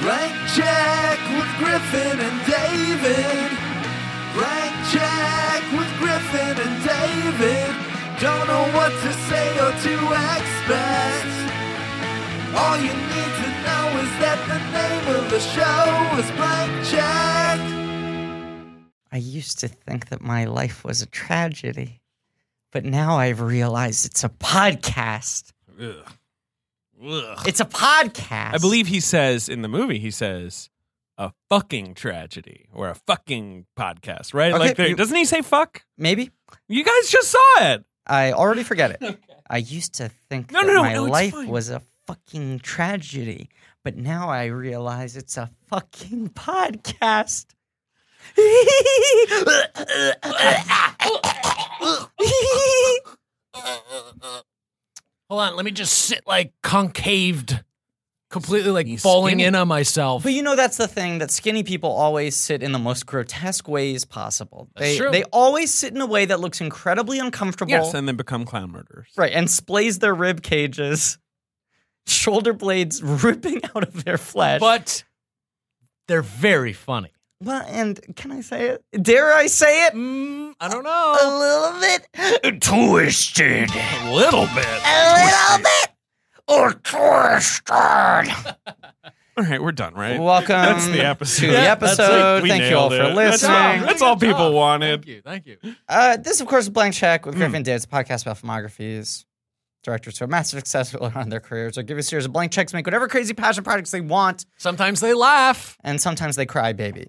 Blank check with Griffin and David. Blank check with Griffin and David. Don't know what to say or to expect. All you need to know is that the name of the show is Blank Check. I used to think that my life was a tragedy, but now I've realized it's a podcast. Ugh. Ugh. It's a podcast. I believe he says in the movie, he says a fucking tragedy or a fucking podcast, right? Okay, like, they- you- doesn't he say fuck? Maybe. You guys just saw it. I already forget it. I used to think No, that no, no, my no, it's life fine. was a fucking tragedy, but now I realize it's a fucking podcast. Hold on, let me just sit like concaved, completely like He's falling skinny. in on myself. But you know that's the thing that skinny people always sit in the most grotesque ways possible. That's they true. they always sit in a way that looks incredibly uncomfortable. Yes, and then become clown murderers. right, and splays their rib cages, shoulder blades ripping out of their flesh. But they're very funny. well, and can I say it? Dare I say it? Mm, I don't A know. little bit twisted. A little bit. A little bit or twisted. All right, we're done, right? Welcome That's the episode. to the Yeah, that's episode. We Thank you all for nailed it. That's all- listening. That's all Good people job. wanted. Thank you. Thank you. Uh, this, of course, is Blank Check Hmm. with Griffin Dads, a podcast about filmographies. Directors who are massive success early on in their careers or give a series of blank checks, make whatever crazy passion projects they want, Sometimes they laugh. and sometimes they cry, baby.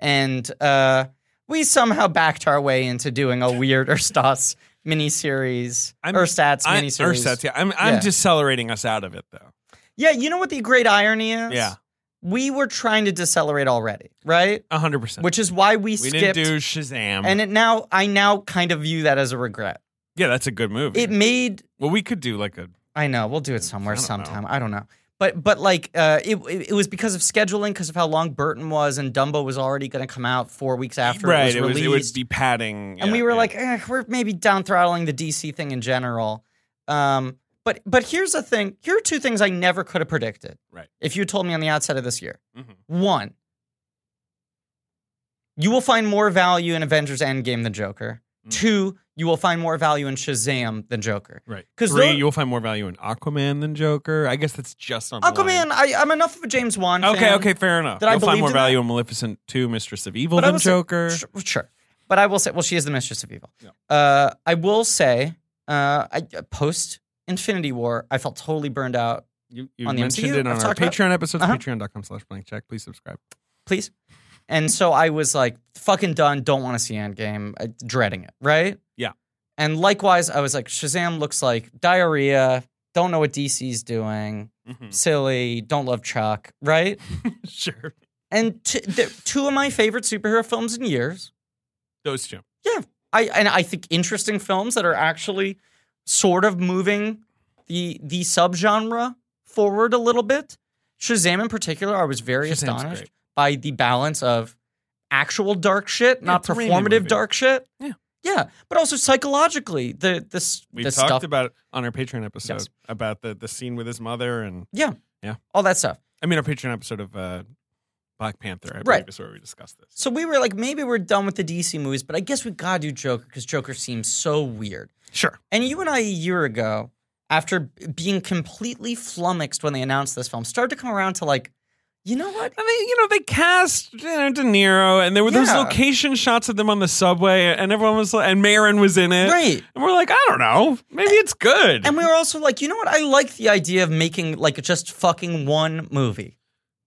And uh, we somehow backed our way into doing a weird Erstats miniseries, I'm- Erstats I- miniseries. Ersatz, yeah. I'm, I'm Yeah. decelerating us out of it, though. Yeah, you know what the great irony is? Yeah. We were trying to decelerate already, right? 100%. Which is why we, we skipped. didn't do Shazam. and it now, I now kind of view that as a regret. yeah, that's a good movie. It made well, we could do like a. I know. We'll do it somewhere I don't know. sometime. I don't know. But but like uh, it it was because of scheduling, because of how long Burton was, and Dumbo was already going to come out four weeks after right, it was it, released, would be padding. and yeah, we were yeah. like, eh, we're maybe down throttling the DC thing in general. Um, but but here's the thing. Here are two things I never could have predicted. Right. If you told me on the outset of this year, Mhm. one, you will find more value in Avengers Endgame than Joker. Mm. Two, you will find more value in Shazam than Joker. Right. 'Cause Three, tho- you'll find more value in Aquaman than Joker. I guess that's just on Aquaman, I, I'm enough of a James Wan. Okay, fan. okay, fair enough. That I you'll find believed more in that. value in Maleficent 2, Mistress of Evil But I than will say- Joker. Sh- sure. But I will say, well, she is the mistress of evil. Yeah. Uh, I will say, uh, I, post Infinity War, I felt totally burned out. you you on the mentioned MCU, it on I've our talked about- Patreon episodes, Uh-huh. patreon.com slash blank check. Please subscribe. Please. And so I was like, fucking done. Don't want to see Endgame. uh, dreading it, right? Yeah. And likewise, I was like, Shazam looks like diarrhea. Don't know what DC's doing. Mm. Silly. Don't love Chuck, right? sure. and t- th- two of my favorite superhero films in years. Those two. I and I think interesting films that are actually sort of moving the the subgenre forward a little bit. Shazam in particular, I was very Shazam's astonished great. by the balance of actual dark shit, not it's a rainy movie. performative dark shit. Yeah. Yeah, but also psychologically, the this We the talked stuff, about it on our Patreon episode Yes. about the, the scene with his mother and all that stuff. I mean our Patreon episode of uh, Black Panther, I believe Right. is where we discussed this. So we were like, maybe we're done with the DC movies, but I guess we gotta do Joker because Joker seems so weird. Sure. And you and I, a year ago, after b- being completely flummoxed when they announced this film, started to come around to like, you know what? And they, you know, they cast you know, De Niro, and there were those Yeah. location shots of them on the subway, and everyone was, like- and Marin was in it, Right. And we're like, I don't know, maybe it's good. And we were also like, you know what? I like the idea of making like just fucking one movie.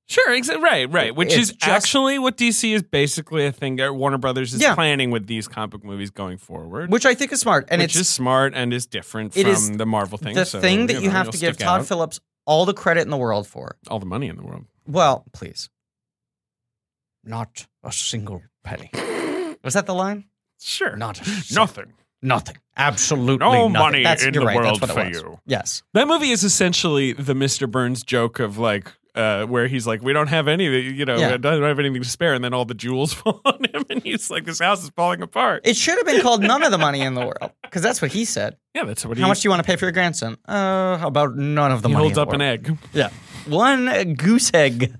Sure, exactly. Right, right. Which It's is just- actually what DC is basically a thing that Warner Brothers is Yeah. planning with these comic movies going forward, Which I think is smart. And which it's is smart and is different It from is the Marvel thing. the so, thing that know, you have it'll to give stick Todd out. Phillips all the credit in the world for. all the money in the world. Well, please. Not a single penny. Was that the line? Sure, Not a single- nothing. nothing. Absolutely No nothing. money That's, in you're the right. That's world what it for was. you. Yes. That movie is essentially the Mr. Burns joke of like. Uh, where he's like, we don't have any, you know, Yeah. I don't have anything to spare, and then all the jewels fall on him, and he's like, this house is falling apart. It should have been called None of the Money in the World because that's what he said. yeah, that's what he, How much do you want to pay for your grandson? Uh, how about none of the he money. holds in up the an world. egg. Yeah, one goose egg.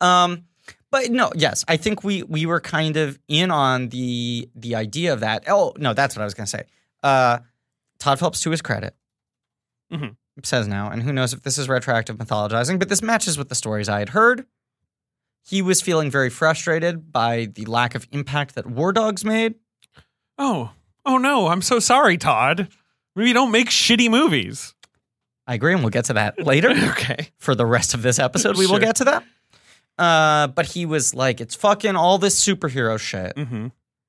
Um, but no, yes, I think we we were kind of in on the the idea of that. Oh no, that's what I was gonna say. Uh, Todd Phelps, to his credit, Mhm. says now, and who knows if this is retroactive mythologizing, but this matches with the stories I had heard. He was feeling very frustrated by the lack of impact that War Dogs made. Oh, oh no, I'm so sorry, Todd. We don't make shitty movies. I agree, and we'll get to that later. Okay. for the rest of this episode. We will Sure. get to that. Uh, but he was like, "It's fucking all this superhero shit. Mm-hmm.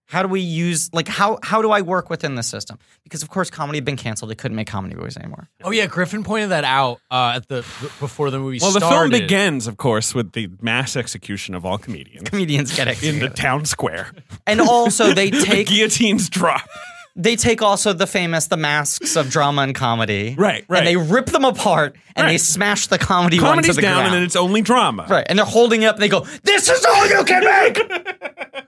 How do we use like how how do I work within the system? Because of course, comedy had been canceled. They couldn't make comedy movies anymore. Oh yeah, Griffin pointed that out uh, at the before the movie. Well, the started. film begins, of course, with the mass execution of all comedians Comedians get it, in the town square. and also they the take guillotines drop. they take also the famous the masks of drama and comedy, Right, right. And they rip them apart and they Right. smash the comedy one to Comedy's the down, ground. and it's only drama. right, and they're holding it up and they go, "This is all you can make."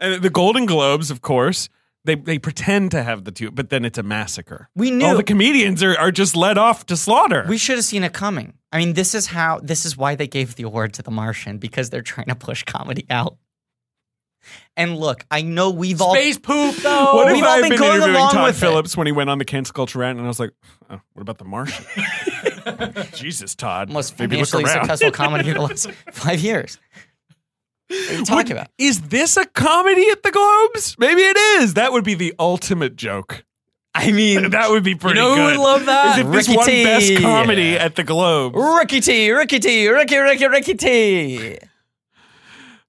And the Golden Globes, of course, they they pretend to have the two, but then it's a massacre. We knew. all the comedians are, are just led off to slaughter. We should have seen it coming. I mean, this is how this is why they gave the award to The Martian because they're trying to push comedy out. And look, I know we've all space poop though. what Oh, we've if all I had been been, going interviewing along Todd with it. Phillips when he went on the cancel culture rant, and I was like, oh, "What about the Martian?" Jesus, Todd. most Maybe look financially around. successful comedy of the last five years. What are you talking about? Is this a comedy at the Globes? Maybe it is. That would be the ultimate joke. I mean, That would be pretty know who good. would love that? Is if this Ricky won T. best comedy at the Globes. Ricky T, Ricky T, Ricky, Ricky, Ricky T.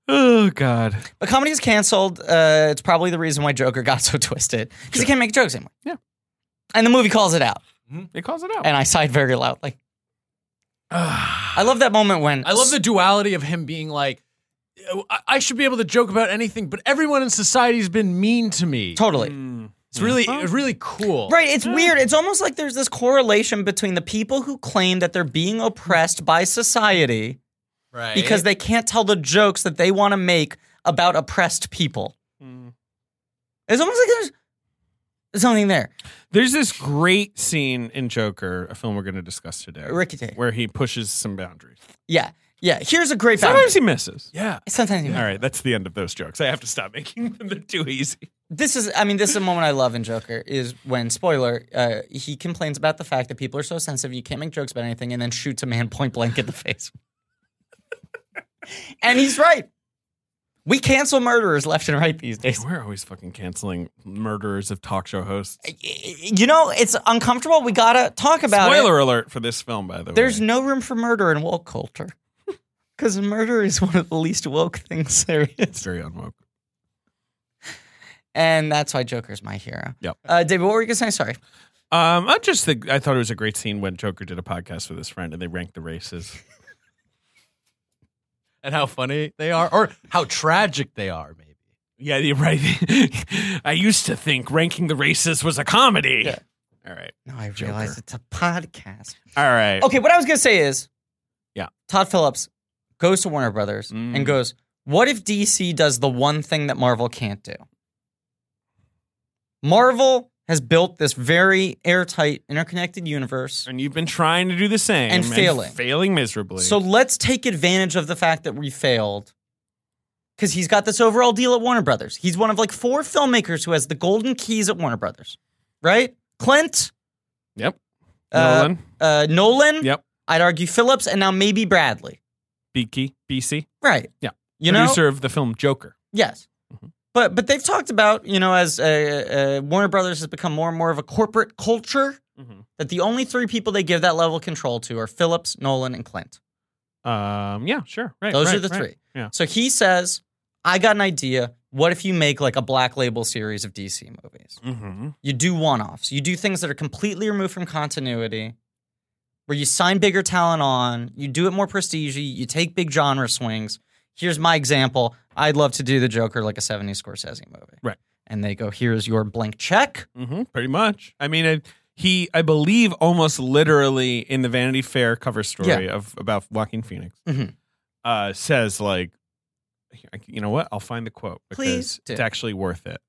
Oh God. But comedy is canceled. Uh, it's probably the reason why Joker got so twisted because he can't make jokes anymore. Yeah. And the movie calls it out, It calls it out. and I sighed very loudly. I love that moment when I love the duality of him being like, I I should be able to joke about anything, but everyone in society's been mean to me. totally. It's really, it's really cool. Right, it's weird. It's almost like there's this correlation between the people who claim that they're being oppressed by society right. because they can't tell the jokes that they want to make about oppressed people. It's almost like there's something there. There's this great scene in Joker, a film we're going to discuss today, Ricky T. where he pushes some boundaries. Yeah, yeah. Here's a great Sometimes boundary. he misses. yeah. Sometimes you All right, that's the end of those jokes. I have to stop making them. They're too easy. this is. I mean, this is a moment I love in Joker is when spoiler uh, he complains about the fact that people are so sensitive you can't make jokes about anything, and then shoots a man point blank in the face. and he's right. We cancel murderers left and right these days. We're always fucking canceling murderers of talk show hosts. you know, it's uncomfortable. We gotta talk about it. Spoiler alert for this film, by the There's way. no room for murder in woke culture because murder is one of the least woke things there It's is, very unwoke. and that's why Joker's my hero. Yep. Uh, David, what were you gonna say? Sorry. Um, I just think I thought it was a great scene when Joker did a podcast with his friend and they ranked the races. And how funny they are, or how tragic they are, maybe. Yeah, you're right. I used to think ranking the races was a comedy. Yeah. All right. No, I Joker. realized it's a podcast. All right. Okay, what I was gonna say is, Yeah. Todd Phillips goes to Warner Brothers Mm. and goes, "What if DC does the one thing that Marvel can't do?" Marvel has built this very airtight, interconnected universe. And you've been trying to do the same And failing. failing miserably. So let's take advantage of the fact that we failed. Because he's got this overall deal at Warner Brothers. He's one of like four filmmakers who has the golden keys at Warner Brothers, right? Clint, yep. uh, Nolan. uh, Nolan, Yep. I'd argue Phillips, and now maybe Bradley, Beaky. BC. right? Yeah. you know, producer of the film Joker. yes. Mm-hmm. But but they've talked about you know as uh, uh, Warner Brothers has become more and more of a corporate culture Mm-hmm. that the only three people they give that level of control to are Phillips, Nolan, and Clint. Um. Yeah. Sure. Right. Those right, are the right. three. Yeah. So he says, I got an idea. What if you make like a black label series of DC movies? Mhm. You do one offs, you do things that are completely removed from continuity, where you sign bigger talent on, you do it more prestige, you take big genre swings. Here's my example I'd love to do the Joker like a 70s Scorsese movie. Right. And they go, Here's your blank check. Mhm. Pretty much. I mean, I, he, I believe, almost literally in the Vanity Fair cover story of about Walking Phoenix, Mhm. uh, says like, you know what? I'll find the quote because Please do. it's actually worth it.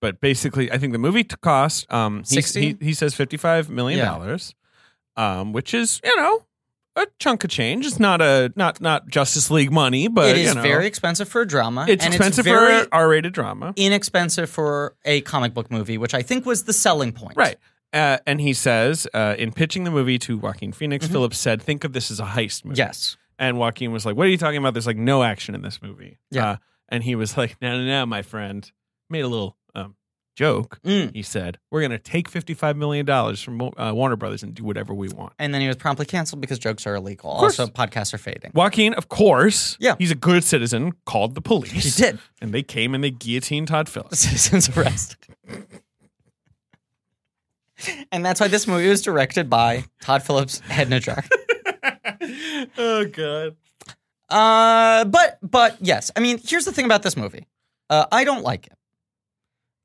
But basically, I think the movie t- cost um, he, 60? he, he says fifty five million Yeah. dollars, um, which is you know a chunk of change. It's not a not not Justice League money, but it is you know, very expensive for a drama. It's and expensive it's very for R rated drama, inexpensive for a comic book movie, which I think was the selling point. right? Uh, and he says uh, in pitching the movie to Joaquin Mm-hmm. Phoenix, Phillips said, "Think of this as a heist movie." Yes. And Joaquin was like, "What are you talking about? There's like no action in this movie." Yeah. Uh, and he was like, "No, no, no, my friend." Made a little um, joke. Mm. He said, "We're gonna take fifty-five million dollars from uh, Warner Brothers and do whatever we want." And then he was promptly canceled because jokes are illegal. course. Also, podcasts are fading. Joaquin, of course, Yeah. he's a good citizen. Called the He police. did. and they came and they guillotined Todd Phillips. Citizens arrest. and that's why this movie was directed by Todd Phillips, Edna Jar. oh god. Uh, but but yes, I mean, here's the thing about this movie. Uh, I don't like it.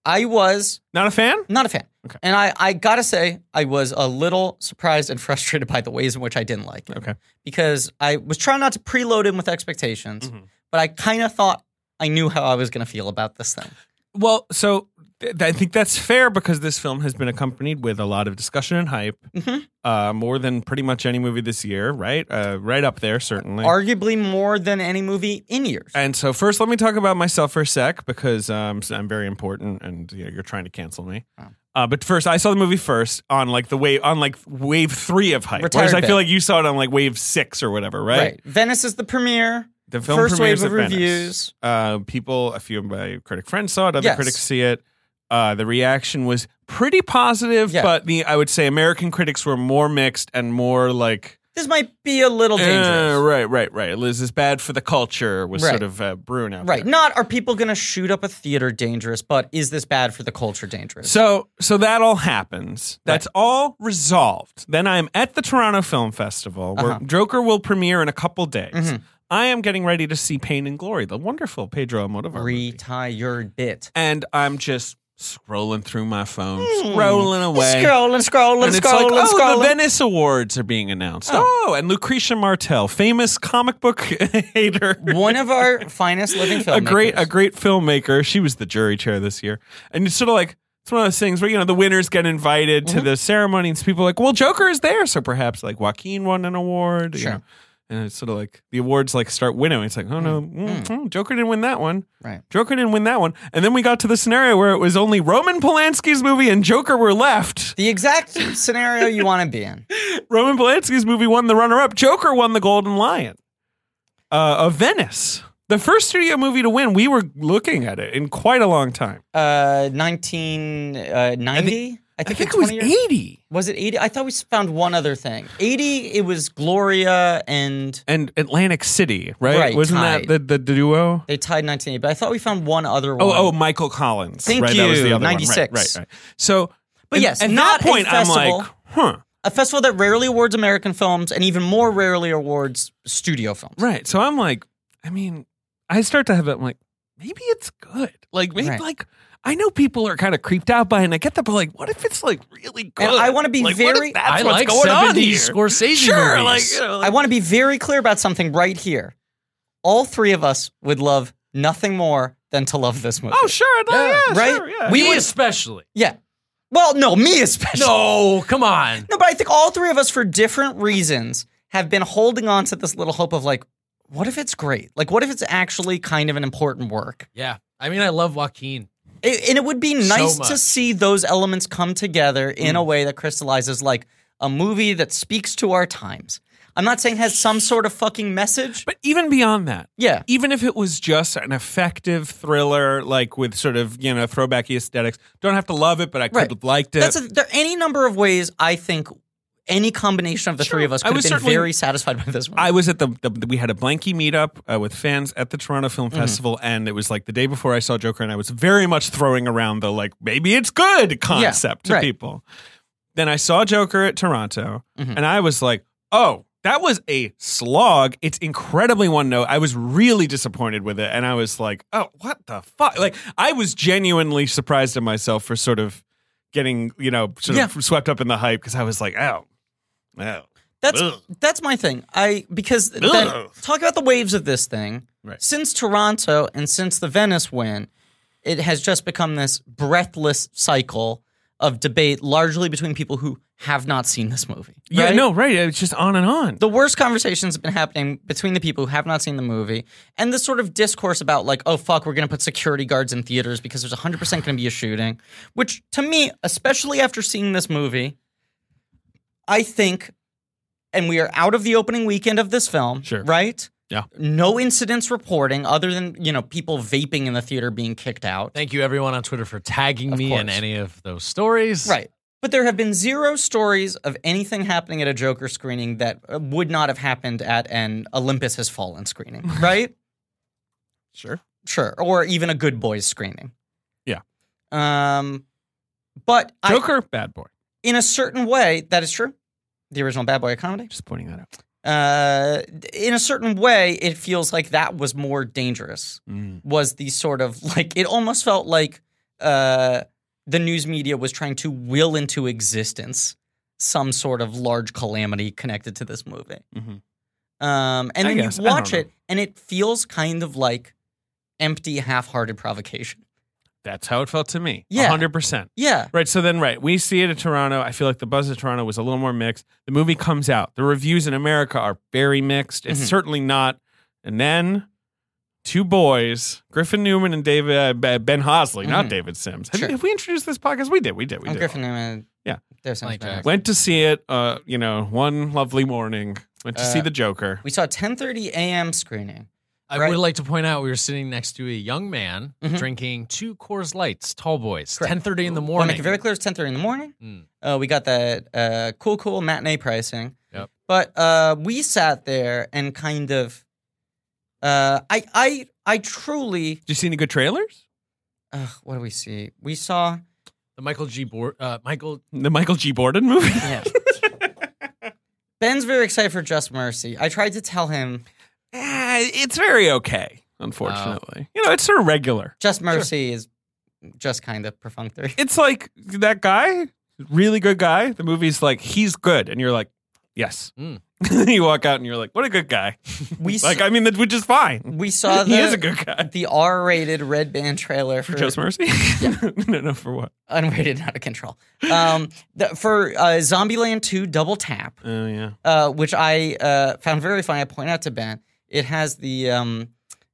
I was Not a fan? not a fan, Okay. and I I gotta say I was a little surprised and frustrated by the ways in which I didn't like it. Okay. because I was trying not to preload him with expectations, Mhm. but I kind of thought I knew how I was gonna feel about this thing. Well, so th- I think that's fair because this film has been accompanied with a lot of discussion and hype. Mhm. Uh, more than pretty much any movie this year, right? Uh, right up there, certainly. Arguably more than any movie in years. and so, first, let me talk about myself for a sec because um, so I'm very important, and you know, you're trying to cancel me. Oh. Uh, but first, I saw the movie first on like the wave on like wave three of hype, Retired whereas I bit. feel like you saw it on like wave six or whatever, right? Venice is the premiere. The film First premieres wave of at Venice. reviews. Uh, people, a few of my critic friends saw it. Other Yes. critics see it. Uh, the reaction was pretty positive, Yeah. but the I would say American critics were more mixed and more like This might be a little dangerous. "Eh, right, right, right. Liz is bad for the culture was Right. sort of uh, brewing out Right. there. Not are people going to shoot up a theater dangerous, but is this bad for the culture dangerous? So so that all happens. That's all resolved. Then I'm at the Toronto Film Festival where Uh-huh. Joker will premiere in a couple days. Mhm. I am getting ready to see Pain and Glory, the wonderful Pedro Almodovar. movie. Retired bit. and I'm just scrolling through my phone, scrolling away. Hmm. Scrolling, scrolling, and it's scrolling, like, oh, the scrolling. Venice Awards are being announced. Oh, and Lucretia Martel, famous comic book hater, One of our finest living filmmakers. a great, a great filmmaker. She was the jury chair this year, and it's sort of like it's one of those things where you know the winners get invited Mm-hmm. to the ceremony, and people are like, well, Joker is there, so perhaps like Joaquin won an award. you Sure. know. And it's sort of like the awards like start winnowing. It's like, oh no, mm, mm, Joker didn't win that one. Right. Joker didn't win that one. And then we got to the scenario where it was only Roman Polanski's movie and Joker were left. The exact scenario you want to be in. Roman Polanski's movie won the runner up. Joker won the Golden Lion uh, of Venice. The first studio movie to win, we were looking at it in quite a long time. Uh, 1990? I I think, think it's it was 20 years- 80. Was it 80? I thought we found one other thing. 80, it was Gloria and And Atlantic City, right? Right, Wasn't tied. that the, the, the duo? they tied 1980, but I thought we found one other one. Oh, oh, Michael Collins. Thank right, That was you. the other one. Right, 96. Right, right, So, But and- yes, at not that point, a I'm festival. like, huh. a festival that rarely awards American films and even more rarely awards studio films. Right. So I'm like, I mean, I start to have it. I'm like, maybe it's good. Like, maybe Right. like I know people are kind of creeped out by, it and I get that, but like, what if it's like really good? I wanna be Like, what if very- that's I what's like going on 70s here? Scorsese Sure. movies. Like, you know, I like- want to be very clear about something right here. All three of us would love nothing more than to love this movie. Oh, sure. I'd like- Yeah. Yeah. Right? Sure, yeah. We Me would- especially. yeah. Well, no, me especially. No, come on. No, but I think all three of us, for different reasons, have been holding on to this little hope of like, what if it's great? Like, what if it's actually kind of an important work? Yeah. I mean, I love Joaquin. It, and it would be nice much. to see those elements come together in Mm. a way that crystallizes like a movie that speaks to our times. I'm not saying has some sort of fucking message. But even beyond that, yeah. even if it was just an effective thriller, like with sort of you know throwback aesthetics, don't have to love it, but I could Right. have liked it. That's a, there are any number of ways I think any combination of the three of us I could have was been certainly- very satisfied by this one. I was at the, the we had a blankie meetup uh, with fans at the Toronto Film Mm-hmm. Festival, and it was like the day before I saw Joker, and I was very much throwing around the like maybe it's good concept to right. people. Then I saw Joker at Toronto, Mm-hmm. and I was like, oh. That was a slog. It's incredibly one note. I was really disappointed with it. And I was like, oh, what the fuck? Like, I was genuinely surprised at myself for sort of getting, you know, sort of swept up in the hype because I was like, oh, oh. That's Ugh. that's my thing. I because then, Ugh. talk about the waves of this thing. Right. Since Toronto and since the Venice win, it has just become this breathless cycle of debate, largely between people who have not seen this movie. Yeah, right? no, right. It's just on and on. The worst conversations have been happening between the people who have not seen the movie and this sort of discourse about, like, oh, fuck, we're going to put security guards in theaters because there's 100% going to be a shooting. Which, to me, especially after seeing this movie, I think, and we are out of the opening weekend of this film, Sure. right? Yeah. No incidents reporting other than, you know, people vaping in the theater being kicked out. Thank you, everyone on Twitter, for tagging me in course. any of those stories. Right. But there have been zero stories of anything happening at a Joker screening that uh, would not have happened at an Olympus Has Fallen screening, right? sure. sure. Or even a Good Boys screening. Yeah. Um, but I- Joker, bad boy. in a certain way, that is true. The original Bad Boy comedy. Just pointing that out. Uh, in a certain way, it feels like that was more dangerous Mm. was the sort of like it almost felt like uh, the news media was trying to will into existence some sort of large calamity connected to this movie. Mhm. Um, and I then guess. I you don't watch know. it, and it feels kind of like empty, half-hearted provocation. That's how it felt to me. Yeah. 100%. Yeah, Right. So then, right, we see it in Toronto. I feel like the buzz of Toronto was a little more mixed. The movie comes out. The reviews in America are very mixed. It's Mhm. certainly not. And then two boys, Griffin Newman and David uh, Ben Hosley, not Mhm. David Sims. Have, Sure. have we introduced this podcast? We did. We did. We I'm did. Griffin Newman. Yeah. there's Like something. that. Went to see it. Uh, you know, one lovely morning. Went to Uh, see the Joker. We saw a 10:30 a.m. screening. I Right. would like to point out we were sitting next to a young man Mhm. drinking two Coors Lights, Tall Boys, Correct. ten thirty in the We'll morning. make it very clear it's 10:30 in the morning. Mm. Uh, we got that uh, cool, cool matinee pricing. Yep. But uh, we sat there and kind of, uh, I, I, I truly. Did you see any good trailers? Uh, what do we see? We saw. the Michael G. Board, uh, Michael The Michael G. Borden movie. Yeah. Ben's very excited for Just Mercy. I tried to tell him Eh, it's very okay. Unfortunately, you know, it's sort of regular. Just Mercy is just kind of perfunctory. it's like that guy, really good guy. The movie's like he's good, and you're like, yes. Mm. you walk out and you're like, what a good guy. We like, saw, I mean, that- which is fine. we saw the, he is a good guy. the R-rated Red Band trailer for, For Just Mercy? no, no, for what? unrated, out of control. Um, the, for uh, Zombieland Two Double Tap. Oh yeah, uh, which I uh, found very funny. I point out to Ben, it has the um,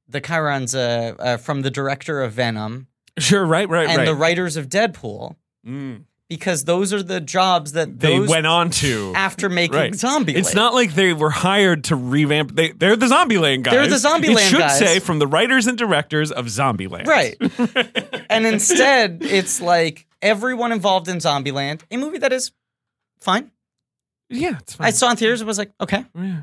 the chirons uh, uh, from the director of Venom sure. Right, right, and right. the writers of Deadpool, Mm. because those are the jobs that They those went on to. after making Right. Zombie. It's not like they were hired to revamp. They, they're the Zombieland guys. They're the Zombieland It should guys. say from the writers and directors of Zombieland. right, and instead it's like everyone involved in Zombieland, a movie that is fine. Yeah, it's fine. I saw in theaters and was like, okay, yeah.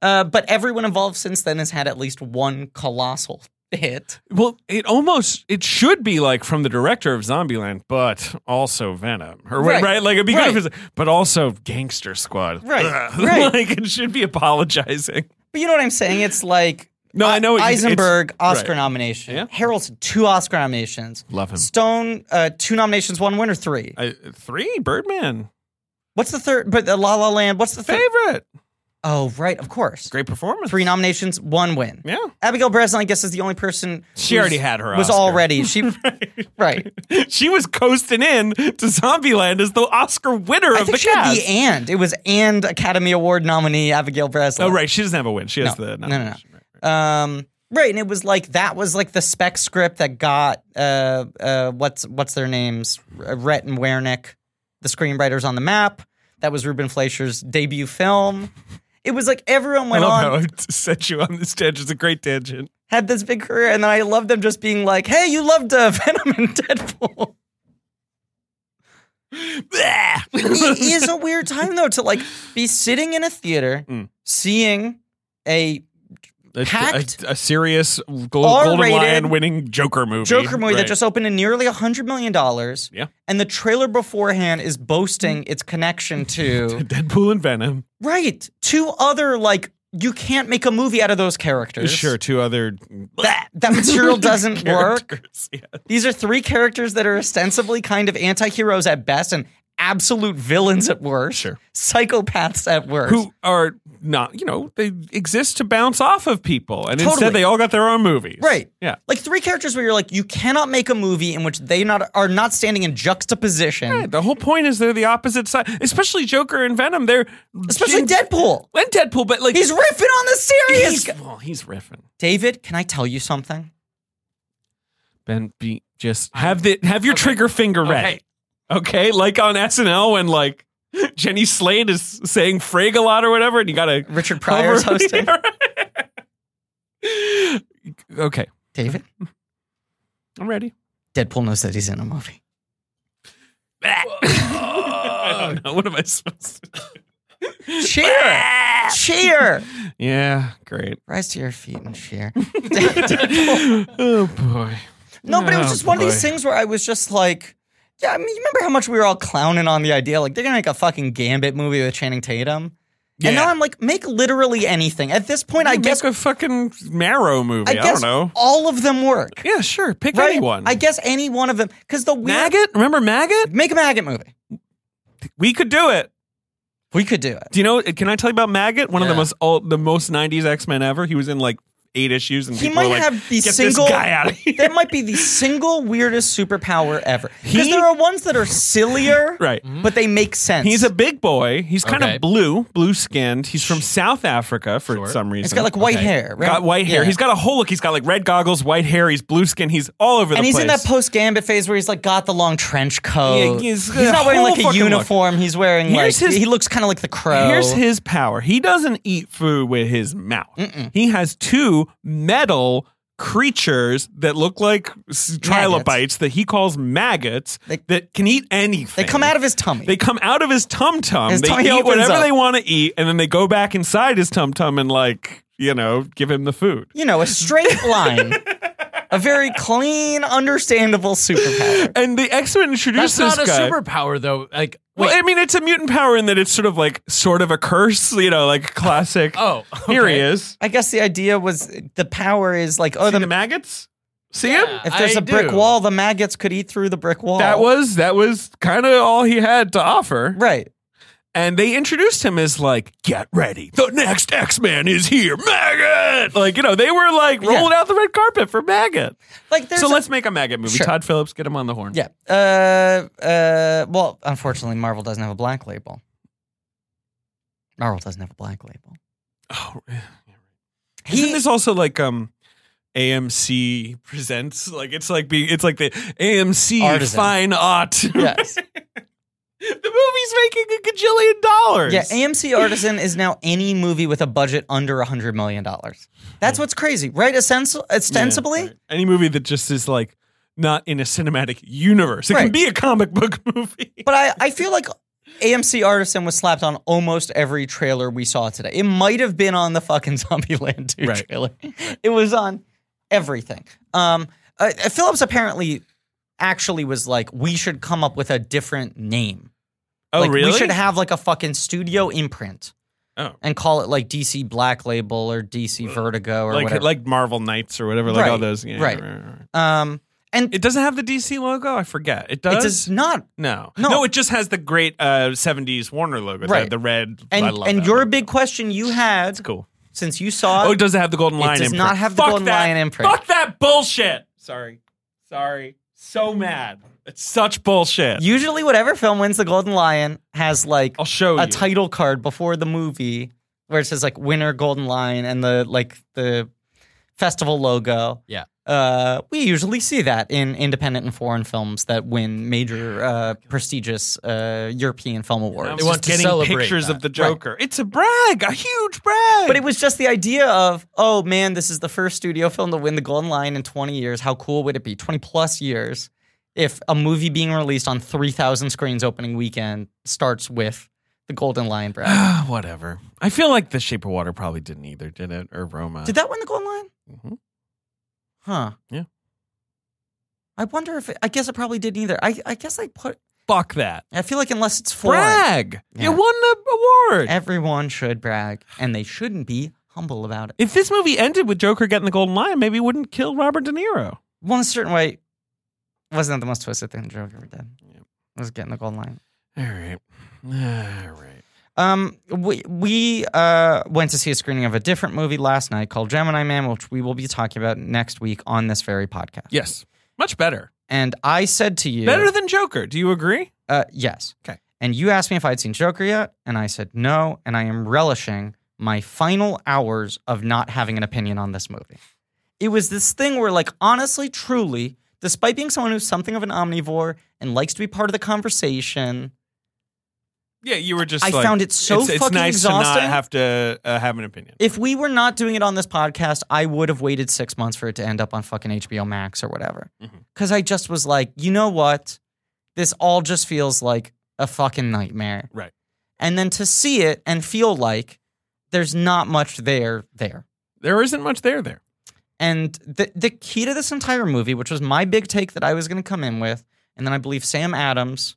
uh, but everyone involved since then has had at least one colossal hit. Well, it almost it should be like from the director of Zombieland, but also Venom, or right, Right. right? like it'd be Right. good if it's, but also Gangster Squad, Right. Ugh. Right. like it should be apologizing. But you know what I'm saying? It's like No, I know what you- it's- Eisenberg Oscar right. nomination. Yeah. Harrelson two Oscar nominations. Love him. Stone uh, two nominations, one winner, three. I, three Birdman What's the third? But uh, La La Land. What's the third? favorite, Oh right, of course. great performance. Three nominations, one win. Yeah, Abigail Breslin, I guess, is the only person She who's- already had her Was Oscar. already she right. she was coasting in to Zombieland as the Oscar winner I of think the she had cast. the and. It was and Academy Award nominee Abigail Breslin. oh, right, she doesn't have a win. She has No. the No, no, no. nomination. Right, right. Um, right, and it was like that was like the spec script that got uh, uh, what's what's their names, R- Rhett and Wernick, the screenwriters on the map. That was Ruben Fleischer's debut film. It was like everyone I went love on, how I set you on this tangent. It's a great tangent. had this big career, and then I love them just being like, "Hey, you loved uh, Venom and Deadpool." it is a weird time though to like be sitting in a theater Mm. seeing a a, packed, a, a serious gl- Golden R-rated Lion winning Joker movie. Joker movie Right. that just opened to nearly $100 million. Yeah. And the trailer beforehand is boasting its connection to, Deadpool and Venom. right, two other, like, you can't make a movie out of those characters. Sure, two other That, that material doesn't work. characters. Yeah. These are three characters that are ostensibly kind of anti heroes at best and absolute villains at worst, Sure. psychopaths at worst. who are not, you know, they exist to bounce off of people, and Totally. instead they all got their own movies. Right. Yeah. Like three characters where you're like, you cannot make a movie in which they not are not standing in juxtaposition. Yeah, The whole point is they're the opposite side, especially Joker and Venom. They're Especially Deadpool. and Deadpool, but like He's riffing on the serious. he's, well, he's riffing. David, can I tell you something? Ben, be just have the have your trigger finger ready. Okay, like on SNL when like Jenny Slade is saying frig a lot or whatever, and you gotta Richard Pryor's hover- hosting. okay, David, I'm ready. Deadpool knows that he's in a movie. I don't know. What am I supposed to? Cheer! cheer! Yeah, great. Rise to your feet and cheer. oh boy. No, but it was Oh, just one of these boy. things where I was just like, yeah, I mean, you remember how much we were all clowning on the idea? Like, they're going to make a fucking Gambit movie with Channing Tatum. And now I'm like, make literally anything. At this point, I Make guess, a fucking marrow movie. I I, guess don't know. all of them work. Yeah, sure. Pick Right? anyone. I guess any one of them. Because the weird. Maggot. Remember Maggot? Make a maggot movie. We could do it. We could do it. Do you know? Can I tell you about Maggot? One of Yeah. the most old, the most '90s X Men ever. He was in like eight issues, and He people might were like, have the "Get single- this guy out of here." That might be the single weirdest superpower ever. Because He- there are ones that are sillier, right. but they make sense. He's a big boy. He's kind Mm. Okay. of blue, blue skinned. He's from South Africa for Sure. some reason. He's got like white Okay. hair, right? Got white hair. Yeah. He's got a whole look. He's got like red goggles, white hair. He's blue skin. He's all over the and he's place. in that post Gambit phase where he's like got the long trench coat. Yeah, he's- not wearing whole like a fucking look. uniform. He's wearing Here's like his- he looks kind of like the crow. Here's his power. He doesn't eat food with his mouth. He has two metal creatures that look like s- trilobites that he calls maggots They- that can eat anything. they come out of his tummy. They come out of his tum tum. His They tummy eat opens whatever up. they want to eat, and then they go back inside his tum tum and like you know give him the food. you know, a straight line, a very clean, understandable superpower. And the X Men introduced That's not a this guy. superpower though. Like wait. well, I mean, it's a mutant power in that it's sort of like sort of a curse, you know, like classic. oh, here he okay. is. I guess the idea was the power is like oh See the the. maggots. See him? Yeah, If there's I a brick do. wall, the maggots could eat through the brick wall. That was that was kind of all he had to offer. right. And they introduced him as like, get ready, the next X Man is here, maggot. Like you know, they were like rolling out the red carpet for maggot. Like there's so a- let's make a maggot movie. Sure. Todd Phillips, get him on the horn. yeah. Uh, uh, well, unfortunately, Marvel doesn't have a black label. Marvel doesn't have a black label. Oh, He- Isn't this also like um? AMC presents like it's like being it's like the AMC Artisan. fine art. Yes. the movie's making a gajillion dollars. Yeah, AMC Artisan is now any movie with a budget under $100 million. That's what's crazy, right? Essens- ostensibly? Yeah, right. Any movie that just is like not in a cinematic universe. It Right. can be a comic book movie. But I, I feel like AMC Artisan was slapped on almost every trailer we saw today. It might have been on the fucking Zombieland 2 Right. trailer. It was on everything. Um, uh, Phillips apparently actually was like, we should come up with a different name. Oh, like, really? We should have like a fucking studio imprint. Oh. And call it like DC Black Label or DC Vertigo or like whatever. like Marvel Knights or whatever, like all Right. those. Yeah, Right. um, and It doesn't have the DC logo. I forget. It It does. does not. no. No. it just has the great uh, '70s Warner logo. the- Right. The, red. I And love and that your logo. big question you had It's cool. since you saw Oh, it, it doesn't have the golden lion. does imprint. not have the Fuck golden that. lion imprint. Fuck that bullshit. Sorry. Sorry. So mad. It's such bullshit. usually whatever film wins the Golden Lion has like I'll show a you. title card before the movie where it says like winner Golden Lion and the like the festival logo. Yeah. Uh, we usually see that in independent and foreign films that win major uh, prestigious uh, European film awards. I'm They want just to getting celebrate pictures that. of the Joker. It's a brag, a huge brag. But it was just the idea of, oh man, this is the first studio film to win the Golden Lion in 20 years. How cool would it be? 20 plus years if a movie being released on 3,000 screens opening weekend starts with the Golden Lion brag. Ah, whatever. I feel like The Shape of Water probably didn't either, did it? Or Roma? Did that win the Golden Lion? Mhm. Huh. Yeah. I wonder if it, I guess it probably didn't either. I, I guess I put, Fuck that. I feel like unless it's foreign, Brag. Yeah. You won the award. everyone should brag and they shouldn't be humble about it. if this movie ended with Joker getting the Golden Lion, maybe it wouldn't kill Robert De Niro. Well, in a certain way, wasn't that the most twisted thing Joker ever did? Was getting the Golden Lion. All right. All right. Um, we we uh, went to see a screening of a different movie last night called Gemini Man, which we will be talking about next week on this very podcast. Yes. Much better. And I said to you, Better than Joker. Do you agree? uh, yes. Okay. And you asked me if I'd seen Joker yet, and I said no, and I am relishing my final hours of not having an opinion on this movie. It was this thing where, like, honestly, truly, despite being someone who's something of an omnivore and likes to be part of the conversation, Yeah, you were just I like, found it so it's, it's fucking nice to exhausting. not have to uh, have an opinion. if we were not doing it on this podcast, I would have waited six months for it to end up on fucking HBO Max or whatever. Mhm. Because I just was like, you know what? This all just feels like a fucking nightmare. Right. And then to see it and feel like there's not much there, there. There isn't much there there. And the, the key to this entire movie, which was my big take that I was going to come in with, and then I believe Sam Adams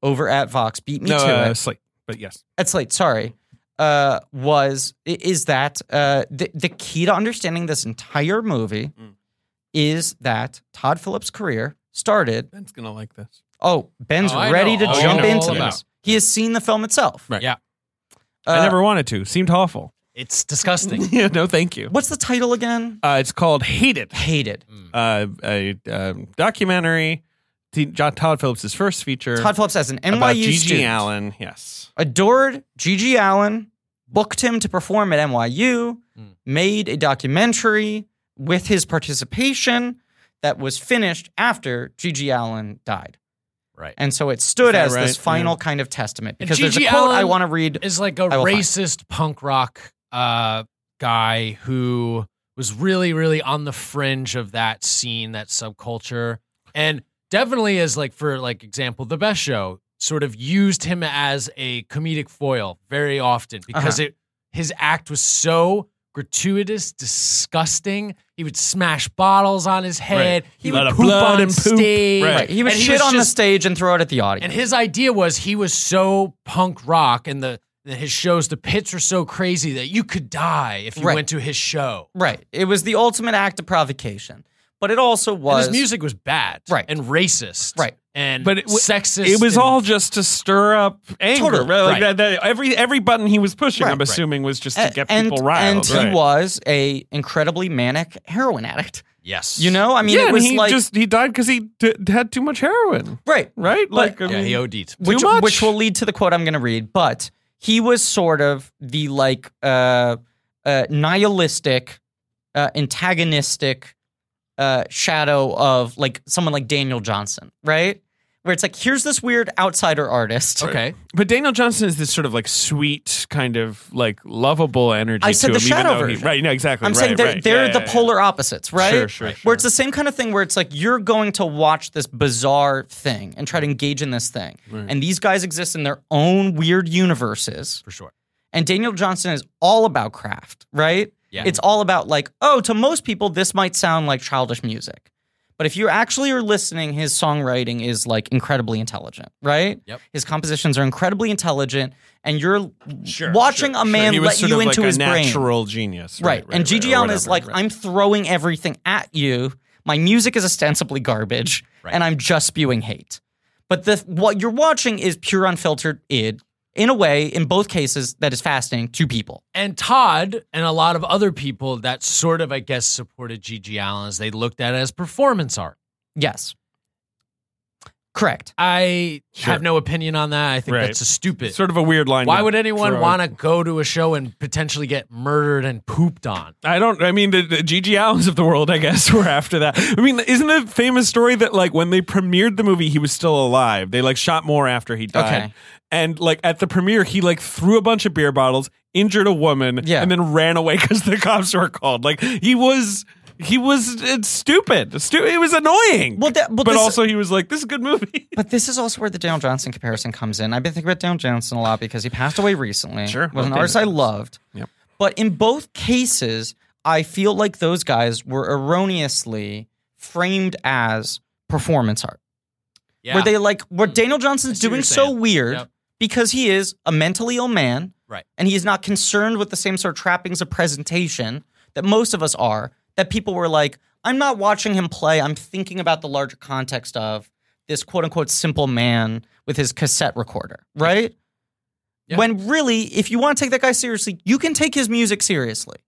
over at Vox beat me no, to uh, it Slate. But yes. at Slate, sorry, uh, was i- is that uh, the the key to understanding this entire movie Mm. is that Todd Phillips' career started. Ben's going to like this. Oh, Ben's Oh, I ready know. to Oh, I jump know into all this. about He has seen the film itself. Right. Yeah. I Uh, never wanted to. Seemed awful. It's disgusting. yeah, no, thank you. What's the title again? Uh, it's called Hate It. Hated. Uh, a um, documentary. T- John Todd Phillips' first feature Todd Phillips as an NYU about G.G. student Allen. Yes. adored Gigi Allen, booked him to perform at NYU, Mm. made a documentary with his participation that was finished after Gigi Allen died. Right. And so it stood that as right? this final kind of testament And because there's a G.G. quote I Allen want to read. is like a I will find. racist punk rock uh, guy who was really, really on the fringe of that scene, that subculture, and definitely is like, for like example, the best show sort of used him as a comedic foil very often Uh-huh. because it his act was so gratuitous, disgusting. He would smash bottles on his head. He Lot would of poop blood on and poop. stage. Right. Right. He was And shit on the just- stage and throw it at the audience. and his idea was he was so punk rock and the that his shows, the pits are so crazy that you could die if you Right. went to his show. right. It was the ultimate act of provocation. But it also And was his music was bad. Right. And racist. Right. And But but it w- sexist. It was and- all just to stir up anger. Totally, right? Like right. that, that- every every button he was pushing, Right, I'm right. assuming, was just a- to get and, people riled. and he right. was a incredibly manic heroin addict. Yes. You know, I mean, yeah, it was and he like just he died because he d- had too much heroin. right, Right? Like I Yeah, mean, he OD'd. which, Too much. which will lead to the quote I'm going to read. But he was sort of the like uh, uh, nihilistic, uh, antagonistic uh, shadow of like someone like Daniel Johnson, right? Where it's like, here's this weird outsider artist. Okay. but Daniel Johnson is this sort of like sweet, kind of like lovable energy. I said to the him, shadow even though he- version. right? No, exactly. I'm right, saying they're, right. they're Yeah, the yeah, yeah. polar opposites, right? Sure, sure, Where sure. it's the same kind of thing where it's like you're going to watch this bizarre thing and try to engage in this thing. Right. And these guys exist in their own weird universes. For sure. And Daniel Johnson is all about craft, right? Yeah. It's all about like, oh, to most people, this might sound like childish music. But if you actually are listening, his songwriting is like incredibly intelligent, right? Yep. His compositions are incredibly intelligent, and you're watching a Sure, man he was let sort you of into like his a brain. natural genius, Right. right? and Gigi right, or Allen is whatever, like, right. I'm throwing everything at you. My music is ostensibly garbage, Right. and I'm just spewing hate. But the what you're watching is pure unfiltered id in a way, in both cases, that is fascinating to people. And Todd and a lot of other people that sort of, I guess, supported Gigi Allen as they looked at it as performance art. Yes. Correct. I Sure. have no opinion on that. I think Right. that's a stupid. sort of a weird line. Why to would anyone throw. want to go to a show and potentially get murdered and pooped on? I don't. I mean, the, the G.G. Allens of the world, I guess, were after that. I mean, isn't it a famous story that like when they premiered the movie, he was still alive. They like shot more after he died, Okay. and like at the premiere, he like threw a bunch of beer bottles, injured a woman, Yeah. and then ran away because the cops were called. Like he was. He was it's stupid. Stu- it was annoying. Well, that- well, but this- also he was like, "This is a good movie." But this is also where the Daniel Johnson comparison comes in. I've been thinking about Daniel Johnson a lot because he passed away recently. Sure. Was an Okay. artist I loved. Yep. But in both cases, I feel like those guys were erroneously framed as performance art. Yeah. Mm. Where they like where Daniel Johnson's see what doing you're so saying. weird Yep. because he is a mentally ill man. Right. And he is not concerned with the same sort of trappings of presentation that most of us are, that people were like, I'm not watching him play, I'm thinking about the larger context of this quote unquote simple man with his cassette recorder, right? Yeah. When really, if you want to take that guy seriously, you can take his music seriously.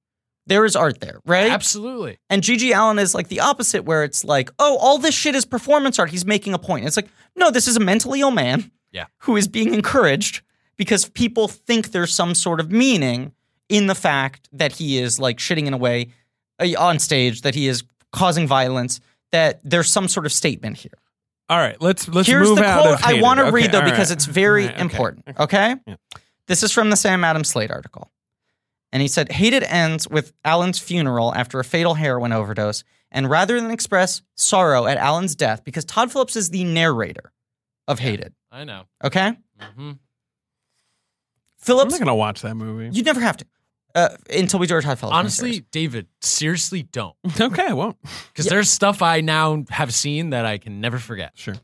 There is art there, right? Absolutely. And Gigi Allen is like the opposite, where it's like, oh, all this shit is performance art. He's making a point. It's like, no, this is a mentally ill man Yeah. who is being encouraged because people think there's some sort of meaning in the fact that he is like shitting in a way uh, on stage, that he is causing violence, that there's some sort of statement here. All right, let's let's Here's move the out quote of I Hater. want to Okay, read though all because right. it's very All right, okay. important. Okay, Yeah. this is from the Sam Adams Slade article, and he said, "Hated ends with Allen's funeral after a fatal heroin overdose, and rather than express sorrow at Allen's death, because Todd Phillips is the narrator of Hated. I know. Okay, hmm I'm Phillips, not gonna watch that movie. you never have to uh, until we do our Todd Phillips. Honestly, miniseries. David, seriously don't. okay, well, Because there's stuff I now have seen that I can never forget. sure.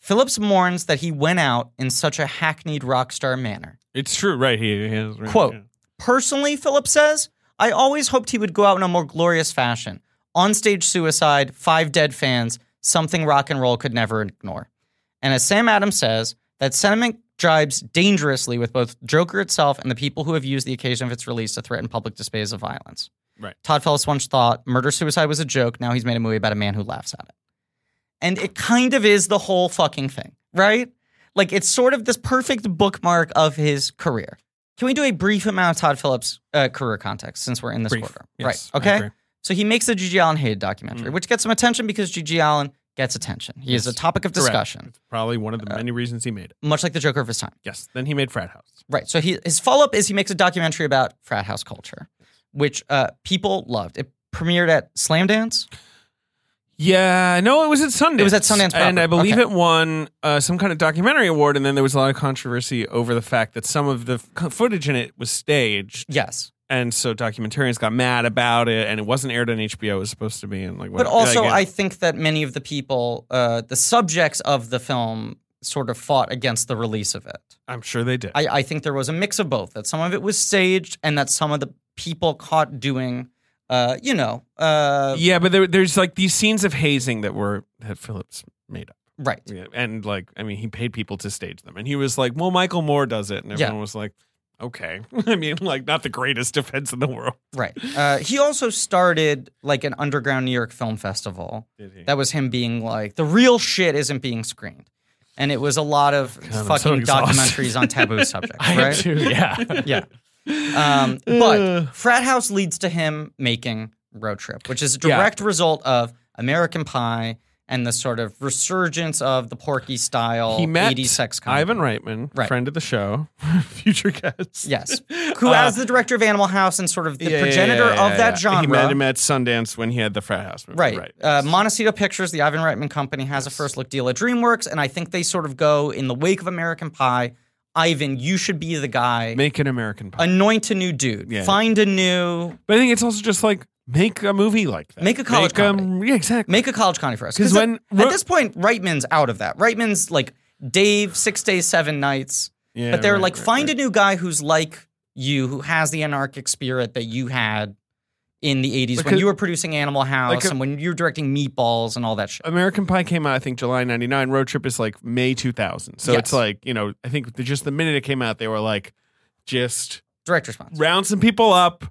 Phillips mourns that he went out in such a hackneyed rock star manner." It's true, right? He, he is, right, Quote, yeah. personally, Phillips says, I always hoped he would go out in a more glorious fashion. Onstage suicide, five dead fans, something rock and roll could never ignore. And as Sam Adams says, that sentiment jibes dangerously with both Joker itself and the people who have used the occasion of its release to threaten public displays of violence. Right. Todd Phillips once thought murder suicide was a joke. Now he's made a movie about a man who laughs at it. And it kind of is the whole fucking thing, right? Like it's sort of this perfect bookmark of his career. Can we do a brief amount of Todd Phillips' uh, career context since we're in this Brief. order? Yes, right. I Okay. agree. So he makes the Gigi Allen hated documentary, Mm. which gets some attention because Gigi Allen gets attention. He is Yes. a topic of Correct. discussion, It's probably one of the many reasons he made it. much like the Joker of his time. Yes. Then he made Frat House. Right. So he, his follow up is he makes a documentary about frat house culture, which uh, people loved. It premiered at Slam Dance. Yeah, no, it was at Sundance. It was at Sundance and proper. I believe Okay. it won uh, some kind of documentary award. And then there was a lot of controversy over the fact that some of the f- footage in it was staged, Yes. and so documentarians got mad about it, and it wasn't aired on HBO. It was supposed to be, and like, But what- also, like, I think that many of the people, uh, the subjects of the film, sort of fought against the release of it. I'm sure they did. I, I think there was a mix of both. That some of it was staged, and that some of the people caught doing, uh, you know, uh, yeah, but there, there's like these scenes of hazing that were that Phillips made up, right. yeah, and like, I mean, he paid people to stage them, and he was like, "Well, Michael Moore does it," and Yeah. everyone was like, "Okay," I mean, like, not the greatest defense in the world. Right. Uh, he also started like an underground New York film festival. Did he? That was him being like, the real shit isn't being screened. And it was a lot of I'm so fucking exhausted. documentaries on taboo subjects, I am right? too. Yeah. Yeah. Um, Ugh. but Frat House leads to him making Road Trip, which is a Yeah. direct result of American Pie and the sort of resurgence of the Porky style he met 80s sex comedy. Ivan Reitman, Right. friend of the show, future guest. Yes. Who, Uh, as the director of Animal House and sort of the Yeah, yeah, progenitor yeah, yeah, of that yeah. genre. He met him at Sundance when he had the frat house movie. Right. Uh, Montecito Pictures, the Ivan Reitman company, has a first look deal at DreamWorks, and I think they sort of go in the wake of American Pie. Ivan, you should be the guy. make an American pie. Anoint a new dude. Yeah. Find a new. but I think it's also just like make a movie like that. Make a college um, comedy. yeah, exactly. Make a college comedy for us. 'Cause at- when at, Ro- this point, Reitman's out of that. Reitman's like Dave, six days, seven nights. yeah, but they're right, like, right, find right. a new guy who's like you, who has the anarchic spirit that you had in the 80s when Because- you were producing Animal House Like uh, a- and when you were directing Meatballs and all that shit. American Pie came out, I think, July '99. Road Trip is like May 2000. So Yes. it's like you know, I think the, just the minute it came out, they were like, just Direct response. round some people up,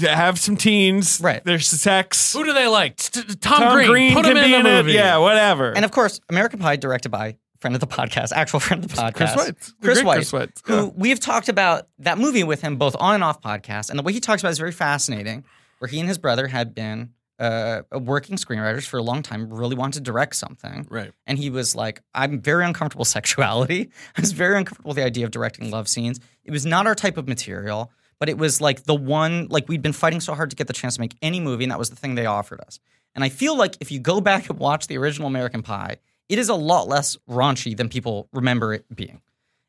have some teens. Right. There's sex. Who do they like? T- t- Tom, Tom Green. Put him can in be the movie. It. Yeah, whatever. And of course, American Pie, directed by friend of the podcast, actual friend of the podcast, Chris Weitz. The Chris great Weitz, Chris Weitz. who Yeah. we've talked about that movie with him both on and off podcast, and the way he talks about it is very fascinating. Where he and his brother had been uh, working screenwriters for a long time, really wanted to direct something, right. and he was like, "I'm very uncomfortable with sexuality. I was very uncomfortable with the idea of directing love scenes. It was not our type of material." But it was like the one, like we'd been fighting so hard to get the chance to make any movie, and that was the thing they offered us. And I feel like if you go back and watch the original American Pie, it is a lot less raunchy than people remember it being.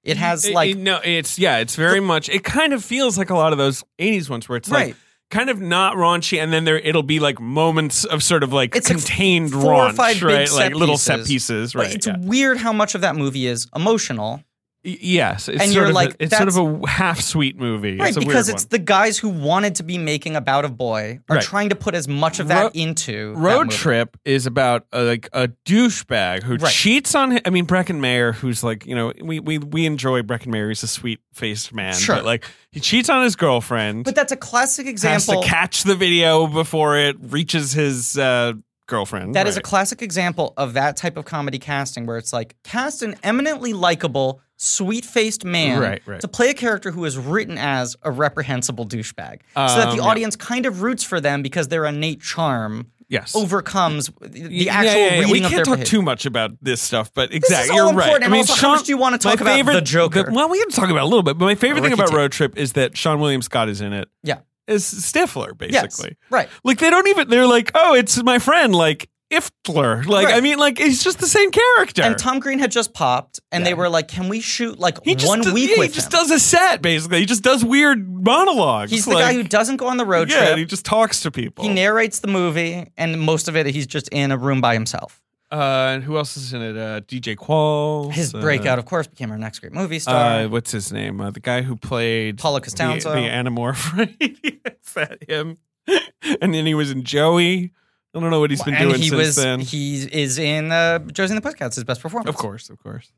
It has It- like it- no, it's yeah, it's very much. It kind of feels like a lot of those '80s ones where it's Right. like kind of not raunchy, and then there it'll be like moments of sort of like It's like contained four or raunch, five big right? set Like little set pieces. pieces, but right? it's yeah. weird how much of that movie is emotional Y- yes, it's And sort you're of like, a, it's sort that's- of a half sweet movie. Right, it's a because weird it's one. the guys who wanted to be making About a Boy are Right. trying to put as much of that Ro- into that Road movie. Trip is about a, like a douchebag who Right. cheats on. Him. I mean, Breckenmayer, who's like you know we we we enjoy Breckenmayer. He's a sweet faced man, Sure. but like he cheats on his girlfriend. But that's a classic has example. to catch the video before it reaches his uh, girlfriend. That is a Right. classic example of that type of comedy casting where it's like cast an eminently likable, sweet faced man Right, right. to play a character who is written as a reprehensible douchebag. so that Um, the yeah. audience kind of roots for them because their innate charm yes. overcomes the Yeah, actual yeah, yeah. reading We can't of their talk behavior. too much about this stuff, but exactly, all you're important, right. and also, how much do you wanna my talk about favorite- the Joker? well, we can talk about it a little bit, but my favorite thing Ricky about Tick. Road Trip is that Sean William Scott is in it. Yeah. Is Stifler Yes. basically? Right. Like they don't even. They're like, oh, it's my friend, like Iftler. Like Right. I mean, like he's just the same character. And Tom Green had just popped, and they were like, "Can we shoot like he just one does, week yeah, with he just him?" does a set basically. He just does weird monologues. He's the guy like- who doesn't go on the road yeah, trip. and he just talks to people. He narrates the movie, and most of it he's just in a room by himself. Uh, and who else is in it? Uh, DJ Qualls. His uh, breakout, of course, became our next great movie star. Uh, what's his name? Uh, the guy who played Paulo the, Costanzo. the Animorph. Right? Is that him? and then he was in Joey. I don't know what he's been and doing he since was then. he is in uh, Josie and the Pussycats, his best performance. of course, of course.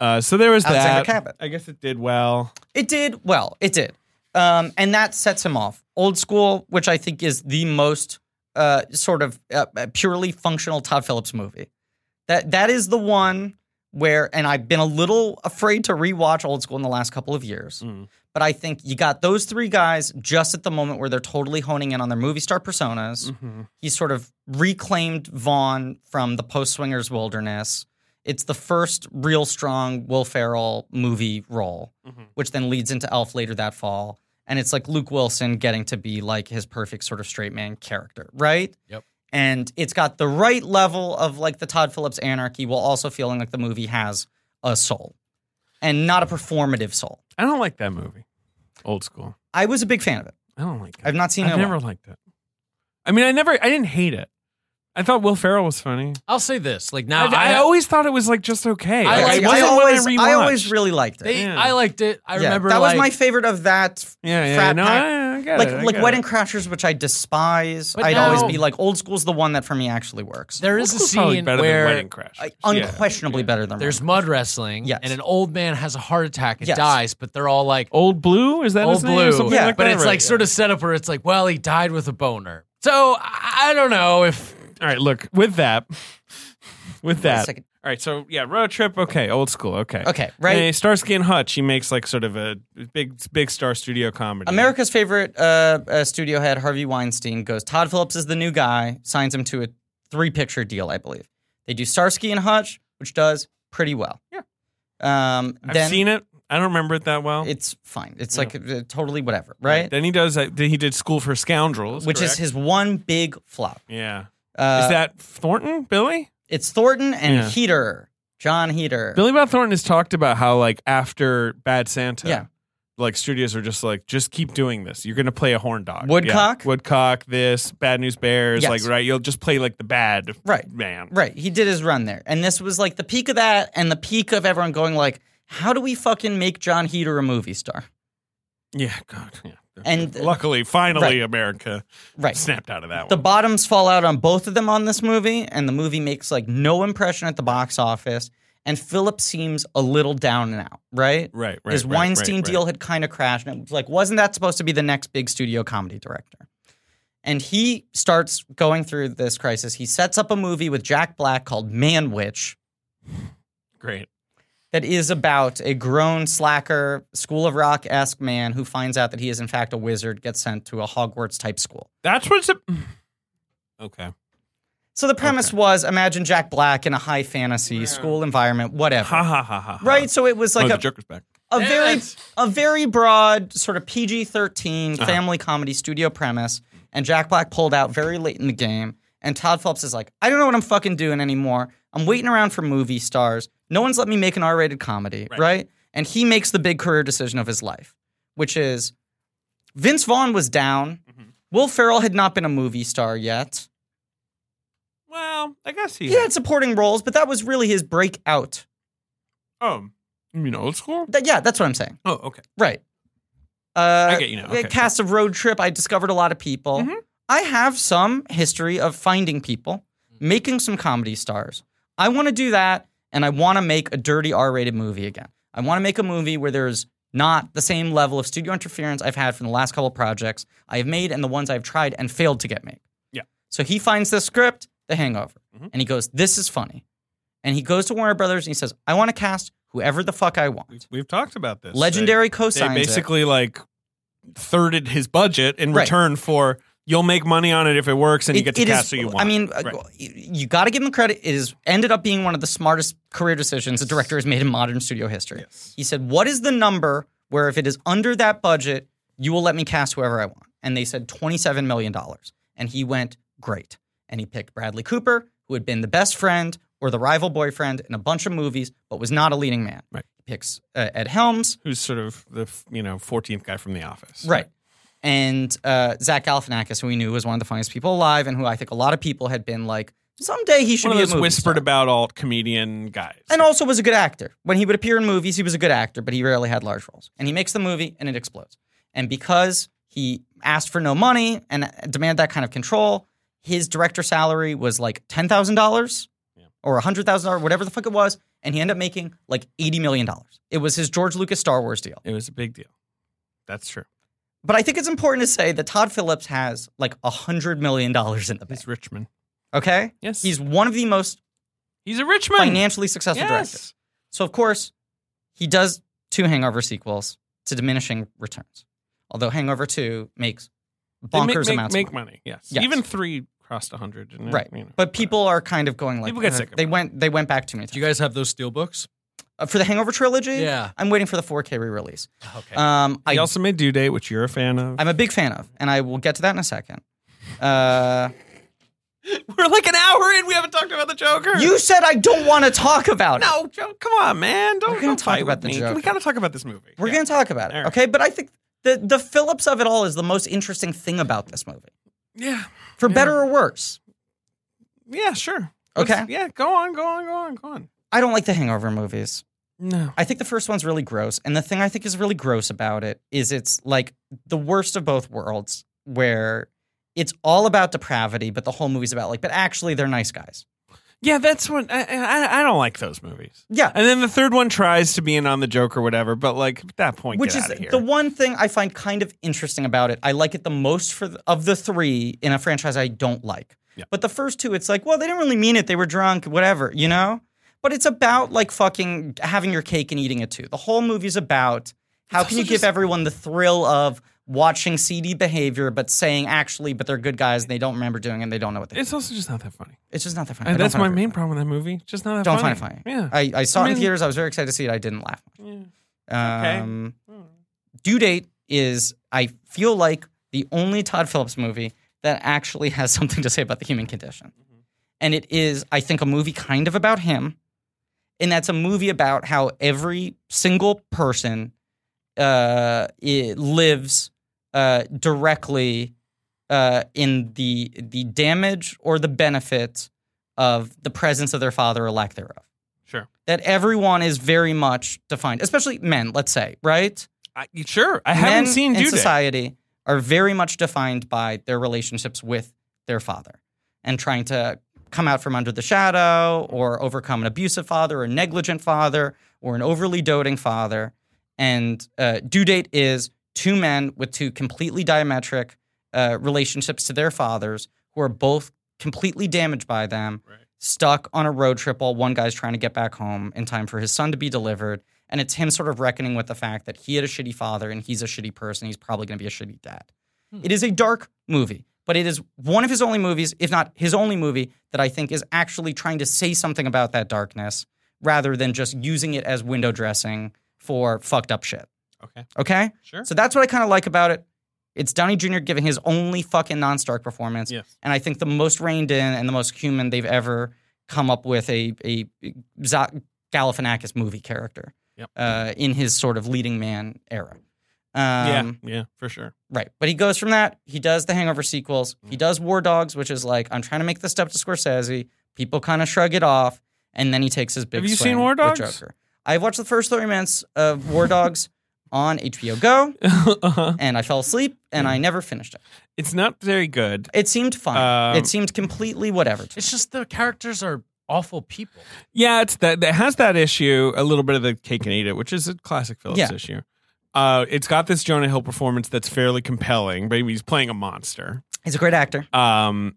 Uh, so there was Alexander that. Cabot. I guess it did well. It did well. It did, um, and that sets him off. Old school, which I think is the most uh, sort of uh, purely functional Todd Phillips movie. That that is the one where, and I've been a little afraid to rewatch Old School in the last couple of years, Mm. but I think you got those three guys just at the moment where they're totally honing in on their movie star personas Mm-hmm. he sort of reclaimed Vaughn from the post swingers wilderness. It's the first real strong Will Ferrell movie role, Mhm. which then leads into Elf later that fall. And it's like Luke Wilson getting to be like his perfect sort of straight man character, right? Yep. And it's got the right level of like the Todd Phillips anarchy while also feeling like the movie has a soul and not a performative soul. I don't like that movie. Old school. I was a big fan of it. I don't like it. I've not seen it. I've in a never while. liked it. I mean, I never. I didn't hate it. I thought Will Ferrell was funny. I'll say this: like now, oh, I, I always thought it was like just okay. I Like, it liked it. wasn't I always, one I I always rewatched. really liked it. they, Yeah. I liked it. I Yeah, remember that like, was my favorite of that. yeah, yeah, frat no, pack. I, I get Like it, I like get Wedding it. Crashers, which I despise. But I'd always now- be like, old school's the one that for me actually works. there is a School's probably scene better than where Wedding Crashers. I- Yeah. unquestionably better than there's Run. mud wrestling, Yes. and an old man has a heart attack and Yes. dies, but they're all like, Old Blue is that old his name? Or blue. something Yeah, like but that, it's right? like sort of set up where it's like, well, he died with a boner. So I I don't know if All right, look with that, with Wait a that. All second. right, so yeah, road trip. Okay, old school. Okay, Okay, right. Eh, Starsky and Hutch. He makes like sort of a big, big star studio comedy. America's favorite uh, uh, studio head, Harvey Weinstein, goes. Todd Phillips is the new guy. Signs him to a three picture deal, I believe. They do Starsky and Hutch, which does pretty well. Yeah. Um, I've then seen it. I don't remember it that well. It's fine. It's like uh, totally whatever, right? Then he does. Uh, he did School for Scoundrels, Which is correct? his one big flop. Yeah. Uh, is that Thornton? Billy? It's Thornton and Yeah. Heater, John Heater. Billy Bob Thornton has talked about how like after Bad Santa, Yeah. like studios are just like, just keep doing this. You're gonna play a horn dog. Woodcock? Yeah. Woodcock, this, Bad News Bears, Yes. like right, you'll just play like the bad Right. man. Right. He did his run there. And this was like the peak of that and the peak of everyone going like, how do we fucking make John Heater a movie star? Yeah, God. Yeah. And- uh, luckily, finally Right. America Right. snapped out of that The one. bottoms fall out on both of them on this movie, and the movie makes like no impression at the box office. And Phillips seems a little down and out, right? Right, right. His right, right, Weinstein right. deal had kind of crashed, and it was like, wasn't that supposed to be the next big studio comedy director? And he starts going through this crisis. He sets up a movie with Jack Black called Man Witch, Great. that is about a grown slacker, School of Rock esque man who finds out that he is in fact a wizard, gets sent to a Hogwarts type school. That's what's. A- Mm. okay. So the premise was imagine Jack Black in a high fantasy school environment, whatever. Ha ha ha ha. Right? So it was like oh, the a, Joker's back. a very Yes. a very broad sort of PG 13 family comedy studio premise. And Jack Black pulled out very late in the game. And Todd Phillips is like, I don't know what I'm fucking doing anymore. I'm waiting around for movie stars. No one's let me make an R rated comedy, right. And he makes the big career decision of his life, which is Vince Vaughn was down. Will Ferrell had not been a movie star yet. Well, I guess he. He had supporting roles, but that was really his breakout. Oh. You mean old school? Th- yeah, that's what I'm saying. Oh, okay. Right. Uh, I get you now. Okay, a cast of road trip. I discovered a lot of people. Mhm. I have some history of finding people, Mm-hmm. making some comedy stars. I want to do that, and I want to make a dirty R-rated movie again. I want to make a movie where there's not the same level of studio interference I've had from the last couple projects I have made and the ones I've tried and failed to get made. Yeah. So he finds this script, The Hangover, Mhm. and he goes, "This is funny," and he goes to Warner Brothers and he says, "I want to cast whoever the fuck I want." We've talked about this. Legendary They, co-signs they it. basically like thirded his budget in Right. return for you'll make money on it if it works and you It- get to it is- cast who you want. I mean, uh, Right. you, got to give him credit. It is ended up being one of the smartest career decisions a director has made in modern studio history. Yes. He said, "What is the number where if it is under that budget, you will let me cast whoever I want?" And they said twenty-seven million dollars, and he went great. And he picked Bradley Cooper, who had been the best friend or the rival boyfriend in a bunch of movies, but was not a leading man. Right. He picks uh, Ed Helms, who's sort of the f- you know 14th guy from the office. Right. And uh, Zach Galifianakis, who we knew was one of the funniest people alive, and who I think a lot of people had been like, someday he should One of be those a movie whispered star. about alt comedian guys. And also was a good actor. When he would appear in movies, he was a good actor, but he rarely had large roles. And he makes the movie, and it explodes. And because he asked for no money and uh, demanded that kind of control, his director salary was like ten thousand dollars or hundred thousand dollars, whatever the fuck it was, and he ended up making like eighty million dollars. It was his George Lucas Star Wars deal. It was a big deal. That's true. But I think it's important to say that Todd Phillips has like a hundred million dollars in the bank. He's Richmond. Okay, Yes. he's one of the most he's a Richmond. financially successful directors. yes. So of course, he does two Hangover sequels to diminishing returns. Although Hangover Two makes They bonkers make, make, amounts, make of money. money. Yes. Yes. Even 3 crossed 100, didn't it? right? You know, but people are kind of going like uh, uh, People get sick of They it. went they went back too many times. Do you guys have those steel books? Uh, for the Hangover trilogy, Yeah. I'm waiting for the 4K re-release. Okay. Um, I Oh, He also made Due Date, which you're a fan of. I'm a big fan of, and I will get to that in a second. Uh, We're like an hour in. We haven't talked about the Joker. you said I don't want to talk about it. no, Joe. Come on, man. Don't, We're gonna don't talk fight about with the me. Joker. We gotta talk about this movie. We're Yeah. going to talk about it, All right. okay? But I think the the Phillips of it all is the most interesting thing about this movie, Yeah. for better or worse. Yeah. Sure. Okay. Let's- yeah. Go on. Go on. Go on. Go on. I don't like the Hangover movies. No. I think the first one's really gross, and the thing I think is really gross about it is it's like the worst of both worlds, where it's all about depravity, but the whole movie's about like, but actually they're nice guys. Yeah. That's what I, I. I don't like those movies. Yeah, And then the third one tries to be in on the joke or whatever, but like at that point, which get is outta here. the one thing I find kind of interesting about it. I like it the most for the, of the three in a franchise I don't like. Yeah. But the first two, it's like, well, they didn't really mean it. They were drunk, whatever, you know. But it's about like fucking having your cake and eating it too. The whole movie's about how It's can also you give just- everyone the thrill of watching seedy behavior, but saying actually, but they're good guys and they don't remember doing it and they don't know what they. It's also just not that funny. It's just not that funny. I And don't that's find it my very main funny. problem with that movie. Just not that Don't funny. find it funny. Yeah. I, I saw I it in mean- theaters. I was very excited to see it. I didn't laugh. yeah. Okay. Um, Due Date is, I feel like, the only Todd Phillips movie that actually has something to say about the human condition. And it is, I think, a movie kind of about him. And that's a movie about how every single person uh, i lives uh, directly uh, in the the damage or the benefit of the presence of their father or lack thereof. Sure. That everyone is very much defined, especially men. Let's say, right? I, sure. I men haven't seen in Due Date. society are very much defined by their relationships with their father and trying to come out from under the shadow or overcome an abusive father or a negligent father or an overly doting father and uh, due date is two men with two completely diametric uh, relationships to their fathers who are both completely damaged by them Right. stuck on a road trip while one guy's trying to get back home in time for his son to be delivered and it's him sort of reckoning with the fact that he had a shitty father and he's a shitty person he's probably going to be a shitty dad it is a dark movie but it is one of his only movies if not his only movie that i think is actually trying to say something about that darkness rather than just using it as window dressing for fucked up shit Okay. okay Sure. so that's what I kind of like about it. It's Downey Jr. giving his only fucking non-Stark performance, yes. and I think the most reined in and the most human they've ever come up with a a Zach Galifianakis movie character Yep. uh, in his sort of leading man era. Um, yeah. Yeah. For sure. Right. But he goes from that. He does the Hangover sequels. He Mm. does War Dogs, which is like I'm trying to make this step to Scorsese. People kind of shrug it off, and then he takes his big. Have you swing seen War with Dogs? Joker. I've watched the first three minutes of War Dogs on HBO Go, uh-huh. Hmm. and I fell asleep, and I never finished it. It's not very good. It seemed fine. Um, it seemed completely whatever. To me. It's just the characters are awful people. Yeah, it's that it has that issue, a little bit of the cake and eat it, which is a classic Phillips Yeah. issue. Uh, it's got this Jonah Hill performance that's fairly compelling, but he's playing a monster. He's a great actor. Um,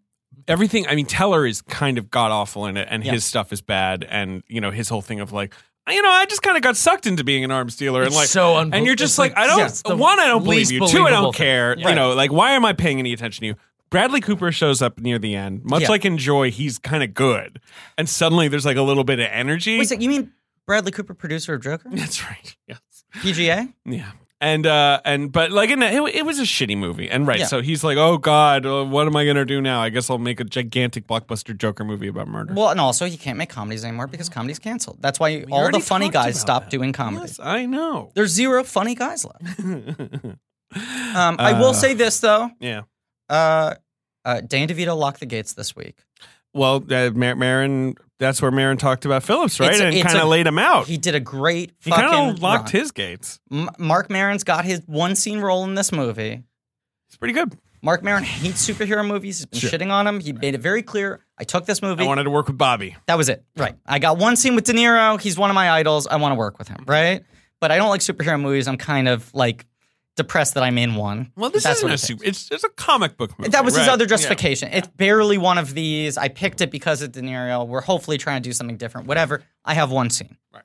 everything, I mean, Teller is kind of god awful in it, and Yeah. his stuff is bad, and you know his whole thing of like, you know, I just kind of got sucked into being an arms dealer, It's and like, so unbelievable. and you're just like, I don't one, I don't believe you. Two, I don't care. You know, like why am I paying any attention to you? Bradley Cooper shows up near the end, much Yeah. like in Joy. He's kind of good, and suddenly there's like a little bit of energy. Wait, a sec, you mean Bradley Cooper, producer of Joker, That's right. Yeah. PGA? Yeah. And uh and but like in that it, it was a shitty movie and right Yeah. so he's like oh god uh, what am I gonna do now I guess I'll make a gigantic blockbuster Joker movie about murder. Well, and also you can't make comedies anymore because comedy's canceled. That's why all already the funny talked guys about stopped that. doing comedy. Yes, I know. There's zero funny guys left. Um, I Uh, will say this though: yeah. uh, uh, Dan DeVito locked the gates this week. Well, uh, Mar- Marin, that's where Marin talked about Phillips, right? It's a- and it's kind a- of laid him out. He did a great Oh. He fucking. kind of locked run. his gates. M- Mark Maron's got his one scene role in this movie. It's pretty good. Mark Maron hates superhero movies. He's been Sure. shitting on him. He made it very clear. I took this movie. I wanted to work with Bobby. That was it. Right. I got one scene with De Niro. He's one of my idols. I want to work with him. Right. But I don't like superhero movies. I'm kind of like depressed that I'm in one. Well, this That's isn't what a it is. super. It's, it's a comic book movie. That was his right? other Yeah. justification. It's barely one of these. I picked it because of De Niro. We're hopefully trying to do something different. Whatever. I have one scene. Right.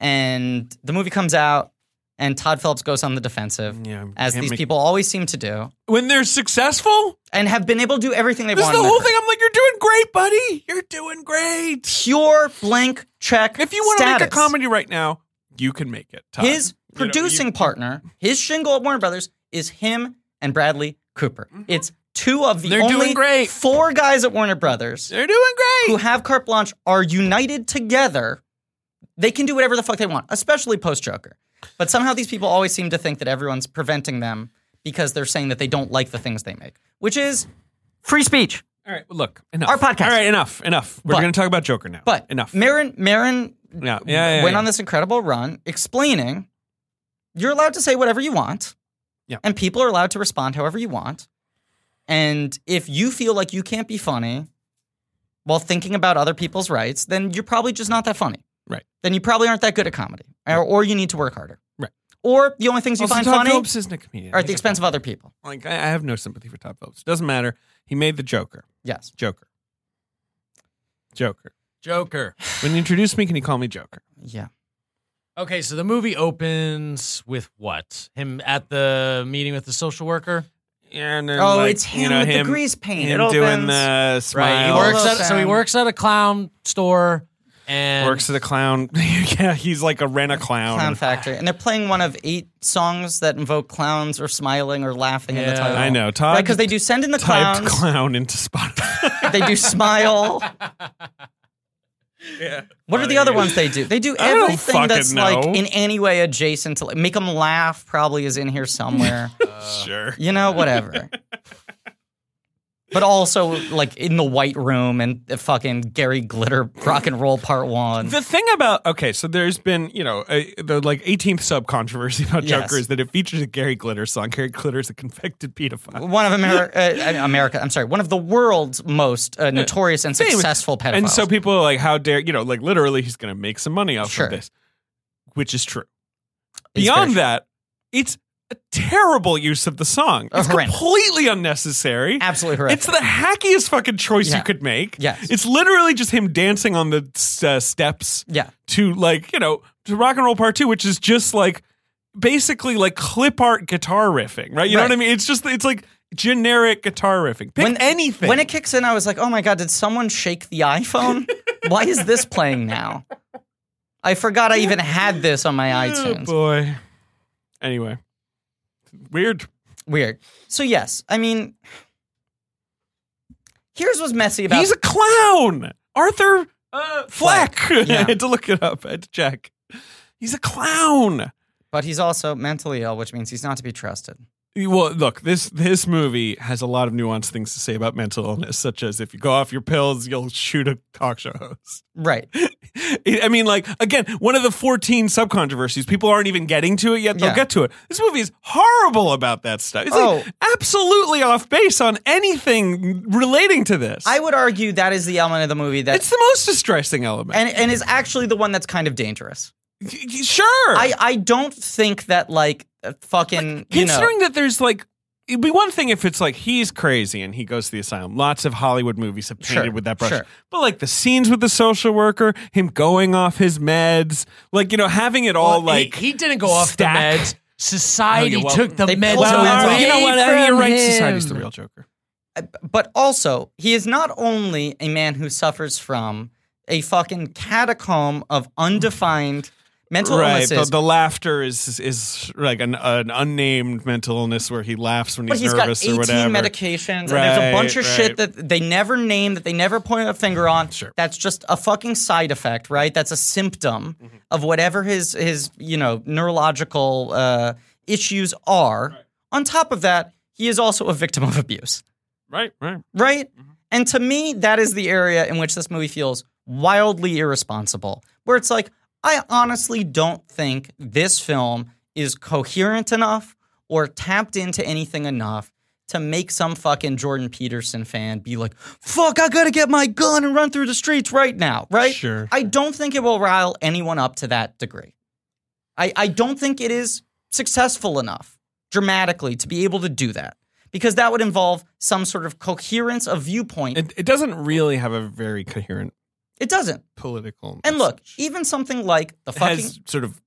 And the movie comes out, and Todd Phillips goes on the defensive, Yeah, as can't these make- people always seem to do, when they're successful, and have been able to do everything they this want. is the in their whole career. thing. I'm like, you're doing great, buddy. You're doing great. Pure blank check. If you want to make a status. comedy right now, you can make it. Todd. His You know, you- producing partner, his shingle at Warner Brothers, is him and Bradley Cooper. It's two of the Mm-hmm. They're doing only great. four guys at Warner Brothers they're doing who great. have carte blanche are united together. They can do whatever the fuck they want, especially post Joker. But somehow these people always seem to think that everyone's preventing them because they're saying that they don't like the things they make, which is free speech. All right, well, look, enough. Our podcast. All right, enough, enough. We're But- going to talk about Joker now. But enough. Marin, Marin yeah, yeah, yeah, went yeah. on this incredible run explaining you're allowed to say whatever you want. Yeah. And people are allowed to respond however you want. And if you feel like you can't be funny while thinking about other people's rights, then you're probably just not that funny. Right. Then you probably aren't that good at comedy. Or, or you need to work harder. Right. Or the only things you Also, find Todd funny Phillips isn't a comedian. are at the He's a- expense of other people. Like, I, I have no sympathy for Todd Phillips. Doesn't matter. He made the Joker. Yes. Joker. Joker. Joker. When you introduce me, can you call me Joker? Yeah. Okay, so the movie opens with what? Him at the meeting with the social worker. And then, Oh, like, it's him you know, with him, the grease paint. him It opens- doing the Right. He smile. works Hello, at, so he Sam. works at a clown store and works at a clown. yeah, he's like a rent a clown. Clown Factory. And they're playing one of eight songs that invoke clowns or smiling or laughing in the Yeah. title. I know. Todd Right, because they do send in the typed clowns. clown into Spotify. they do smile. yeah. What are the other ones they do? They do I don't everything that's fucking like know. in any way adjacent to like make them laugh. Probably is in here somewhere. Uh, Sure. you know, whatever. But also like in the white room and the fucking Gary Glitter rock and roll part one. The thing about okay, so there's been you know a, the like 18th sub controversy about Yes. Joker is that it features a Gary Glitter song. Gary Glitter is a convicted pedophile. one of America, uh, America. I'm sorry, one of the world's most uh, notorious and Famous. successful pedophiles. And so people are like, how dare you know, like literally, he's going to make some money off Sure. of this, which is true. It's Beyond very- that, it's a terrible use of the song. Uh, It's horrendous. completely unnecessary. absolutely horrific. It's the hackiest fucking choice Yeah. you could make. Yes. It's literally just him dancing on the uh, steps yeah, to like, you know, to rock and roll part two, which is just like basically like clip art guitar riffing, right? You know Right. what I mean? It's just, it's like generic guitar riffing. Pick anything. When it kicks in, I was like, oh my God, did someone shake the iPhone? Why is this playing now? I forgot I even had this on my Oh iTunes. boy. Anyway, weird. Weird. So, yes, I mean, here's what's messy about He's a clown. Arthur uh, Fleck. Yeah. I had to look it up. I had to check. He's a clown. But he's also mentally ill, which means he's not to be trusted. well, look, this this movie has a lot of nuanced things to say about mental illness, such as if you go off your pills, you'll shoot a talk show host. Right. I mean, like again, one of the fourteen sub controversies. People aren't even getting to it yet; they'll Yeah. get to it. This movie is horrible about that stuff. It's like Oh. absolutely off base on anything relating to this. I would argue that is the element of the movie that it's the most distressing element. and and is actually the one that's kind of dangerous. Y- y- sure, I I don't think that like uh, fucking you know considering that there's like it'd be one thing if it's like he's crazy and he goes to the asylum lots of hollywood movies have painted Sure, with that brush sure. but like the scenes with the social worker him going off his meds like you know having it all Well, like he, he didn't go off stack. the meds. Society Oh, yeah, well, took the they meds pulled well, the meds away. off. you know what I mean, from you're right him. society's the real joker but also he is not only a man who suffers from a fucking catacomb of undefined mental right the, illnesses. the laughter is is like an, an unnamed mental illness where he laughs when but he's, he's got nervous 18 or whatever medications, and there's a Right, bunch of shit right. that they never name, that they never point a finger on. Sure. That's just a fucking side effect, right? That's a symptom Mm-hmm. of whatever his his you know neurological uh, issues are. On top of that, he is also a victim of abuse. right right right? And to me, that is the area in which this movie feels wildly irresponsible, where it's like, I honestly don't think this film is coherent enough or tapped into anything enough to make some fucking Jordan Peterson fan be like, fuck, I gotta get my gun and run through the streets right now, right? Sure. I don't think it will rile anyone up to that degree. I, I don't think it is successful enough dramatically to be able to do that because that would involve some sort of coherence of viewpoint. It, it, it doesn't really have a very coherent doesn't. political And look, message. even something like the It fucking has sort of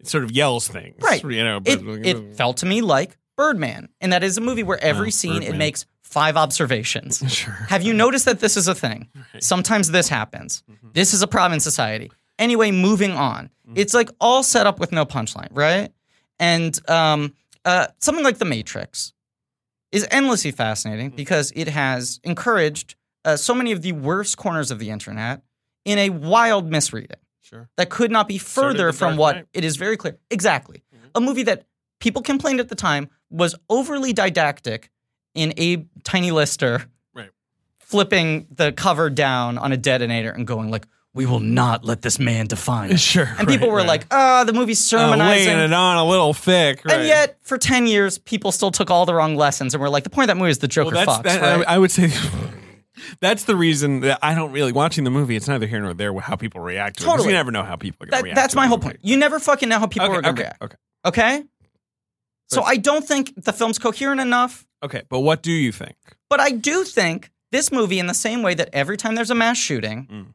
it sort of yells things Right. you know it, but- uh, it felt to me like Birdman, and that is a movie where every Oh, scene it Birdman. makes five observations. Sure. Have you noticed that this is a thing? Sometimes this happens. Mm-hmm. This is a problem in society. Anyway, moving on. It's like all set up with no punchline, right? And um, uh, something like The Matrix is endlessly fascinating Mm-hmm. because it has encouraged uh, so many of the worst corners of the internet in a wild misreading Sure. that could not be So did further The from Dark what Knight. Mm-hmm. it is very clear. Exactly. A movie that people complained at the time was overly didactic in Abe Tiny Lister Right. flipping the cover down on a detonator and going like, we will not let this man define us. Sure. And people right, were right. like, ah, the movie's Uh, sermonizing. laying it on a little thick. Right. And yet, for 10 years, people still took all the wrong lessons and were like, the point of that movie is the Joker well, that's, fucks, that, right? I, I would say that's the reason that I don't really watching the movie. It's neither here nor there how people react to it. 'cause Totally. You never know how people are gonna That- react. that's to my a whole movie. point. You never fucking know how people okay, are going to okay, react. okay, Okay? So But- I don't think the film's coherent enough. okay. But what do you think? But I do think this movie, in the same way that every time there's a mass shooting, Mm.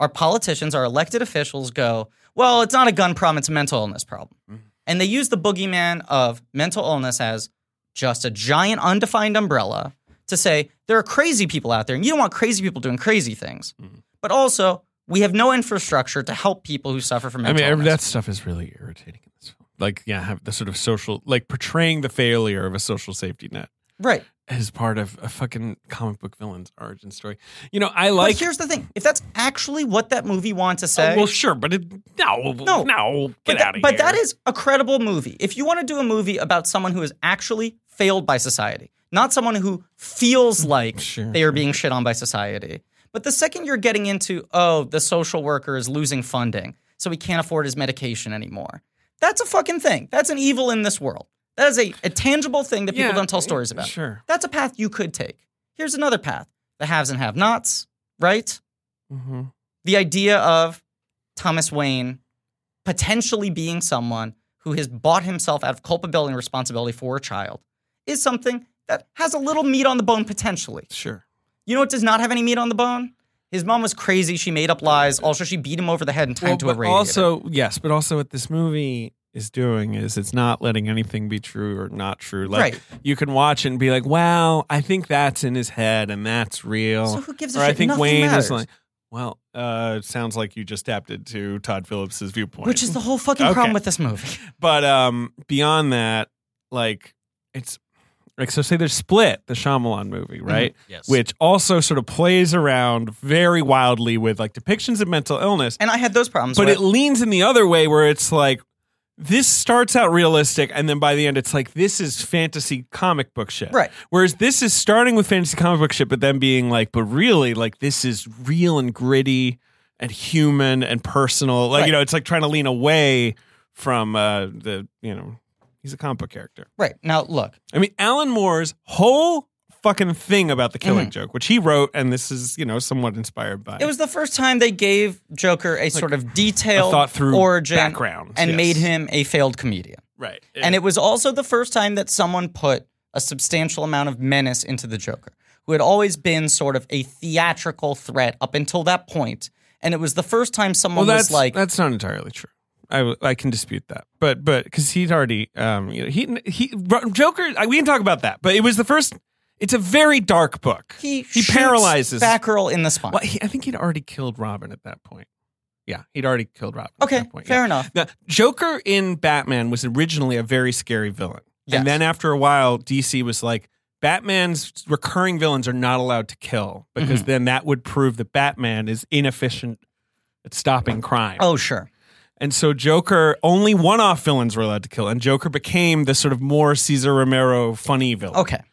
our politicians, our elected officials go, well, it's not a gun problem, it's a mental illness problem. Mm. And they use the boogeyman of mental illness as just a giant undefined umbrella to say there are crazy people out there and you don't want crazy people doing crazy things. Mm. But also, we have no infrastructure to help people who suffer from I mental mean, every- illness. that stuff is really irritating in this film. Like, yeah, have the sort of social, like portraying the failure of a social safety net right. as part of a fucking comic book villain's origin story. You know, I like but here's the thing if that's actually what that movie wants to Oh, say. well, sure, but it, No. no, no, no, But get tha- out of But here. that is a credible movie. If you want to do a movie about someone who is actually failed by society, not someone who feels like Mm, Sure. they are being shit on by society. But the second you're getting into, oh, the social worker is losing funding, so he can't afford his medication anymore. That's a fucking thing. That's an evil in this world. That is a, a tangible thing that people Yeah, don't tell stories about. Sure. That's a path you could take. Here's another path the haves and have nots, right? Mm-hmm. the idea of Thomas Wayne potentially being someone who has bought himself out of culpability and responsibility for a child is something that has a little meat on the bone potentially. Sure. You know what does not have any meat on the bone? His mom was crazy. She made up lies. Also, she beat him over the head and tied him to a but radiator. also, yes, but also what this movie is doing is it's not letting anything be true or not true. Like Right. you can watch it and be like, "Wow, I think that's in his head and that's real." so who gives a or shit? I think Nothing Wayne matters. is like, "Well, uh, sounds like you just tapped into Todd Phillips's viewpoint." which is the whole fucking Okay. problem with this movie. But um, beyond that, like it's like so. Say there's Split, the Shyamalan movie, Mm-hmm. right? Yes. Which also sort of plays around very wildly with like depictions of mental illness, And I had those problems. but with- it leans in the other way where it's like this starts out realistic, and then by the end, it's like this is fantasy comic book shit. Right. Whereas this is starting with fantasy comic book shit, but then being like, but really, like this is real and gritty and human and personal. Like you Right. know, it's like trying to lean away from uh, the you know, he's a comic book character. Right. Now, look, I mean, Alan Moore's whole fucking thing about the Killing Joke, which he wrote, and this is you know somewhat inspired by. Mm-hmm. it was the first time they gave Joker a sort of detailed thought-through origin background, and yes. made him a failed comedian. right, And it was also the first time that someone put a substantial amount of menace into the Joker, who had always been sort of a theatrical threat up until that point. And it was the first time someone was like, that's not entirely true. I, w- I can dispute that, but but because he'd already um you know, he he Joker I- we can talk about that, but it was the first. It's a very dark book. he, he shoots paralyzes. Batgirl in the spine. well, he, I think he'd already killed Robin at that point. Yeah, he'd already killed Robin. at okay, that point, fair yeah. enough. Now, Joker in Batman was originally a very scary villain. Yes. And then after a while, DC was like, Batman's recurring villains are not allowed to kill because Mm-hmm. then that would prove that Batman is inefficient at stopping crime. Oh, sure. And so Joker, only one off villains were allowed to kill. And Joker became the sort of more Caesar Romero funny villain. Okay. Mm-hmm.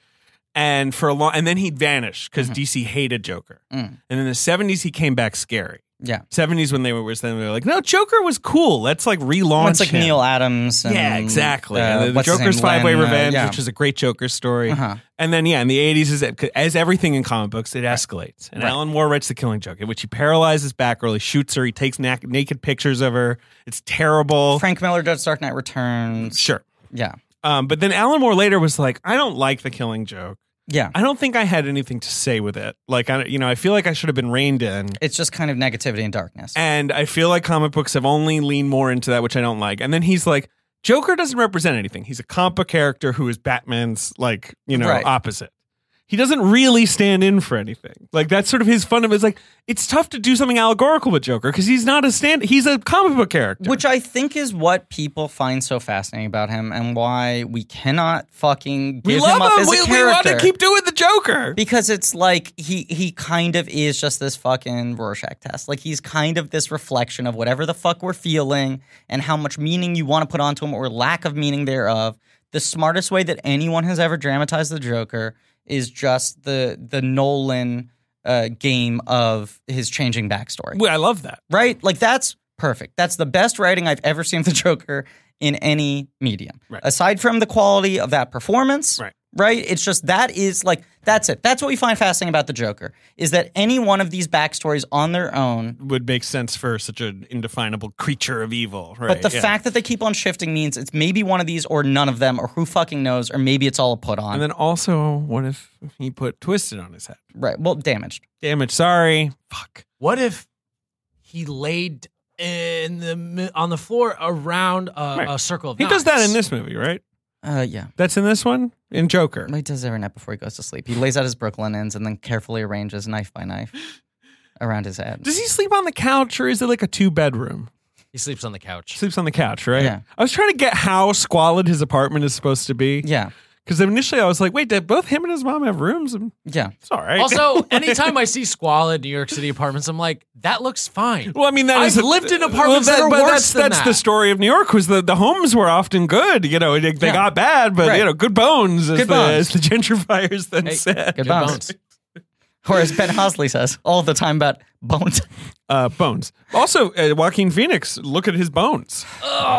And for a long and then he vanished because DC hated Joker. Mm. And in the 70s he came back scary. Yeah. 70s when they were was then they were like, no, Joker was cool. Let's like relaunch. It's like him. Neil Adams. And, Yeah, exactly. uh, And the- the what's his Joker's name, Five Way Len, uh, Revenge, yeah. which is a great Joker story. Uh-huh. And then, yeah, in the 80s, is as everything in comic books, it escalates. And Right. Alan Moore writes The Killing Joke, in which he paralyzes Batgirl, he shoots her, he takes na- naked pictures of her. It's terrible. Frank Miller does Dark Knight Returns. sure. Yeah. Um, but then Alan Moore later was like, I don't like The Killing Joke. Yeah. I don't think I had anything to say with it. Like, I, don't- you know, I feel like I should have been reined in. It's just kind of negativity and darkness. And I feel like comic books have only leaned more into that, which I don't like. And then he's like, Joker doesn't represent anything. He's a comic book character who is Batman's, like, you know, Right. opposite. He doesn't really stand in for anything. Like, that's sort of his fun of It's like, it's tough to do something allegorical with Joker because he's not a stand, he's a comic book character. Which I think is what people find so fascinating about him and why we cannot fucking we give love him up as We, a we want character. to keep doing the Joker. because it's like he he kind of is just this fucking Rorschach test. Like he's kind of this reflection of whatever the fuck we're feeling and how much meaning you want to put onto him or lack of meaning thereof. The smartest way that anyone has ever dramatized the Joker is just the the Nolan uh, game of his changing backstory Well, I love that. right? Like that's perfect. That's the best writing I've ever seen of the Joker in any medium. Right. Aside from the quality of that performance, Right. Right? It's just that is like that's it. That's what we find fascinating about the Joker is that any one of these backstories on their own. Would make sense for such an indefinable creature of evil, right? But the yeah. fact that they keep on shifting means it's maybe one of these or none of them, or who fucking knows, or maybe it's all a put on. And then also, what if he put Twisted on his head? right. Well, damaged. Damage, sorry. Fuck. What if he laid in the mi- on the floor around a, a circle of He does that knives? in this movie, right? Uh yeah. That's in this one? In Joker. He does every night before he goes to sleep. He lays out his Brooklyn ends and then carefully arranges knife by knife around his head. Does he sleep on the couch or is it like a two bedroom? He sleeps on the couch. Sleeps on the couch, right? Yeah. I was trying to get how squalid his apartment is supposed to be. yeah. Because initially I was like, wait, did both him and his mom have rooms? I'm- Yeah. It's all right. Also, anytime I see squalid New York City apartments, I'm like, that looks fine. Well, I mean, that I've is the- lived in apartments that are but worse that's, than that's that. the story of New York. Was the, the homes were often good. You know, they, they Yeah. got bad, but Right. you know, good bones, as, Good the, bones. as the gentrifiers then Hey, said. Good bones. Or as Ben Hosley says all the time about bones. uh, bones. Also, uh, Joaquin Phoenix. Look at his bones.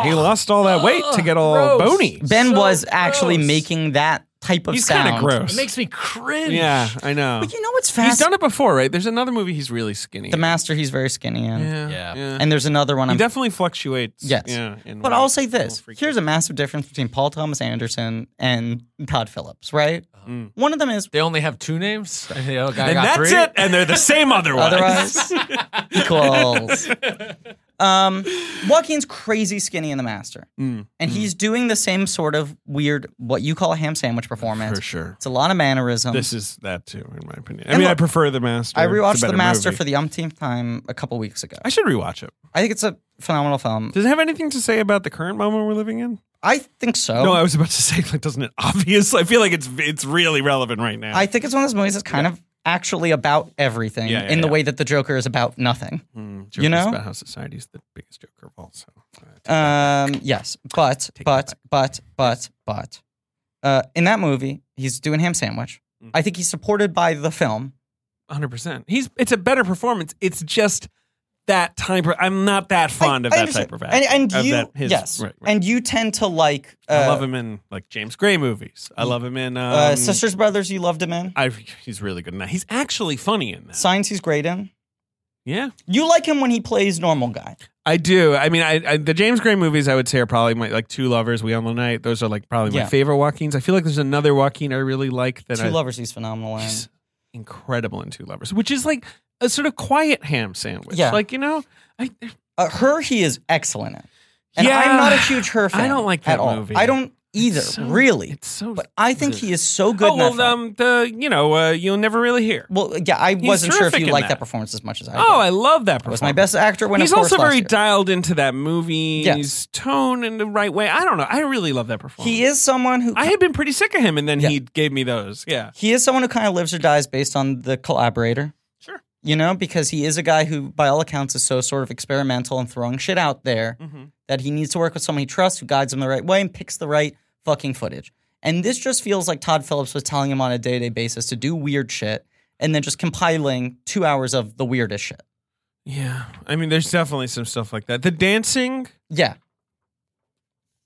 He lost all that weight to get all gross. bony. Ben So was actually gross. making that type of He's sound. kind of gross. It makes me cringe. yeah, I know. But you know what's He's done fascinating? it before, right? There's another movie he's really skinny. The in. Master, he's very skinny in. yeah, Yeah. And there's another one he I'm. definitely fluctuates. Yes. Yeah, in but weight. I'll say It's a little this freaky. here's a massive difference between Paul Thomas Anderson and Todd Phillips, right? Mm. One of them is They only have two names. And the other guy and got that's three? it. And they're the same otherwise. otherwise equals. Um, Joaquin's crazy skinny in The Master. Mm, And he's doing the same sort of weird, what you call a ham sandwich performance. for sure. It's a lot of mannerisms. This is that too, in my opinion. I And mean, I look, prefer The Master. I It's a rewatched The better Master movie. for the umpteenth time a couple weeks ago. I should rewatch it. I think it's a phenomenal film. Does it have anything to say about the current moment we're living in? I think so. No, I was about to say, like, doesn't it obvious? I feel like it's it's really relevant right now. I think it's one of those movies that's kind of actually about everything Yeah, yeah, in the yeah. way that the Joker is about nothing. Mm, You know? about how society is the biggest joker of all. So uh, Um, yes, but Take that but back. but but but uh, in that movie, he's doing ham sandwich. Mhm. I think he's supported by the film. Uh, Hundred percent. He's it's a better performance. It's just that type. Of, I'm not that I- fond of I that understand. type of actor. And, and of you, that- his- yes, right, right. and you tend to like. Uh, I love him in like James Gray movies. I love him in um, Uh, Sisters, brothers, you loved him in. I, he's really good in that. He's actually funny in that. Signs, he's great in. yeah, You like him when he plays normal guy. I do. I mean, I, I the James Gray movies I would say are probably my like Two Lovers, We On the Night. Those are like probably Yeah. my favorite Joaquin's. I feel like there's another Joaquin I really like that Two I lovers, he's phenomenal in. he's incredible in Two Lovers, which is like a sort of quiet ham sandwich. Yeah. like you know, I Uh, her, he is excellent in. And Yeah. I'm not a huge her fan. I don't like that at all. movie. I don't either, so- really. it's so. But I think he is so good. oh in that well, film. um, the you know uh, you'll never really hear. Well, yeah, I wasn't sure if terrific you in liked that. that. performance as much as I. Oh, did. I love that. It was Performance. my best actor when He's of course also very last year. dialed into that movie's Yes. tone in the right way. I don't know. I really love that performance. He is someone who I had been pretty sick of him, and then Yeah. he gave me those. Yeah. he is someone who kind of lives or dies based on the collaborator. Sure. You know, because he is a guy who, by all accounts, is so sort of experimental and throwing shit out there Mm-hmm. that he needs to work with someone he trusts, who guides him the right way and picks the right fucking footage. And this just feels like Todd Phillips was telling him on a day to day basis to do weird shit and then just compiling two hours of the weirdest shit. Yeah. I mean, there's definitely some stuff like that. The dancing Yeah,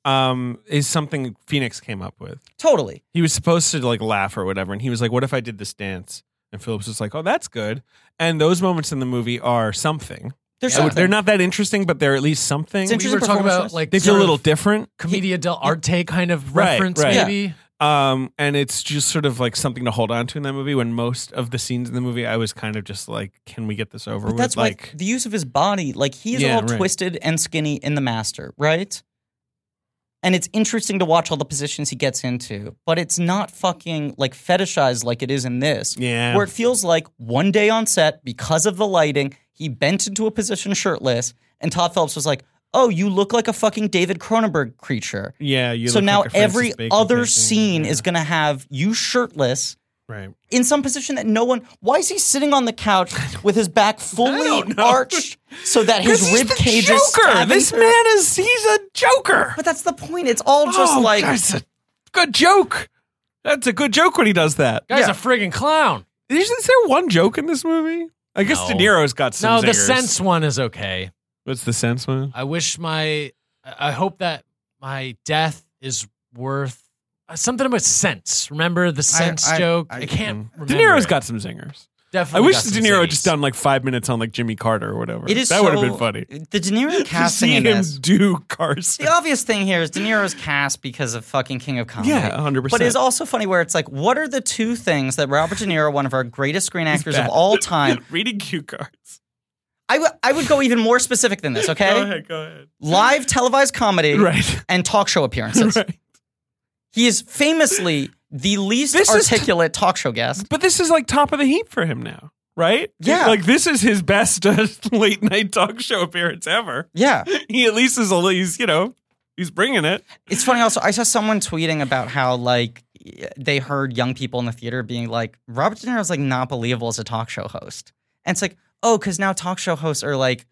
um, is something Phoenix came up with. totally. He was supposed to like laugh or whatever, and he was like, "What if I did this dance?" And Phillips was like, "Oh, that's good." And those moments in the movie are something. There's I would- something. they're not that interesting, but they're at least something. It's We interesting were talking about performances. like They feel sort a of little different. commedia dell'arte kind of Right, reference, right. maybe. um and it's just sort of like something to hold on to in that movie when most of the scenes in the movie i was kind of just like can we get this over But with that's like why the use of his body, like he's Yeah, all right. twisted and skinny in the master, right? And it's interesting to watch all the positions he gets into, but it's not fucking like fetishized like it is in this, yeah where it feels like one day on set, because of the lighting, he bent into a position shirtless, and Todd Phelps was like, "Oh, you look like a fucking David Cronenberg creature." yeah you so look now like a Francis every Bacon other painting. scene Yeah. is going to have you shirtless right in some position that no one. Why is he sitting on the couch with his back fully don't know. arched so that his he's rib the cage is joker stabbing this through- man is he's a joker But that's the point. It's all just Oh, like that's a good joke that's a good joke when he does that Guy's Yeah. a friggin' clown. is, is there one joke in this movie i guess No. de niro's got some no, the zingers. sense one is okay. what's the sense one I wish my, I I hope that my death is worth uh, something about sense. Remember the sense I- joke? I- mm-hmm. I, can't Mm. remember. de niro's it. got some zingers i Definitely. wish got de some niro had zanies. just done like five minutes on like jimmy carter or whatever it is. that would have so- been funny The De Niro casting see in him this. do Carson. The obvious thing here is De Niro's cast because of fucking King of Comedy. Yeah, hundred percent. But it's also funny where it's like, what are the two things that Robert De Niro, one of our greatest screen actors of bad. all time, reading cue cards. I would- I would go even more specific than this, Go okay? ahead, go ahead. Live televised comedy Right, and talk show appearances. right. He is famously the least This is- articulate talk show guest. But this is like top of the heap for him now, right? Yeah. like this is his best uh, late night talk show appearance ever. Yeah. He at least is a he's you know he's bringing it. It's funny also, I saw someone tweeting about how like they heard young people in the theater being like, Robert De Niro's like not believable as a talk show host. And it's like, oh, because now talk show hosts are like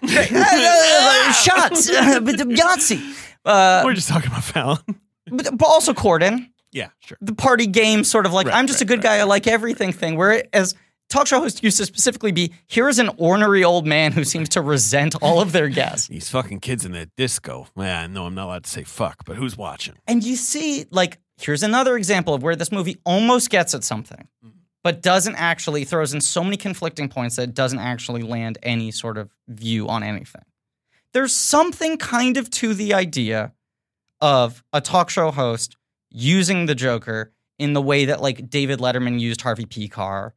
Yeah, shots, but the Yahtzee. Uh, We're just talking about Fallon. but, but also Corden, Yeah, sure. the party game sort of like, Right, I'm just a right, good guy, I like everything thing, where as talk show hosts used to specifically be, here is an ornery old man who seems to resent all of their guests. These fucking kids in that disco. Man, I know I'm not allowed to say fuck, but who's watching? And you see, like, here's another example of where this movie almost gets at something, Mm-hmm. but doesn't actually, throws in so many conflicting points that it doesn't actually land any sort of view on anything. There's something kind of to the idea of a talk show host using the Joker in the way that, like, David Letterman used Harvey P. Carr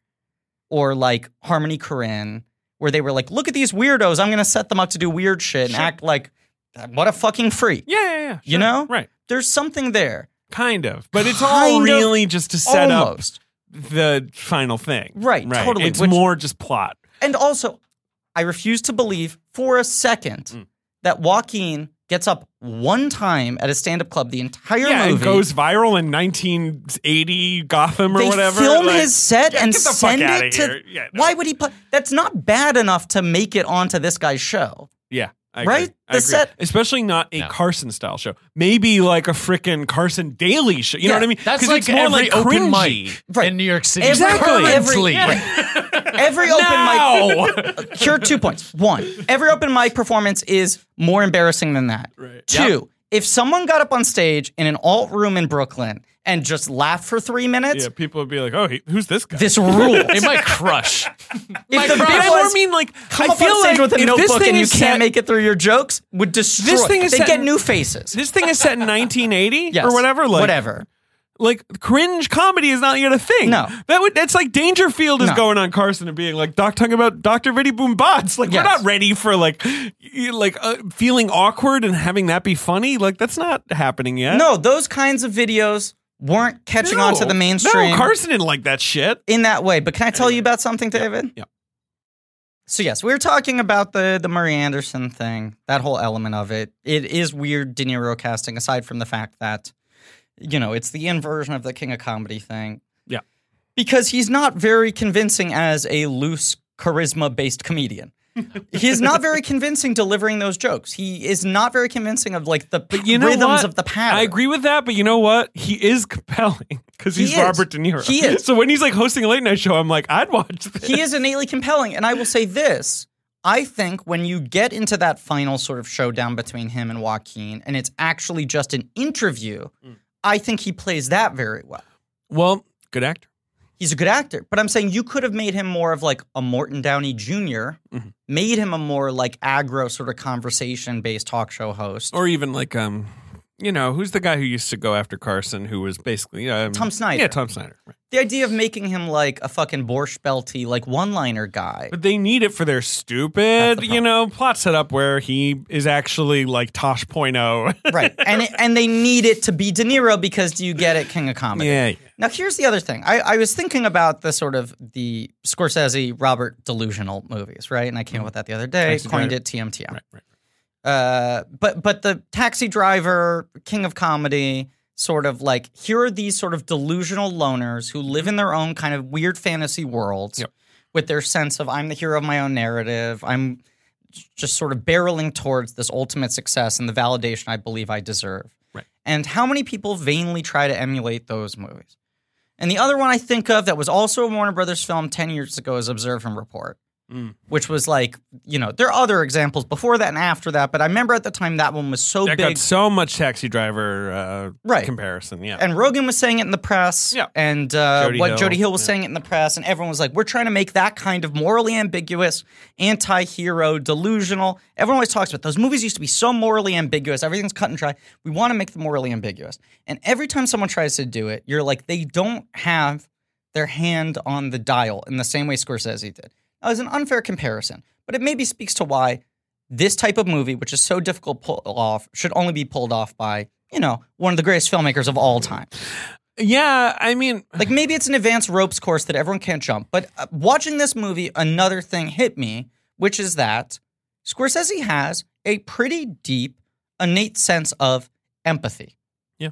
or, like, Harmony Korine, where they were like, look at these weirdos. I'm going to set them up to do weird shit and Sure. act like, what a fucking freak Yeah, yeah, yeah. You sure. know? right? there's something there. Kind of, but it's all Kind of. really just to set up almost. the final thing. Right, totally, It's which- more just plot. And also, I refuse to believe for a second Mm. that Joaquin gets up one time at a stand up club the entire yeah, movie. it goes viral in 1980 Gotham or they whatever. film Like, his set yeah, and get the fuck send outta it to. here. Yeah, no. Why would he play? That's not bad enough to make it onto this guy's show. Yeah, I agree. Right? I The agree. set- especially not a No. Carson style show. Maybe like a freaking Carson Daily show. You know Yeah, what I mean? That's 'Cause like it's more every like open cringy. mic Right. in New York City. Every- Exactly. Currently. every- Every open mic. Here are two points. One, every open mic performance is more embarrassing than that. Right. Two, if someone got up on stage in an alt room in Brooklyn and just laughed for three minutes, Yeah, people would be like, "Oh, he, who's this guy?" this rules. it might crush. if the but bit I more was, mean like come I up on feel stage with like a if this notebook thing and you is can't set, make it through your jokes would destroy. This thing is they set get in- new faces. This thing is set in 1980 Yes. or whatever. Like, whatever. Like cringe comedy is not yet a thing. No. that would that's like Dangerfield is No. going on Carson and being like Doc talking about Doctor Viddy Boom Bots. Like Yes. we're not ready for like you- like uh, feeling awkward and having that be funny. Like that's not happening yet. No, those kinds of videos weren't catching on to the mainstream No, Carson didn't like that shit. in that way. But can I tell you about something, David? yeah. So yes, we were talking about the the Murray Anderson thing, that whole element of it. It is weird De Niro casting, aside from the fact that, you know, it's the inversion of the King of Comedy thing. Yeah. Because he's not very convincing as a loose charisma based comedian. He's not very convincing delivering those jokes. He is not very convincing of like the But you know rhythms what? of the pattern. I agree with that, but you know what? He is compelling because He he's is. Robert De Niro. He is. So when he's like hosting a late night show, I'm like, I'd watch this. he is innately compelling. And I will say this I think when you get into that final sort of showdown between him and Joaquin, and it's actually just an interview, I think he plays that very well. Well, good actor. He's a good actor, but I'm saying you could have made him more of like a Morton Downey junior made him a more like aggro sort of conversation based talk show host. Or even like um, you know, who's the guy who used to go after Carson who was basically um, Tom Snyder. Yeah, Tom Snyder. Right. the idea of making him like a fucking Borscht Belty, like one liner guy. But they need it for their That's stupid, the you know, plot setup where he is actually like Tosh point oh. right. And it, and they need it to be De Niro because do you get it, King of Comedy? yeah. Now here's the other thing. I, I was thinking about the sort of the Scorsese Robert delusional movies, right? And I came up with that the other day, Mm-hmm. Taxi coined Driver. it TMTM. Right, right. Uh, but but the Taxi Driver, King of Comedy, sort of like here are these sort of delusional loners who live in their own kind of weird fantasy worlds Yep. with their sense of I'm the hero of my own narrative. I'm just sort of barreling towards this ultimate success and the validation I believe I deserve. Right. And how many people vainly try to emulate those movies? And the other one I think of that was also a Warner Brothers film 10 years ago is Observe and Report, Mm. which was like, you know, there are other examples before that and after that, but I remember at the time that one was so That big. got so much taxi driver uh, Right. comparison. Yeah. and Rogan was saying it in the press, Yeah. and uh, Jody what Hill, Jody Hill was yeah. saying it in the press, and everyone was like, "We're trying to make that kind of morally ambiguous, anti-hero, delusional." Everyone always talks about those movies used to be so morally ambiguous. Everything's cut and dry. We want to make them morally ambiguous, and every time someone tries to do it, you're like, they don't have their hand on the dial in the same way Scorsese did. Now, it's an unfair comparison, but it maybe speaks to why this type of movie, which is so difficult to pull off, should only be pulled off by, you know, one of the greatest filmmakers of all time. yeah, I mean, Like maybe it's an advanced ropes course that everyone can't jump, but uh, watching this movie, another thing hit me, which is that Scorsese has a pretty deep, innate sense of empathy. Yeah.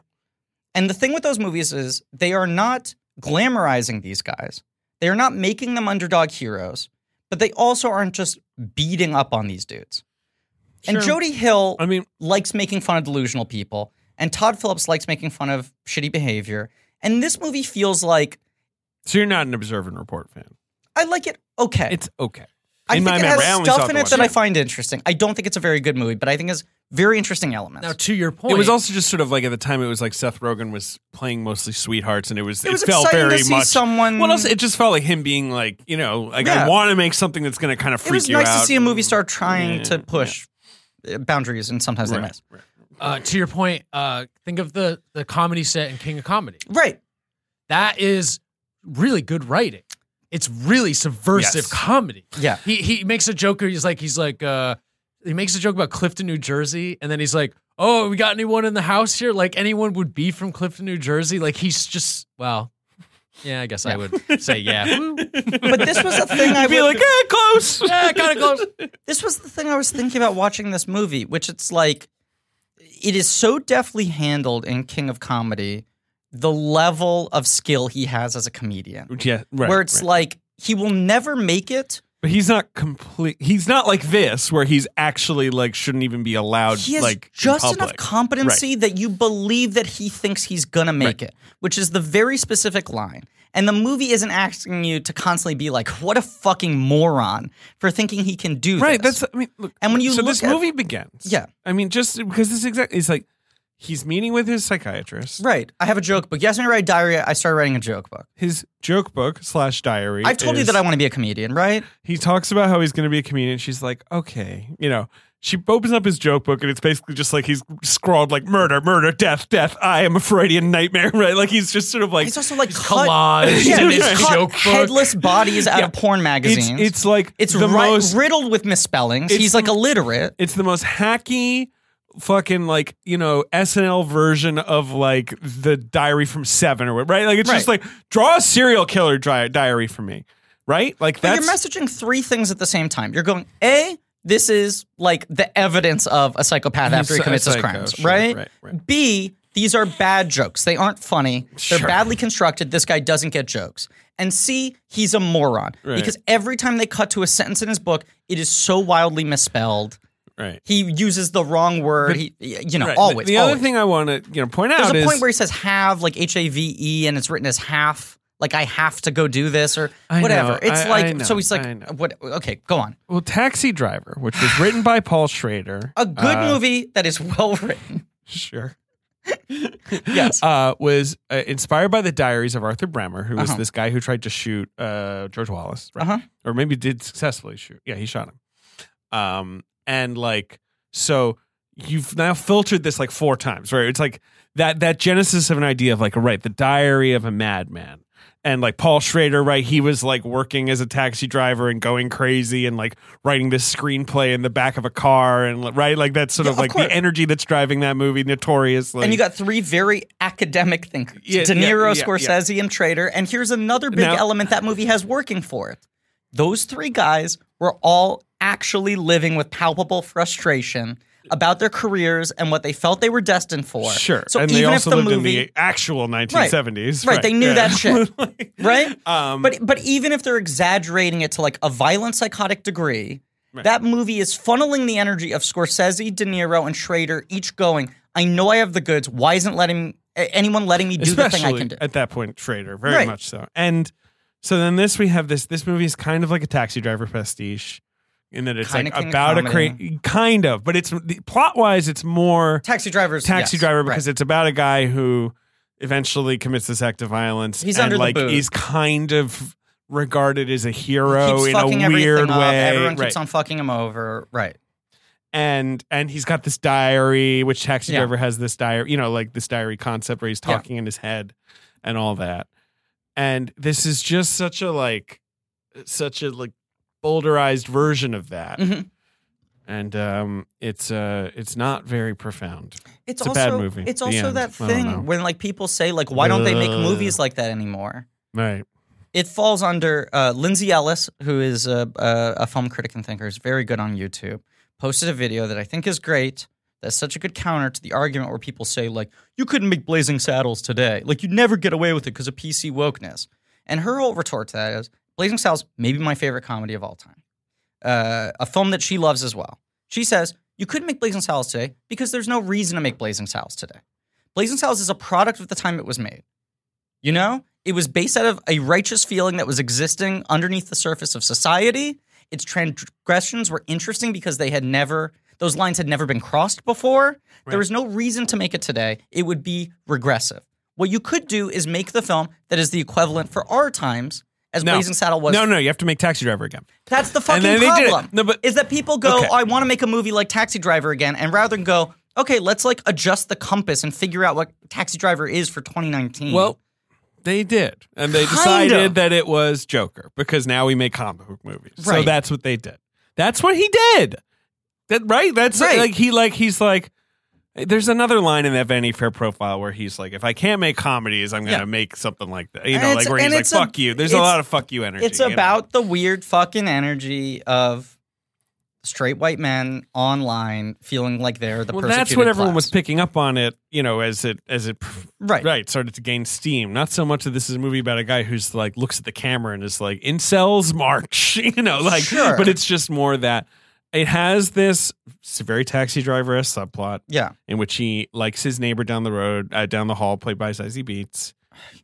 And the thing with those movies is they are not glamorizing these guys. They are not making them underdog heroes, but they also aren't just beating up on these dudes. And Sure. Jody Hill I mean, likes making fun of delusional people, and Todd Phillips likes making fun of shitty behavior. And this movie feels like so you're not an observe and report fan. I like it okay. It's okay. I in think my it memory, I has only saw stuff it in the it one that I time. find interesting. I don't think it's a very good movie, but I think it's very interesting elements. Now, to your point, It was also just sort of like at the time it was like Seth Rogen was playing mostly sweethearts, and it was it it, was felt exciting very to see much. someone. well, also it just felt like him being like, you know, like Mm. Yeah. I want to make something that's going to kind of freak it was you nice out. to see a movie star trying Yeah, to push uh boundaries, and sometimes yeah. they Right, miss. right. uh, to your point, uh, think of the the comedy set in King of Comedy. Right. That is really good writing. It's really subversive Yes. comedy. Yeah. He he makes a joke. where He's like he's like uh, he makes a joke about Clifton, New Jersey, and then he's like, "Oh, we got anyone in the house here? Like anyone would be from Clifton, New Jersey? Like he's just well, yeah, I guess I would say yeah, Woo. But this was a thing I I'd be would- like, eh, close. yeah, kind of close. this was the thing I was thinking about watching this movie, which it's like it is so deftly handled in King of Comedy, the level of skill he has as a comedian. yeah, right. where it's right. like he will never make it, But he's not complete. He's not like this, where he's actually like shouldn't even be allowed. He has like in just public. enough competency that you believe that he thinks he's gonna make it, which is the very specific line. And the movie isn't asking you to constantly be like, "What a fucking moron for thinking he can do right? this." That's I mean, look. And when you so look this at- movie begins. Yeah. I mean, just because this exact it's like he's meeting with his psychiatrist. right. I have a joke book. You asked me to write diary. I started writing a joke book. His joke book slash diary. I've told you is- that I want to be a comedian, right? He talks about how he's going to be a comedian. She's like, okay, you know. She opens up his joke book and it's basically just like he's scrawled like murder, murder, death, death. I am a Freudian nightmare, right? Like he's just sort of like He's also like cut, collage yeah, in he's his cut joke book. headless bodies out Yeah. of porn it's magazines. it's like It's the ri- most riddled with misspellings. It's He's like the- illiterate. it's the most hacky fucking like you know SNL version of like the diary from Seven or what, right? Like it's just Right. like draw a serial killer di- diary for me, right? Like But that's you're messaging three things at the same time. You're going, A, this is like the evidence of a psychopath He's after he a commits his psycho, crimes, sure, right? right, right. B, these are bad jokes. They aren't funny. They're Sure. badly constructed. This guy doesn't get jokes. And C, he's a moron Right. because every time they cut to a sentence in his book, it is so wildly misspelled. right. He uses the wrong word. he, you know, Right. always. The, the other always. thing I want to you know point out There's a is point where he says have, like H A V E, and it's written as half. Like I have to go do this or I whatever. know, It's I- like I know, so he's I know. like what? Okay, go on. well, Taxi Driver, which was written by Paul Schrader, Uh, A good movie that is well written. sure. Yes. uh, was uh, inspired by the diaries of Arthur Bremer, who was this guy who tried to shoot uh, George Wallace, right? Uh-huh. or maybe did successfully shoot. Yeah, he shot him. Um, and like, so you've now filtered this like four times, right? It's like that that genesis of an idea of like, right, the diary of a madman. And like Paul Schrader, right? He was like working as a taxi driver and going crazy and like writing this screenplay in the back of a car and like, right, like that's sort Yeah, of of like course. the energy that's driving that movie notoriously. and you got three very academic thinkers: Yeah, De yeah, Niro, yeah, yeah. Scorsese, and Trader. And here's another big Now- element that movie has working for it: those three guys were all actually living with palpable frustration about their careers and what they felt they were destined for. Sure. So and even they if also the lived movie in the actual 1970s. Right, they knew that shit. right? Um, but but even if they're exaggerating it to like a violent psychotic degree, that movie is funneling the energy of Scorsese, De Niro, and Schrader each going, I know I have the goods. Why isn't letting a- anyone letting me do Especially the thing I can do? at that point, Trader, very Right. much so. And so then this we have this this movie is kind of like a taxi driver pastiche in that it's Kinda like king of about a cra- comedy. kind of, but it's plot wise it's more Taxi drivers. taxi yes, driver right. because it's about a guy who eventually commits this act of violence He's and under the like boot. is kind of regarded as a hero keeps in a fucking weird everything up. way. Everyone Right. keeps on fucking him over. Right. and and he's got this diary which taxi Yeah. driver has this diary you know like this diary concept where he's Yeah. talking in his head and all that and this is just such a like such a like boulderized version of that Mhm. and um it's uh it's not very profound It's, It's a also bad movie. it's The also end. that I don't know. thing when like people say like why don't they make Ugh. movies like that anymore? right it falls under uh, Lindsay Ellis, who is a, a, a film critic and thinker, is very good on YouTube. Posted a video that I think is great. That's such a good counter to the argument where people say like, "You couldn't make Blazing Saddles today. Like you'd never get away with it because of PC wokeness." And her whole retort to that is, "Blazing Saddles, maybe my favorite comedy of all time, uh, a film that she loves as well." She says, "You couldn't make Blazing Saddles today because there's no reason to make Blazing Saddles today. Blazing Saddles is a product of the time it was made." You know, it was based out of a righteous feeling that was existing underneath the surface of society. Its transgressions were interesting because they had never, those lines had never been crossed before. There was no reason to make it today. It would be regressive. What you could do is make the film that is the equivalent for our times as No. Blazing Saddle was. no no you have to make taxi driver again That's the fucking then they did it. problem. No, but- is that people go, Okay. oh, I want to make a movie like Taxi Driver again, and rather than go, okay, let's like adjust the compass and figure out what Taxi Driver is for 2019. well they did and they Kind decided of. that it was joker because now we make comic book movies so Right. that's what they did that's what he did that right that's Right. like he like he's like there's another line in that Vanity Fair profile where he's like, "If I can't make comedies, I'm gonna Yeah. make something like that." You And know, it's- like where he's and like, it's a- "Fuck you." There's a it's- lot of "fuck you" energy. It's you know? about the weird fucking energy of straight white men online feeling like they're the well, persecuted that's what everyone was class. picking up on it, you know, as it as it Right. right started to gain steam. Not so much that this is a movie about a guy who's like looks at the camera and is like incels march, you know, like Sure. but it's just more that it has this it's a very taxi driver subplot Yeah, in which he likes his neighbor down the road, uh, down the hall, played by Zazie Beats,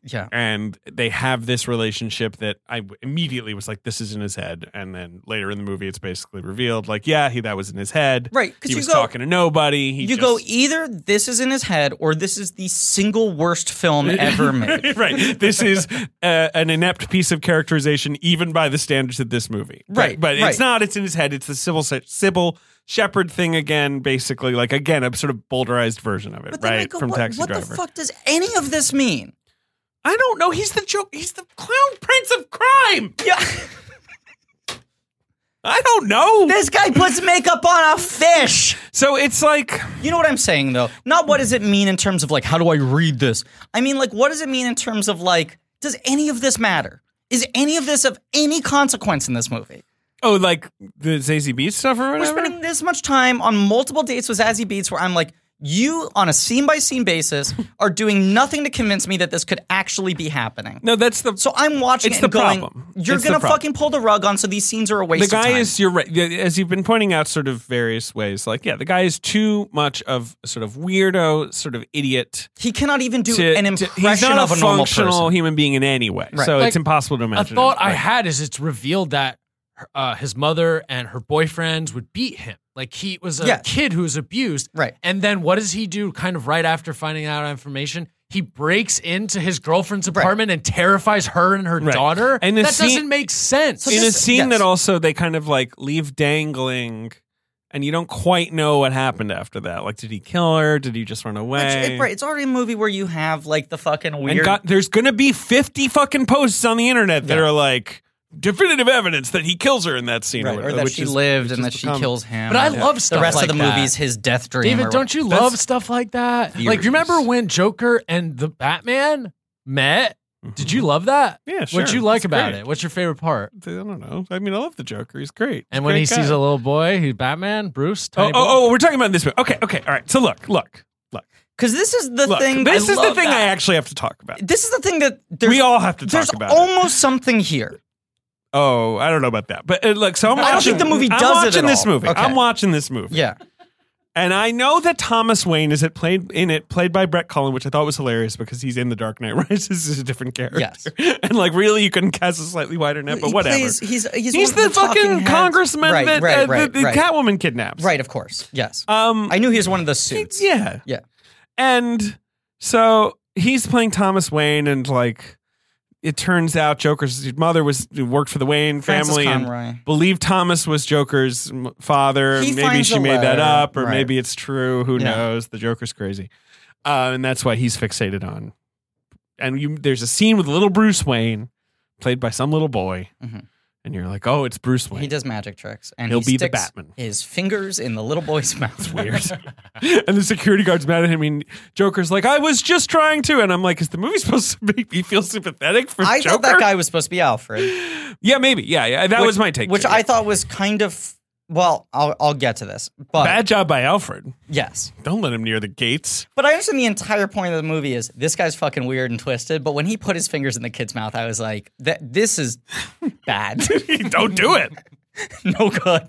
yeah. and they have this relationship that I w- immediately was like, "This is in his head." And then later in the movie, it's basically revealed, like, "Yeah, he that was in his head. Right, 'cause He you was go- talking to nobody. He you just- go either this is in his head or this is the single worst film ever made. right. This is uh, an inept piece of characterization, even by the standards of this movie. Right, But, but right. it's not. It's in his head. It's the civil Sybil Shepherd thing again, basically. Like again, a sort of boulderized version of it, But then I right? go, From what, Taxi what Driver. the fuck does any of this mean? I don't know. He's the joke. He's the clown prince of crime. Yeah, I don't know. this guy puts makeup on a fish. so it's like You know what I'm saying though? Not what does it mean in terms of like how do I read this? I mean like what does it mean in terms of like does any of this matter? Is any of this of any consequence in this movie? oh, like the Zazie Beats stuff or We're whatever. spending this much time on multiple dates with Zazie Beats where I'm like, you on a scene by scene basis are doing nothing to convince me that this could actually be happening. No, that's the So I'm watching It's it the and going, problem. you're It's the gonna problem. fucking pull the rug on, so these scenes are a waste the guy of time. is you're right as you've been pointing out sort of various ways like yeah the guy is too much of a sort of weirdo sort of idiot he cannot even do to, an to- impression he's not of a, a, normal functional person. human being in any way Right. so Like, it's impossible to imagine a thought him. I Right. had is it's revealed that uh, his mother and her boyfriends would beat him. Like he was a Yeah. kid who was abused. Right. And then what does he do kind of right after finding out information? He breaks into his girlfriend's apartment and terrifies her and her Right. daughter. And the that scene- doesn't make sense. So in a this- scene yes. that also they kind of like leave dangling and you don't quite know what happened after that like did he kill her did he just run away It's, right, it's already a movie where you have like the fucking and weird got, there's gonna be 50 fucking posts on the internet that Yeah. are like definitive evidence that he kills her in that scene Right, or, or whatever, that which she is- lived which and is that the she problem. kills him. But I Yeah. love stuff The rest like of the that. movie's his death dream. David, or don't you That's- love stuff like that? Like, Theories. you remember when Joker and the Batman met? Did you love that? Mm-hmm. Yeah, What'd sure. you like It's about great. it? What's your favorite part? I don't know. I mean, I love the Joker. He's great. And when he Great guy. sees a little boy, who's Batman, Bruce, oh, tiny boy. oh, oh, we're talking about this. Movie. Okay, okay, all right. So look, look, look, Because this is the look. thing. this I is the love thing I that. actually have to talk about. This is the thing that there's, we all have to there's talk about. it. almost something here. Oh, I don't know about that, but uh, look. So I'm I watching. don't think the movie I'm does it at watching this all. movie. Okay. I'm watching this movie. Yeah. And I know that Thomas Wayne is it played in it played by Brett Cullen, which I thought was hilarious because he's in The Dark Knight Rises is a different character. Yes. and like really, you couldn't cast a slightly wider net, but He whatever. plays- he's he's, He's one the, of talking fucking heads. congressman right, that right, uh, right, the, the right. Catwoman kidnaps. Right, of course. Yes. Um. I knew he was one of the suits. yeah. Yeah. And so he's playing Thomas Wayne, and like it turns out Joker's mother was worked for the Wayne Francis family and Conroy. believed Thomas was Joker's m- father. He maybe finds she a made that letter, up, or right. maybe it's true. Who Yeah. knows? The Joker's crazy, uh, and that's why he's fixated on. And you, there's a scene with little Bruce Wayne, played by some little boy, Mhm. and you're like, oh, it's Bruce Wayne. He does magic tricks, and He'll he be the sticks Batman. His fingers in the little boy's mouth. weird. and the security guard's mad at him. And Joker's like, I was just trying to. And I'm like, is the movie supposed to make me feel sympathetic for I Joker? thought that guy was supposed to be Alfred. Yeah, maybe. Yeah, yeah. That which- was my take. Which too. I thought was kind of well, I'll I'll get to this. But Bad job by Alfred. yes. Don't let him near the gates. But I understand the entire point of the movie is this guy's fucking weird and twisted, but when he put his fingers in the kid's mouth, I was like, that this is bad. Don't do it. no good.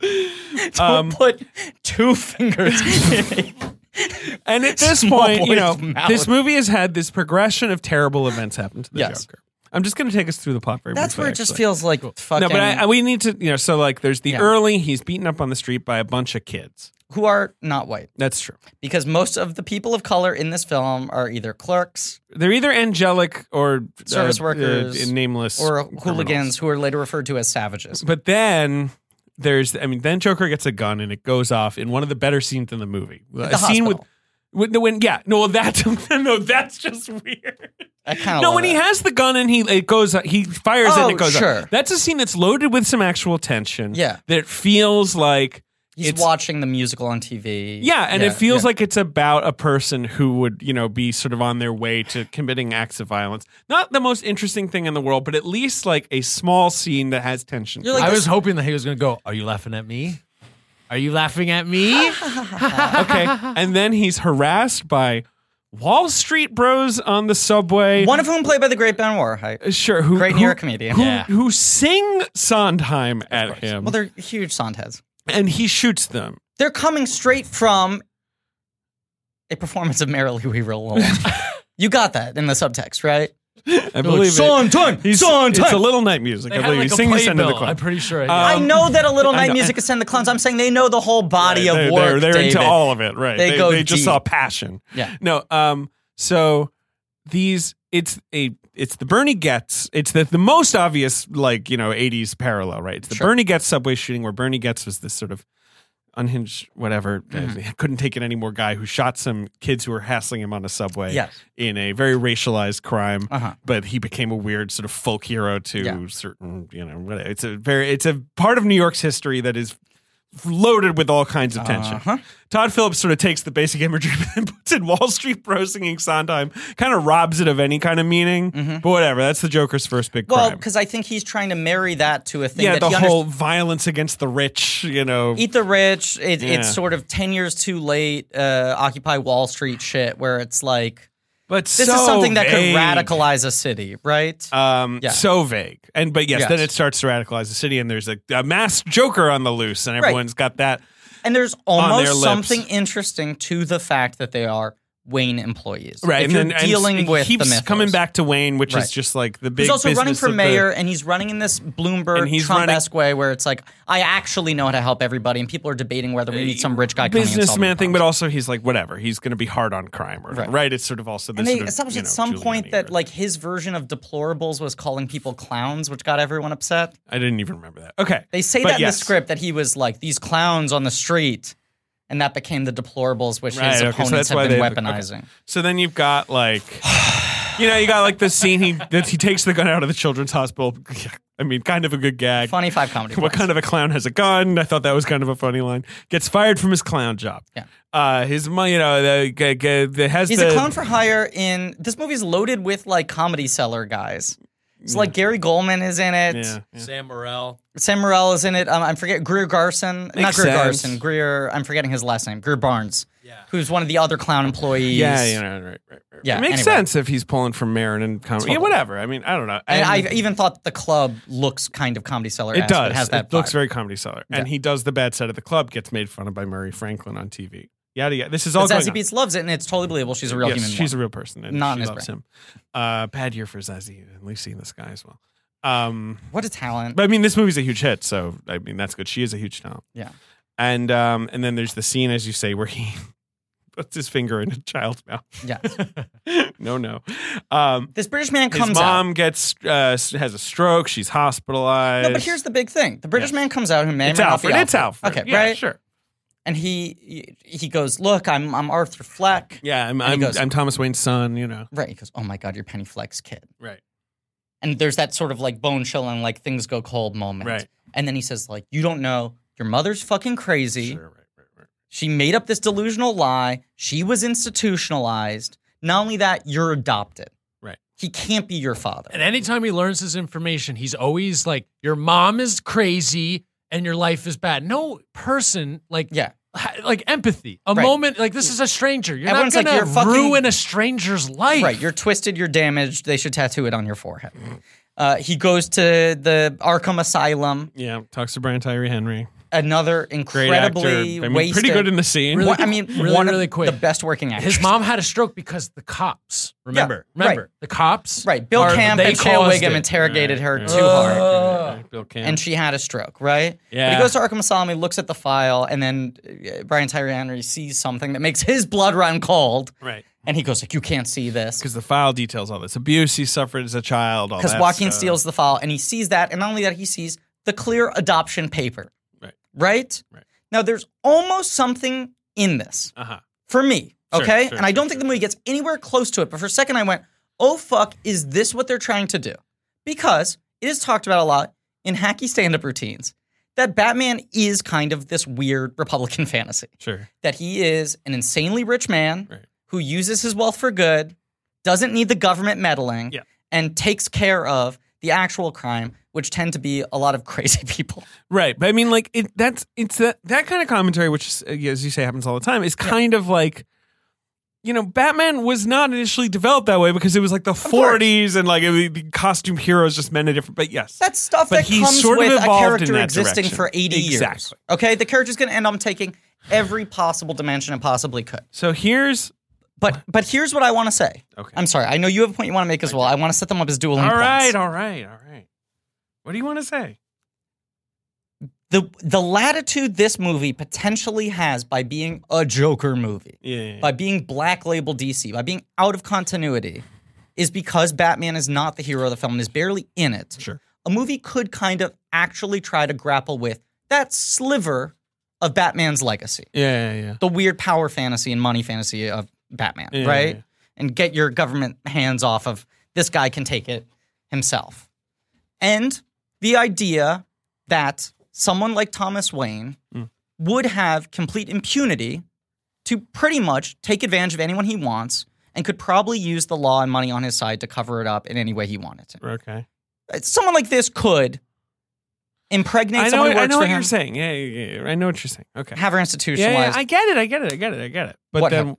Don't Um, put two fingers in it. And at this Small point, you boy's know, mouth. this movie has had this progression of terrible events happen to the Yes. Joker. I'm just going to take us through the plot very That's briefly, where it just actually. feels like fucking No, but I, I- we need to, you know, so like there's the Yeah. early, he's beaten up on the street by a bunch of kids. who are not white. That's true. Because most of the people of color in this film are either clerks They're either angelic or uh, Service uh, workers nameless, or criminals. hooligans who are later referred to as savages. But then there's, I mean, then Joker gets a gun and it goes off in one of the better scenes in the movie. A the scene with, hospital. with the when, yeah, no, that's no, that's just weird. I kind of No, when he has the gun and he it goes, he fires it and Oh, it goes. sure. Off. That's a scene that's loaded with some actual tension. Yeah. that feels like He's It's- watching the musical on TV. Yeah, and it feels yeah. like it's about a person who would, you know, be sort of on their way to committing acts of violence. Not the most interesting thing in the world, but at least like a small scene that has tension. You're oh, like- I this- was hoping that he was going to go, Are you laughing at me? Are you laughing at me? okay, and then he's harassed by Wall Street bros on the subway. one of whom played by the great Ben Warhite, sure, who great who, New York comedian. who, Yeah. who sing Sondheim at him, Well, they're huge Sondheads. and he shoots them. They're coming straight from a performance of Merrily We Roll Along. you got that in the subtext, right? I believe it. Sondheim, He's, Sondheim. it's a little night music. They I had, believe like, he's a singing this end of the playbill. I'm club. pretty sure. I Uh, I um, know that a little I night know- music is send the clowns. I'm saying they know the whole body they're, of work. They're, they're into David. all of it, right? They go just deep. saw passion. Yeah. No. Um. So these, it's a, it's the Bernie Getz. It's the the most obvious, like you know, '80s parallel, right? It's the Sure. Bernie Getz subway shooting, where Bernie Getz was this sort of unhinged, whatever, Mm-hmm. uh, couldn't take it anymore guy who shot some kids who were hassling him on a subway. Yes. In a very racialized crime, Uh-huh. but he became a weird sort of folk hero to Yeah. certain, you know, whatever. It's a very, it's a part of New York's history that is loaded with all kinds of tension. Uh-huh. Todd Phillips sort of takes the basic imagery and puts in Wall Street Bro singing Sondheim, kind of robs it of any kind of meaning. But whatever, that's the Joker's first big Mm-hmm. Well, crime. because I think he's trying to marry that to a thing that yeah, the he whole violence against the rich, you know. Eat the Rich. It, Yeah. It's sort of ten years too late. Uh, Occupy Wall Street shit, where it's like but this is so something that vague. could radicalize a city, right? Um, Yeah. so vague, and but yes, Yes. then it starts to radicalize the city, and there's a, a masked Joker on the loose, and Right. everyone's got that. and there's their almost lips. something interesting to the fact that they are Wayne employees, Right, If and you're then and dealing it with keeps the coming Mythos. back to Wayne, which Right. is just like the big. He's also running business for of the- mayor, and he's running in this And Bloomberg he's Trump-esque way, where it's like, I actually know how to help everybody, and people are debating whether we need some rich guy coming and solving the businessman thing, but problems. also he's like whatever. He's going to be hard on crime, or right? Right. It's sort of also this And they sort of, established you at know, some point Giuliani that era. like his version of deplorables was calling people clowns, which got everyone upset. I didn't even remember that. Okay, They say But that in yes. the script that he was like these clowns on the street, and that became the deplorables, which Right, okay, his so opponents that's why have been they- okay. weaponizing. So then you've got like, you know, you got like the scene he that he takes the gun out of the children's hospital. I mean, kind of a good gag. Funny five comedy. What kind of a clown has a gun? I thought that was kind of a funny line. Gets fired from his clown job. Yeah. Uh, his money, you know, the, g- g- the- has He's the a clown for hire in this movie's loaded with like comedy seller guys. It's like Gary Goldman is in it. Yeah, yeah. Sam Morrell. Sam Morrell is in it. Um, I'm forget Greer Garson, not Makes Greer sense. Garson. Greer. I'm forgetting his last name. Greer Barnes, Yeah. who's one of the other clown employees. Yeah, you know, right, right, right, right. Yeah, it makes anyway. sense if he's pulling from Marin and comedy. Yeah, Totally. whatever. I mean, I don't know. And I And- even thought the club looks kind of comedy seller. It does. It has that. it looks vibe. very comedy seller. And Yeah. he does the bad side of the club, gets made fun of by Murray Franklin on TV. Yada yada. This is all But going Zazie on. Beats loves it, and it's totally believable. She's a real yes, human. she's being. a real person. And Not in she his loves him. Uh, bad year for Zazie and Lucy in the Sky as well. Um, what a talent. but I mean, this movie's a huge hit, so I mean, that's good. She is a huge talent. Yeah. And um, and then there's the scene, as you say, where he puts his finger in a child's mouth. yeah. no, no. Um, This British man his comes out. mom gets uh, has a stroke. She's hospitalized. No, but here's the big thing: the British Yeah. man comes out who may it's or may not be Alfred. It's Alfred. Okay, Yeah, right? Sure. And he he goes, "Look, I'm I'm Arthur Fleck." Yeah, I'm And he I'm, goes- I'm Thomas Wayne's son, you know. Right. He goes, "Oh my God, you're Penny Fleck's kid." Right. And there's that sort of like bone chilling, like things go cold moment. Right. And then he says, "Like you don't know, your mother's fucking crazy. Sure, right, right, right. She made up this delusional lie. She was institutionalized. Not only that, you're adopted. Right. He can't be your father. And anytime he learns his information, he's always like, Your mom is crazy and your life is bad. No person, like, yeah. ha- like empathy. A Right. moment, like, this is a stranger. You're Everyone's not like, going "You're fucking- to ruin a stranger's life. Right. You're twisted. You're damaged. They should tattoo it on your forehead. Uh, he goes to the Arkham Asylum. Yeah, talks to Brian Tyree Henry. Another Great incredibly actor. I mean, wasted. pretty good in the scene. Really- One- I mean, Really, one of really quick. the best working actors. His mom had a stroke because the cops. Remember, right. remember the cops. Right. Bill are- Camp they and Shea caused Wiggum it. interrogated her Right, too right, hard. Ugh. Bill Camp. and she had a stroke, right? But Yeah. he goes to Arkham Asylum, he looks at the file, and then uh, Brian Tyree Henry sees something that makes his blood run cold, right. and he goes like, "You can't see this," Because the file details all this abuse he suffered as a child. all because that Joaquin stuff. steals the file, and he sees that, and not only that, he sees the clear adoption paper, Right. Right. Right. Now, there's almost something in this Uh-huh. for me, Sure, okay? sure, and I sure, don't think the movie gets anywhere close to it, but for a second I went, oh fuck, is this what they're trying to do? Because it is talked about a lot in hacky stand up routines that Batman is kind of this weird Republican fantasy Sure. that he is an insanely rich man Right. who uses his wealth for good, doesn't need the government meddling, Yeah. and takes care of the actual crime, which tend to be a lot of crazy people. Right, but I mean, like it, that's it's that that kind of commentary, which uh, as you say happens all the time, is kind of like, you know, Batman was not initially developed that way because it was like the '40s and like it, was- the costume heroes just meant a different. But yes, That's stuff But that he comes sort of with a evolved in character that existing direction. for 80 years. Exactly. Okay, the character's going to end up taking every possible dimension it possibly could. so here's But but here's what I want to say. Okay. I'm sorry. I know you have a point you want to make as well. I want to set them up as dueling all points. right, all right, all right. What do you want to say? the the latitude this movie potentially has by being a Joker movie, Yeah, by being black label DC, by being out of continuity, is because Batman is not the hero of the film and is barely in it. Sure. A movie could kind of actually try to grapple with that sliver of Batman's legacy, yeah, yeah, yeah. the weird power fantasy and money fantasy of Batman, Yeah, right? yeah. And get your government hands off of this guy can take it himself. And the idea that someone like Thomas Wayne Mm. would have complete impunity to pretty much take advantage of anyone he wants and could probably use the law and money on his side to cover it up in any way he wanted to. Okay, Uh, Someone like this could impregnate I know, someone who I works know for what him, you're saying. Yeah, yeah, yeah, I know what you're saying. Okay, have her yeah, institutionalized. yeah, I get it, I get it, I get it, I get it. But What then,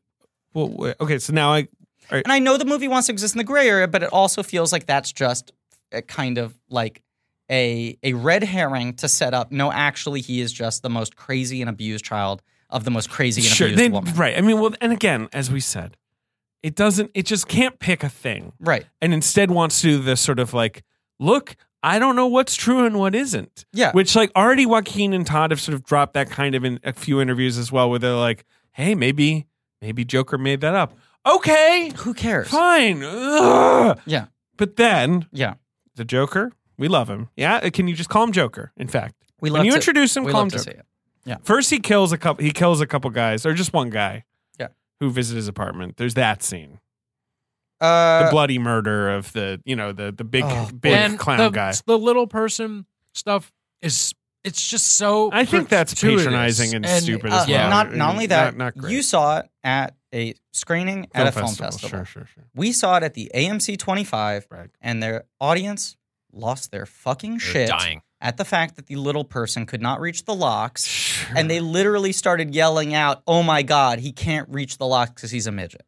well, wait, okay, so now I And I know the movie wants to exist in the gray area, but it also feels like that's just a kind of like a a red herring to set up. No, actually, he is just the most crazy and abused child of the most crazy and abused they- woman. Right. I mean, well, and again, as we said, it doesn't. It just can't pick a thing, Right. and instead wants to do this sort of like, look, I don't know what's true and what isn't. Yeah. Which like already Joaquin and Todd have sort of dropped that kind of in a few interviews as well, where they're like, hey, maybe maybe Joker made that up. Okay, Who cares? fine. Ugh. Yeah. But then Yeah. the Joker, we love him. Yeah. uh, Can you just call him Joker? In fact, We When love you to- introduce him, we call love him to Joker. see it. First, he kills a couple. He kills a couple guys, or just one guy. Yeah. Who visit his apartment? There's that scene, the Uh, bloody murder of the, you know, the the big Oh, big and clown the, guy. The little person stuff is it's just so. I think that's gratuitous patronizing and stupid uh, as well. Mm, Not not only that, Not- not great. you saw it at a screening at a film festival. Sure, sure, sure. We saw it at the AMC 25, Brag. and their audience lost their fucking They're shit dying. at the fact that the little person could not reach the locks. Sure. and they literally started yelling out, "Oh my god, he can't reach the lock because he's a midget."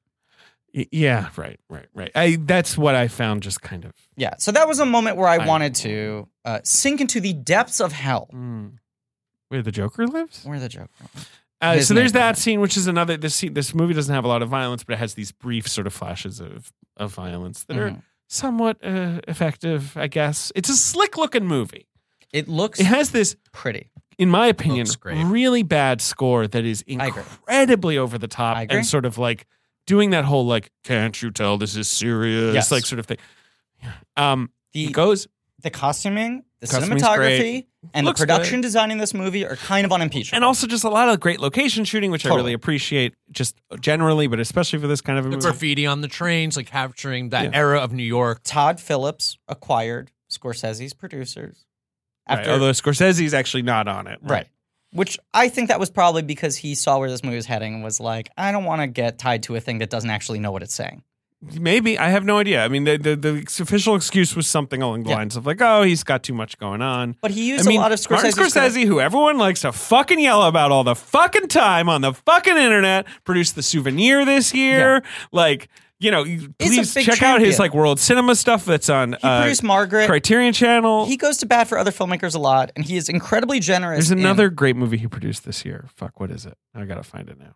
Y- yeah, right, right, right. I that's what I found just kind of. Yeah, so that was a moment where I, I- wanted to uh, sink into the depths of hell. mm, Where the Joker lives? Where the joke? Uh, His so there's neighborhood. that scene, which is another. This scene, this movie doesn't have a lot of violence, but it has these brief sort of flashes of of violence that are Mhm. somewhat uh, effective, I guess. It's a slick looking movie. It looks It has this, pretty. in my opinion, Looks great. really bad score that is I agree. incredibly over the I top agree. and sort of like doing that whole like, can't you tell this is serious, Yes. like sort of thing. Um, The it goes. the costuming, the Costuming's cinematography, and Looks the good. production design in this movie are kind of unimpeachable. And also just a lot of great location shooting, which I Totally. really appreciate, just generally, but especially for this kind of a The movie. graffiti on the trains, like capturing that Mm. Yeah. era of New York. Todd Phillips acquired Scorsese's producers Right, although Scorsese's actually not on it. Right. Which I think that was probably because he saw where this movie was heading and was like, I don't want to get tied to a thing that doesn't actually know what it's saying. Maybe I have no idea. I mean, the the, the official excuse was something along the Yeah. lines of like, "Oh, he's got too much going on." But he I used mean, a lot of Martin Scorsese's Scorsese, who everyone likes to fucking yell about all the fucking time on the fucking internet, produced the souvenir this year. Like, you know, you- He's a please big check out champion. his like world cinema stuff that's on He uh, produced Margaret. Criterion Channel. He goes to bat for other filmmakers a lot, and he is incredibly generous. There's in- another great movie he produced this year. Fuck, what is it? I gotta find it now.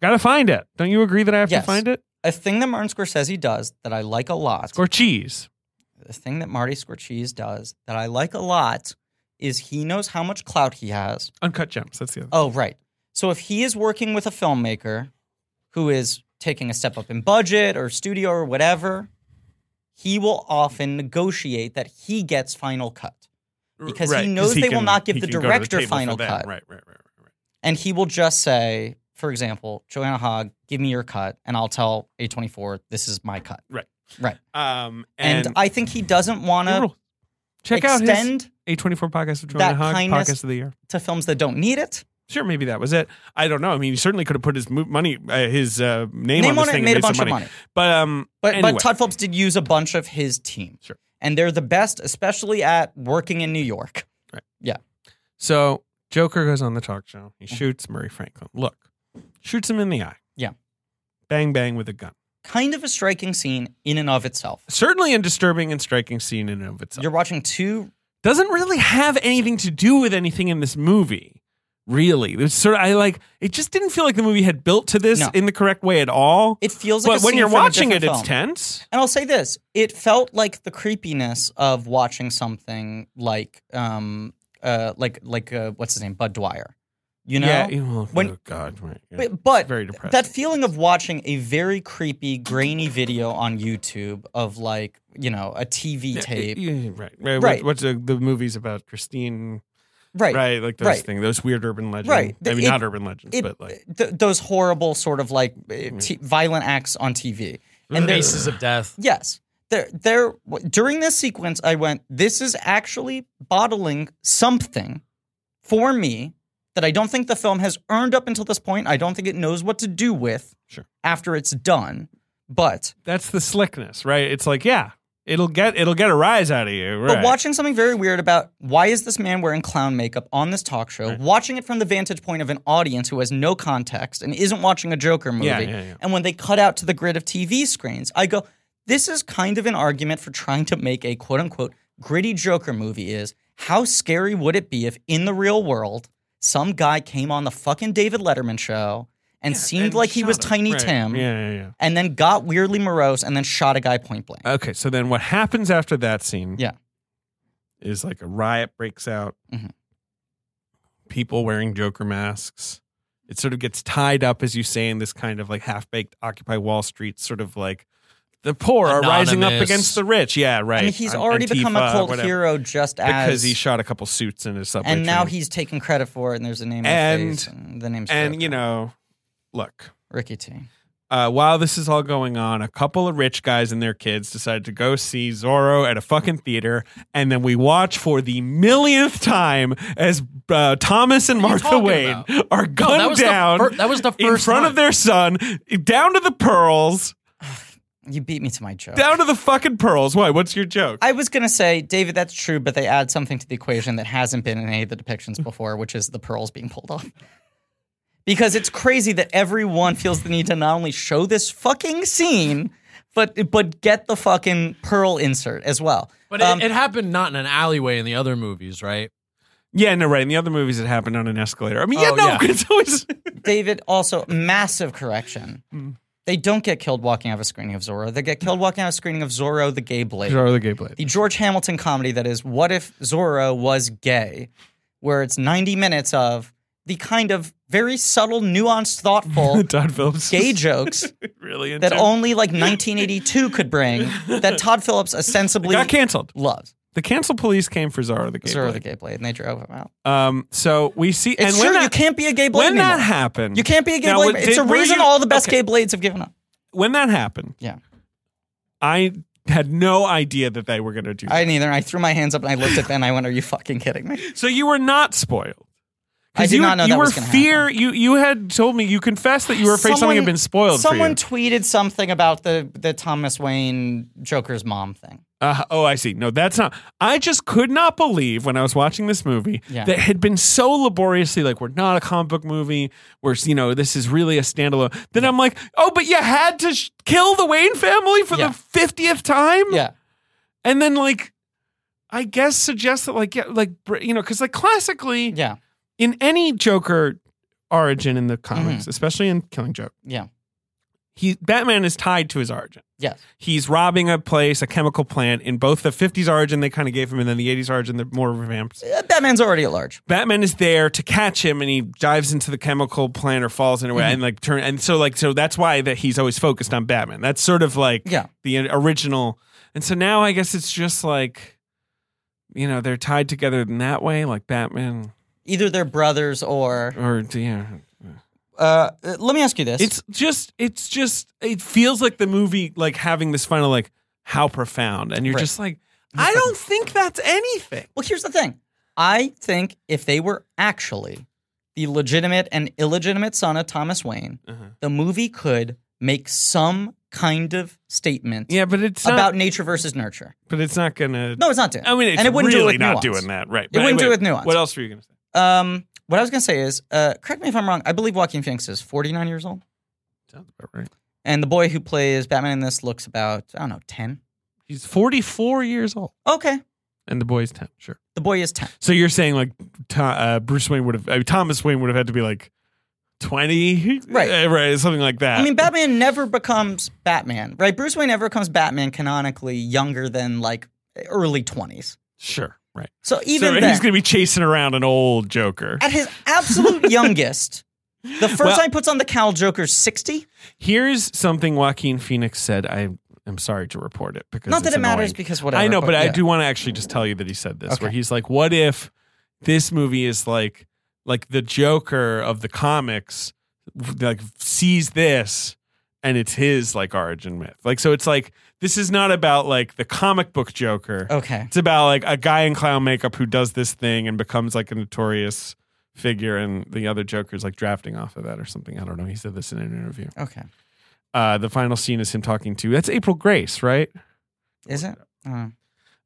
Gotta find it. Don't you agree that I have Yes. to find it? a thing that Martin Scorsese does that I like a lot. Or cheese. the thing that Marty Scorsese does that I like a lot is he knows how much clout he has. Uncut Gems. That's the other. Oh, right. So if he is working with a filmmaker who is taking a step up in budget or studio or whatever, he will often negotiate that he gets final cut. Oh, because he knows they will not give he the can go to director table for final that. cut. Right, right, right, right, right. And he will just say, for example, Joanna Hogg, give me your cut, and I'll tell A24, this is my cut. Right. Right. Um, And, I think he doesn't want to Check out his extend A24 podcast of Joanna That Hogg, kindness- podcast of the year. to films that don't need it. Sure, maybe that was it. I don't know. I mean, he certainly could have put his mo- money, uh, his uh, name, on Name this on it thing and made a and bunch some of money. But um, But anyway, but Todd Phillips did use a bunch of his team. Sure. And they're the best, especially at working in New York. so Joker goes on the talk show. He shoots Murray Franklin. Look, shoots him in the eye. Mm-hmm. Yeah. bang bang with a gun. Kind of a striking scene in and of itself. Certainly a disturbing and striking scene in and of itself. You're watching two doesn't really have anything to do with anything in this movie. Really, it was sort of. I like. It just didn't feel like the movie had built to this No. in the correct way at all. it feels like but a when scene you're from a watching it, different it's film. tense. And I'll say this: it felt like the creepiness of watching something like, um, uh, like like uh, what's his name, Bud Dwyer. You know, yeah. Well, when- oh God, right. yeah. but, but very depressing. that feeling of watching a very creepy, grainy video on YouTube of like you know a TV tape, Yeah, yeah, right. Right. what- Right. What's the, the movies about Christine? right? Right. Like those right. thing. Those weird urban legends. Right. I mean, It- not urban legends, It- but like Mm. th- those horrible sort of like uh, t- violent acts on TV, Mm-hmm. and there's Faces of Death. Yes. There, there. w- During this sequence, I went. This is actually bottling something for me that I don't think the film has earned up until this point. I don't think it knows what to do with Sure. after it's done. But that's the slickness, right? It's like yeah, it'll get it'll get a rise out of you. Right. but watching something very weird about why is this man wearing clown makeup on this talk show? Watching it from the vantage point of an audience who has no context and isn't watching a Joker movie. Yeah, yeah, yeah. And when they cut out to the grid of TV screens, I go, this is kind of an argument for trying to make a quote unquote gritty Joker movie is how scary would it be if in the real world some guy came on the fucking David Letterman show and seemed And like he shot was him. Tiny Right. Tim Yeah. Yeah. Yeah. and then got weirdly morose and then shot a guy point blank. Okay, so then what happens after that scene? Yeah. is like a riot breaks out. Mhm. People wearing Joker masks. It sort of gets tied up, as you say, in this kind of like half baked Occupy Wall Street sort of like the poor are rising up Anonymous. against the rich. Yeah, right. I mean, he's An- already become a Antifa, cult whatever. hero just because as he shot a couple suits in his subway. and now train. he's taking credit for it and there's a name on And- his face and the name's and Joker. you know, look. Ricky T. uh, while this is all going on, a couple of rich guys and their kids decide to go see Zorro at a fucking theater, and then we watch for the millionth time as uh, Thomas and What are you Martha talking Wayne are gunned that was the down. fir- that was the in first front time. of their son, down to the pearls, You beat me to my joke. down to the fucking pearls. Why? What's your joke? I was going to say, David, that's true, but they add something to the equation that hasn't been in any of the depictions before, which is the pearls being pulled off. Because it's crazy that everyone feels the need to not only show this fucking scene, but but get the fucking pearl insert as well. But Um, it, it happened not in an alleyway in the other movies, right? yeah, no, right. In the other movies, it happened on an escalator. I mean, yeah, Oh, no, yeah. it's always David, also massive correction. Mm. They don't get killed walking out of a screening of Zorro. They get killed walking out of a screening of Zorro the Gay Blade. Zorro the Gay Blade. the George Hamilton comedy that is What If Zorro Was Gay, where it's 90 minutes of the kind of very subtle, nuanced, thoughtful Todd Phillips gay is jokes really that intense. only like 1982 could bring that Todd Phillips ostensibly got canceled. loves. The cancel police came for Zorro the Gay Zorro Blade. the Gay Blade, and they drove him out. Um, so we see, It's and true, when that, you can't be a gay blade when anymore. that happened, you can't be a gay Now, blade. what- it's a did- were reason you- all the best okay. gay blades have given up. When that happened, Yeah. I had no idea that they were going to do. that. I didn't either. I threw my hands up and I looked at Ben. I went, Are you fucking kidding me? so you were not spoiled. I 'Cause did you, not know you that were was gonna fear. You you had told me you confessed that you were afraid something had been spoiled. Someone for tweeted something about the, the Thomas Wayne Joker's mom thing. you. Uh, oh, I see. No, that's not. I just could not believe when I was watching this movie Yeah. that had been so laboriously like we're not a comic book movie. We're you know this is really a standalone. Then I'm like, oh, but you had to sh- kill the Wayne family for Yeah. the fiftieth time. Yeah. and then like i guess suggest that like yeah like br- you know because like classically Yeah. in any joker origin in the comics especially in killing joke Mm-hmm. Yeah. he batman is tied to his origin Yes. he's robbing a place a chemical plant in both the 50s origin they kind of gave him and then the 80s origin the more revamped Uh, Batman's already at large. batman is there to catch him and he dives into the chemical plant or falls in a way Mm-hmm. and like turn and so like so that's why that he's always focused on batman that's sort of like Yeah. the original. And so now I guess it's just like, you know, they're tied together in that way, like Batman Either they're brothers or. or yeah. Uh, uh, let me ask you this. It's just, it's just, it feels like the movie, like having this final, like how profound, and you're Right. just like, I don't think that's anything. Well, here's the thing. I think if they were actually the legitimate and illegitimate son of Thomas Wayne, Uh-huh. the movie could make some kind of statement Yeah, but it's not. about nature versus nurture. but it's not gonna. No, it's not doing. I mean, it's and it wouldn't do it really with nuance. not doing that, right? It wouldn't do it with nuance. What else were you gonna say? Um, what I was gonna say is, uh, correct me if I'm wrong. I believe Joaquin Phoenix is 49 years old, Sounds about right. and the boy who plays Batman in this looks about I don't know 10. He's 44 years old, Okay, and the boy's 10. Sure. the boy is 10. So you're saying like Tho- uh, Bruce Wayne would have uh, Thomas Wayne would have had to be like 20, Right. Uh, right, something like that. I mean, Batman never becomes Batman, right? Bruce Wayne never becomes Batman canonically younger than like early 20s. sure, right. So even so then, he's gonna be chasing around an old Joker. at his absolute youngest, the first Well- time he puts on the cowl, Joker's 60. Here's something Joaquin Phoenix said. I am sorry to report it because Not that it's it matters annoying. because whatever. I know, but, I yeah. do want to actually just tell you that he said this, where Okay. he's like, "What if this movie is like, like the Joker of the comics, like sees this and it's his like origin myth, like so it's like this is not about like the comic book Joker, Okay. it's about like a guy in clown makeup who does this thing and becomes like a notorious figure, and the other Joker's like drafting off of that or something. I don't know. He said this in an interview. Okay. Uh, the final scene is him talking to that's April Grace, right? Is it? Uh,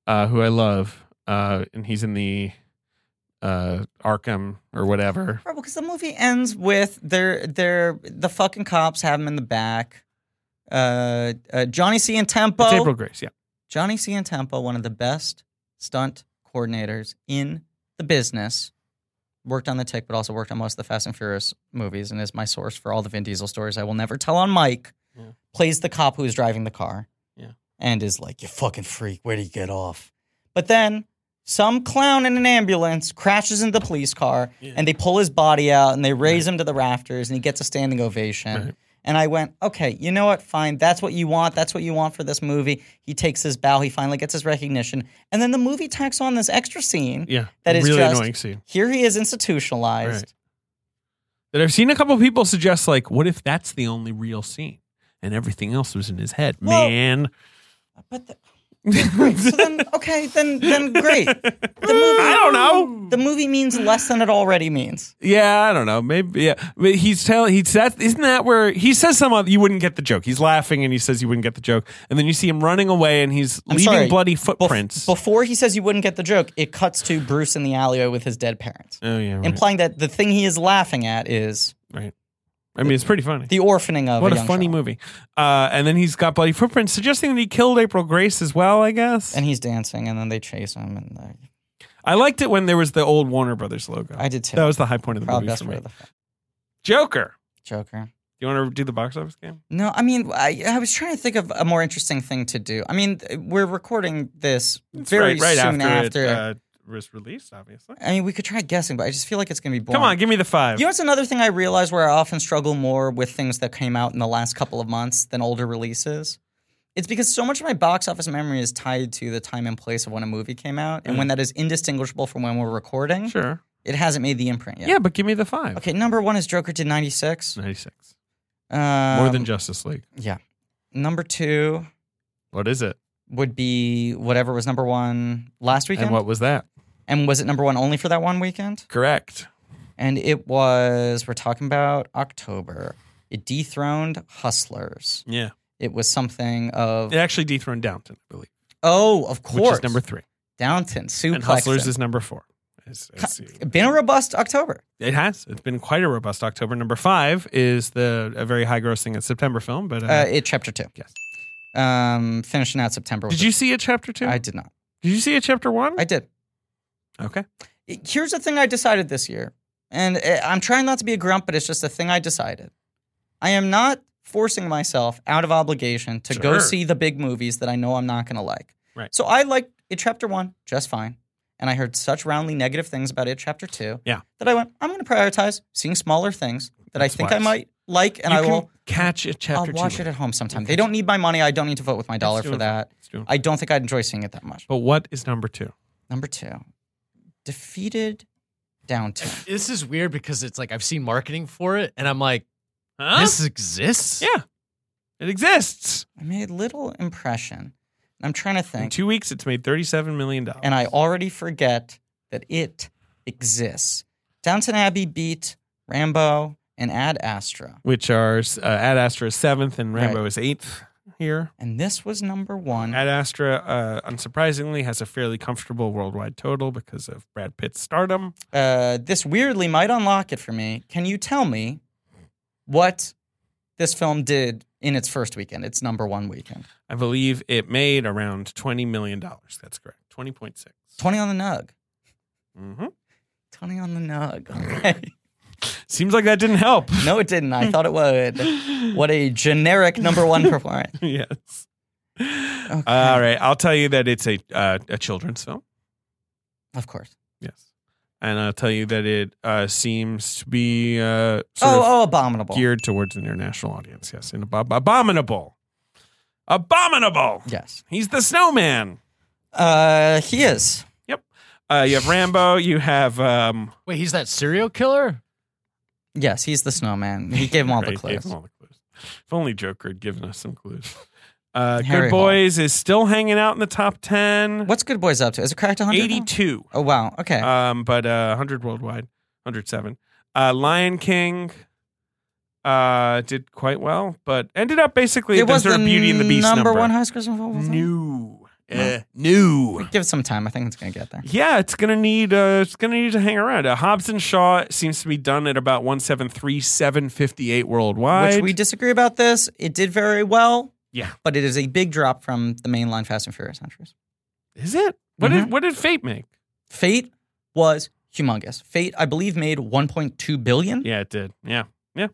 uh, who I love, uh, and he's in the uh, Arkham or whatever. right, because the movie ends with they're, they're, the fucking cops have him in the back. Uh, uh, Johnny C. and It's April Tempo. Grace, yeah. Johnny C. and Tempo, one of the best stunt coordinators in the business, worked on the tick, but also worked on most of the Fast and Furious movies and is my source for all the Vin Diesel stories I will never tell on Mike. Yeah. Plays the cop who is driving the car. Yeah. And is like, you fucking freak, where do you get off? But then some clown in an ambulance crashes into the police car Yeah. and they pull his body out and they raise him to the rafters and he gets a standing ovation. Right. And I went, okay, you know what? Fine. That's what you want. That's what you want for this movie. He takes his bow. He finally gets his recognition. And then the movie tacks on this extra scene. Yeah, That is really just- annoying scene. Here he is institutionalized. Right. That I've seen a couple people suggest, like, what if that's the only real scene and everything else was in his head, Well- man? But the, so then, okay, then then great. The movie, I don't know. The movie means less than it already means. Yeah, I don't know. Maybe yeah. But he's telling he's that isn't that where he says something you wouldn't get the joke. He's laughing and he says you wouldn't get the joke, and then you see him running away and he's I'm leaving sorry. bloody Bef- footprints. Before he says you wouldn't get the joke, it cuts to Bruce in the alleyway with his dead parents, oh yeah, right. implying that the thing he is laughing at is I mean it's pretty funny. the orphaning of What a, a young funny child. movie. Uh, and then he's got bloody footprints, suggesting that he killed April Grace as well, I guess. And he's dancing, and then they chase him, and uh, I liked it when there was the old Warner Brothers logo. I did too. that was the high point of the Proud movie best for me. part of the f- Joker. Joker. Do you want to do the box office game? No, I mean, I, I was trying to think of a more interesting thing to do. I mean, th- we're recording this It's very right, right soon after, after. it uh, was released, obviously. I mean, we could try guessing, but I just feel like it's going to be boring. Come on, give me the five. You know, it's another thing I realize where I often struggle more with things that came out in the last couple of months than older releases. It's because so much of my box office memory is tied to the time and place of when a movie came out, and when that is indistinguishable from when we're recording, Mm. sure. it hasn't made the imprint yet. Yeah, but give me the five. Okay, number one is Joker did ninety six. 96. Um, More than Justice League. yeah. Number two What is it? would be whatever was number one last weekend, And what was that? and was it number one only for that one weekend? Correct. and it was we're talking about October. It dethroned Hustlers. Yeah. It was something of It actually dethroned Downton, I believe, oh, of course, which is number three. Downton suplex. And Hustlers him. is number four. It's- it's- been a robust October. It has. It's been quite a robust October. Number five is the a very high grossing at September film. But uh, Uh, it chapter two. Yes. Um, finishing out September. with did you see it chapter two? it. I did not. did you see it chapter one? I did. okay. Here's the thing I decided this year, and uh, I'm trying not to be a grump, but it's just a thing I decided. I am not forcing myself out of obligation to go Sure. see the big movies that I know I'm not going to like. Right. So I liked it chapter one just fine. And I heard such roundly negative things about it chapter two Yeah. that I went, I'm going to prioritize seeing smaller things that That's I think I wise. might like and You I can will catch it I'll chapter watch two. it at home sometime. Okay. They don't need my money. I don't need to vote with my dollar for doing that. It's doing- I don't think I'd enjoy seeing it that much. but what is number two? Number two, defeated downtown. This is weird because it's like I've seen marketing for it, and I'm like, Huh? this exists. Yeah. it exists. I made little impression. I'm trying to In think. two weeks, it's made thirty-seven million dollars. and I already forget that it exists. Downton Abbey beat Rambo and Ad Astra, which are uh, Ad Astra is seventh and Rambo Right. Mm-hmm. is eighth here. and this was number one. Ad Astra, uh, unsurprisingly, has a fairly comfortable worldwide total because of Brad Pitt's stardom. Uh, this weirdly might unlock it for me. Can you tell me what this film did in its first weekend? Its number one weekend. I believe it made around twenty million dollars. That's correct, twenty point six. Twenty on the nug. Mm-hmm. Twenty on the nug. Okay. Seems like that didn't help. no, it didn't. I thought it would. What a generic number one performance. yes. All right, I'll tell you that it's a uh, a children's film. Of course. Yes, and I'll tell you that it uh, seems to be uh, sort Oh, of oh, abominable. geared towards an international audience. Yes, and ab- abominable, abominable. Yes. He's the snowman. Uh, he is. Uh, you have Rambo. You have um, Wait, he's that serial killer? Yes, he's the snowman. He gave him all the Right, gave clues. him all the clues. If only Joker had given us some clues. Uh, Harry Good Boys is still hanging out in the top ten. What's Good Boys up to? Is it cracked 100? now? Eighty-two. Oh, wow. Okay. Um, but uh, hundred worldwide, hundred seven. Uh, Lion King. Uh, did quite well, but ended up basically it was sort the of Beauty and the Beast number, number, one highest grossing of all time. New, Eh, No. new. Give it some time. I think it's going to get there. Yeah, it's gonna need uh, it's gonna need to hang around. Uh, Hobbs and Shaw seems to be done at about one seven three seven fifty eight worldwide. Which we disagree about this. It did very well, yeah, but it is a big drop from the mainline Fast and Furious entries. is it? What Mhm. did what did Fate make? Fate was humongous. Fate, I believe, made 1.2 billion. Yeah, it did. Yeah, yeah.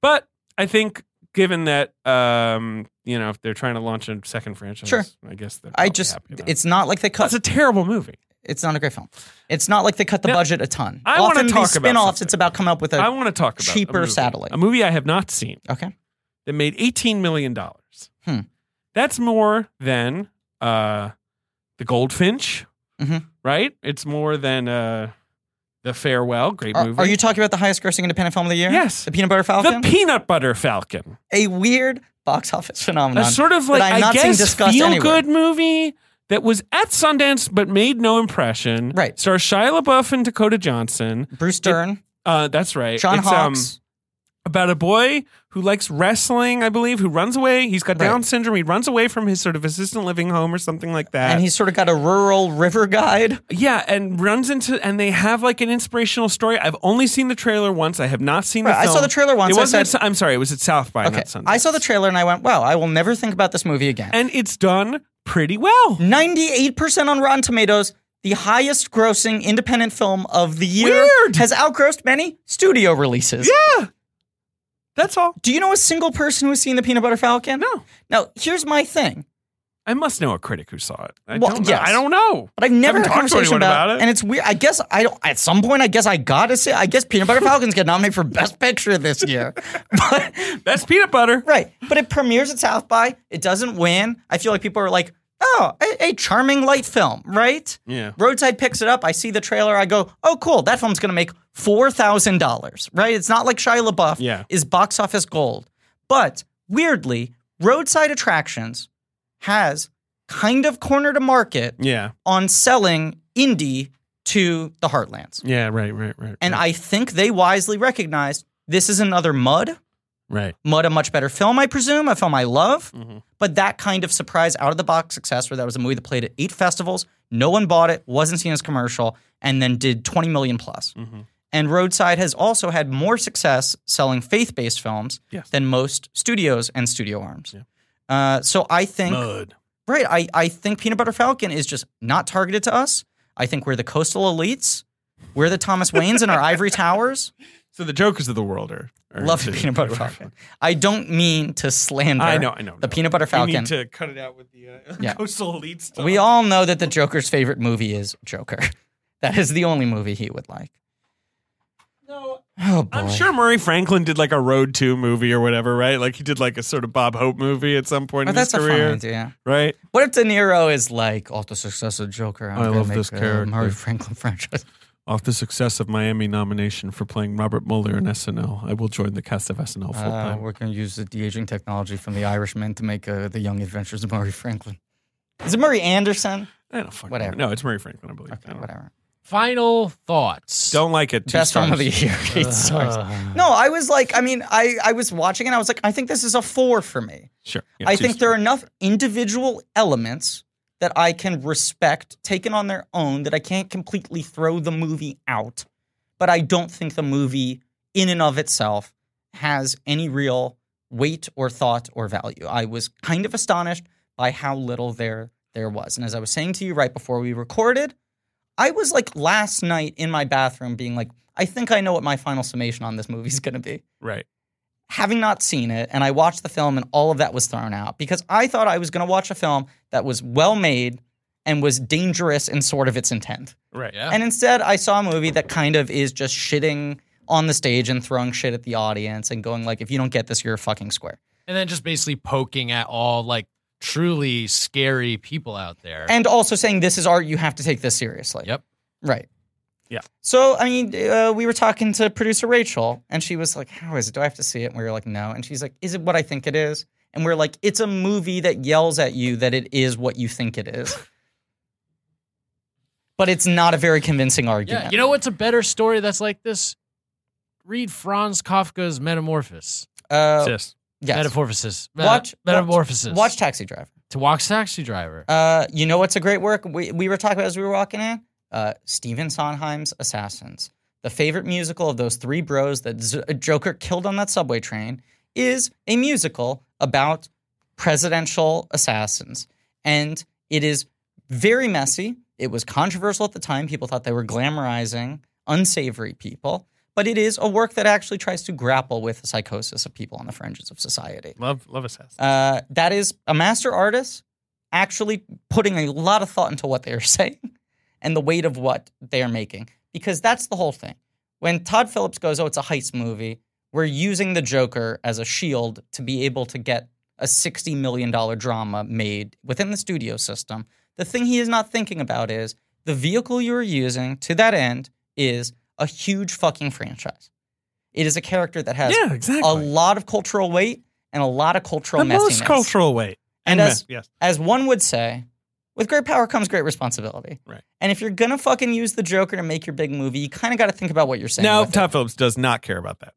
But I think given that um, you know if they're trying to launch a second franchise, Sure. I guess they're I probably just, happy about it. it's not like they cut. that's a terrible movie. it's not a great film. It's not like they cut the Now, budget a ton. I wanna Often talk about these spin-offs, something. it's about coming up with a. I want to talk about a cheaper movie. satellite. a movie I have not seen. okay. that made eighteen million dollars. Hmm. That's more than uh, the Goldfinch, Mhm. right? It's more than uh, the Farewell. Great Are, movie. are you talking about the highest grossing independent film of the year? Yes. The Peanut Butter Falcon? the Peanut Butter Falcon? a weird box office phenomenon. A sort of like that I'm I not seeing guess discussed feel anywhere. good movie that was at Sundance but made no impression. Right. Stars Shia LaBeouf and Dakota Johnson. Bruce Dern, Uh, that's right. John It's, um, Hawkes. about a boy who likes wrestling, I believe, who runs away. He's got Right. Down syndrome. He runs away from his sort of assistant living home or something like that. and he's sort of got a rural river guide. Yeah, and runs into and they have like an inspirational story. I've only seen the trailer once. I have not seen the Right, I film. saw the trailer once. It I wasn't. said- at Su- I'm sorry. It was at South by Okay. not Sundance. I saw the trailer and I went, wow, I will never think about this movie again. and it's done Mm. pretty well. 98% on Rotten Tomatoes, the highest grossing independent film of the year. Weird. Has outgrossed many studio releases. Yeah, that's all. Do you know a single person who has seen The Peanut Butter Falcon? No, Now, here's my thing. I must know a critic who saw it. I Well, don't. Know. yes. I don't know. But I've never Haven't had a talked to conversation anyone about, about it. And it's weird. I guess I don't. At some point, I guess I gotta say. I guess Peanut Butter Falcons get nominated for Best Picture this year. but That's peanut butter. right. But it premieres at South by. It doesn't win. I feel like people are like, oh, a, a charming light film, right? Yeah. Roadside picks it up. I see the trailer. I go, oh, cool. That film's gonna make four thousand dollars, right? It's not like Shia LaBeouf Yeah. is box office gold. But weirdly, Roadside Attractions has kind of cornered a market Yeah. on selling indie to the heartlands. Yeah. Right. Right. Right. And I think they wisely recognized this is another Mud. right. Mud, a much better film, I presume, a film I love. Mhm. But that kind of surprise out of the box success, where that was a movie that played at eight festivals, no one bought it, wasn't seen as commercial, and then did 20 million plus. Mhm. And Roadside has also had more success selling faith based films Yes. than most studios and studio arms. Yeah. Uh, so I think Mud. Right. I, I think Peanut Butter Falcon is just not targeted to us. I think we're the coastal elites. We're the Thomas Waynes in our ivory towers. So the jokers of the world are, are Love the into Peanut Butter Falcon. I don't mean to slander I know. I know. the no. Peanut Butter We Falcon. need to cut it out with the uh, Yeah. coastal elite stuff. We all know that the Joker's favorite movie is Joker. That is the only movie he would like. No, Oh, boy. I'm sure Murray Franklin did like a Road to movie or whatever, right? Like he did like a sort of Bob Hope movie at some point Oh, in that's a his fun career, idea. right? What if De Niro is like, oh, the success of Joker. I'm I gonna love make this a character." Murray Franklin franchise. Off the success of Miami nomination for playing Robert Mueller in SNL, I will join the cast of SNL full Uh, time. we're going to use the de aging technology from The Irishman to make uh, the Young Adventures of Murray Franklin. Is it Murray Anderson? I don't fucking Whatever. know. No, it's Murray Franklin, I believe. I Okay, don't, whatever. Final thoughts. don't like it. Two Best stars. film of the year. Eight Uh, stars. No, I was like, I mean, I, I was watching and I was like, I think this is a four for me. Sure. Yeah, I two think there stars. are enough individual elements that I can respect taken on their own that I can't completely throw the movie out. But I don't think the movie, in and of itself, has any real weight or thought or value. I was kind of astonished by how little there there was. And as I was saying to you right before we recorded, I was like last night in my bathroom being like, I think I know what my final summation on this movie is going to be Right. having not seen it and I watched the film and all of that was thrown out because I thought I was going to watch a film that was well made and was dangerous in sort of its intent. Right. Yeah. And instead, I saw a movie that kind of is just shitting on the stage and throwing shit at the audience and going like if you don't get this you're a fucking square. and then just basically poking at all like truly scary people out there. And also saying this is art you have to take this seriously. yep. Right. Yeah. So I mean, uh, we were talking to producer Rachel, and she was like, "How is it? Do I have to see it?" And we were like, "No." And she's like, "Is it what I think it is?" And we're like, "It's a movie that yells at you that it is what you think it is." But it's not a very convincing argument. Yeah. You know what's a better story that's like this? Read Franz Kafka's Metamorphosis. Uh, Sis. yes. Metamorphosis. Me- Watch- Metamorphosis. Watch Taxi Driver. to watch Taxi Driver. Uh, you know what's a great work? We, we were talking about as we were walking in? Uh, Steven Sondheim's Assassins. The favorite musical of those three bros that Z- uh, Joker killed on that subway train is a musical about presidential assassins. And it is very messy. It was controversial at the time. People thought they were glamorizing unsavory people. But it is a work that actually tries to grapple with the psychosis of people on the fringes of society. Love, love assassin. Uh, that is a master artist actually putting a lot of thought into what they're saying and the weight of what they're making. Because that's the whole thing. When Todd Phillips goes, oh, it's a heist movie, we're using the Joker as a shield to be able to get a $60 million drama made within the studio system. The thing he is not thinking about is the vehicle you are using to that end is a huge fucking franchise. It is a character that has Yeah, a exactly. lot of cultural weight and a lot of cultural the messiness. most cultural weight. and as, mess, yes. as one would say, with great power comes great responsibility. Right. And if you're gonna fucking use the Joker to make your big movie, you kind of got to think about what you're saying. No, with it. Todd Phillips does not care about that.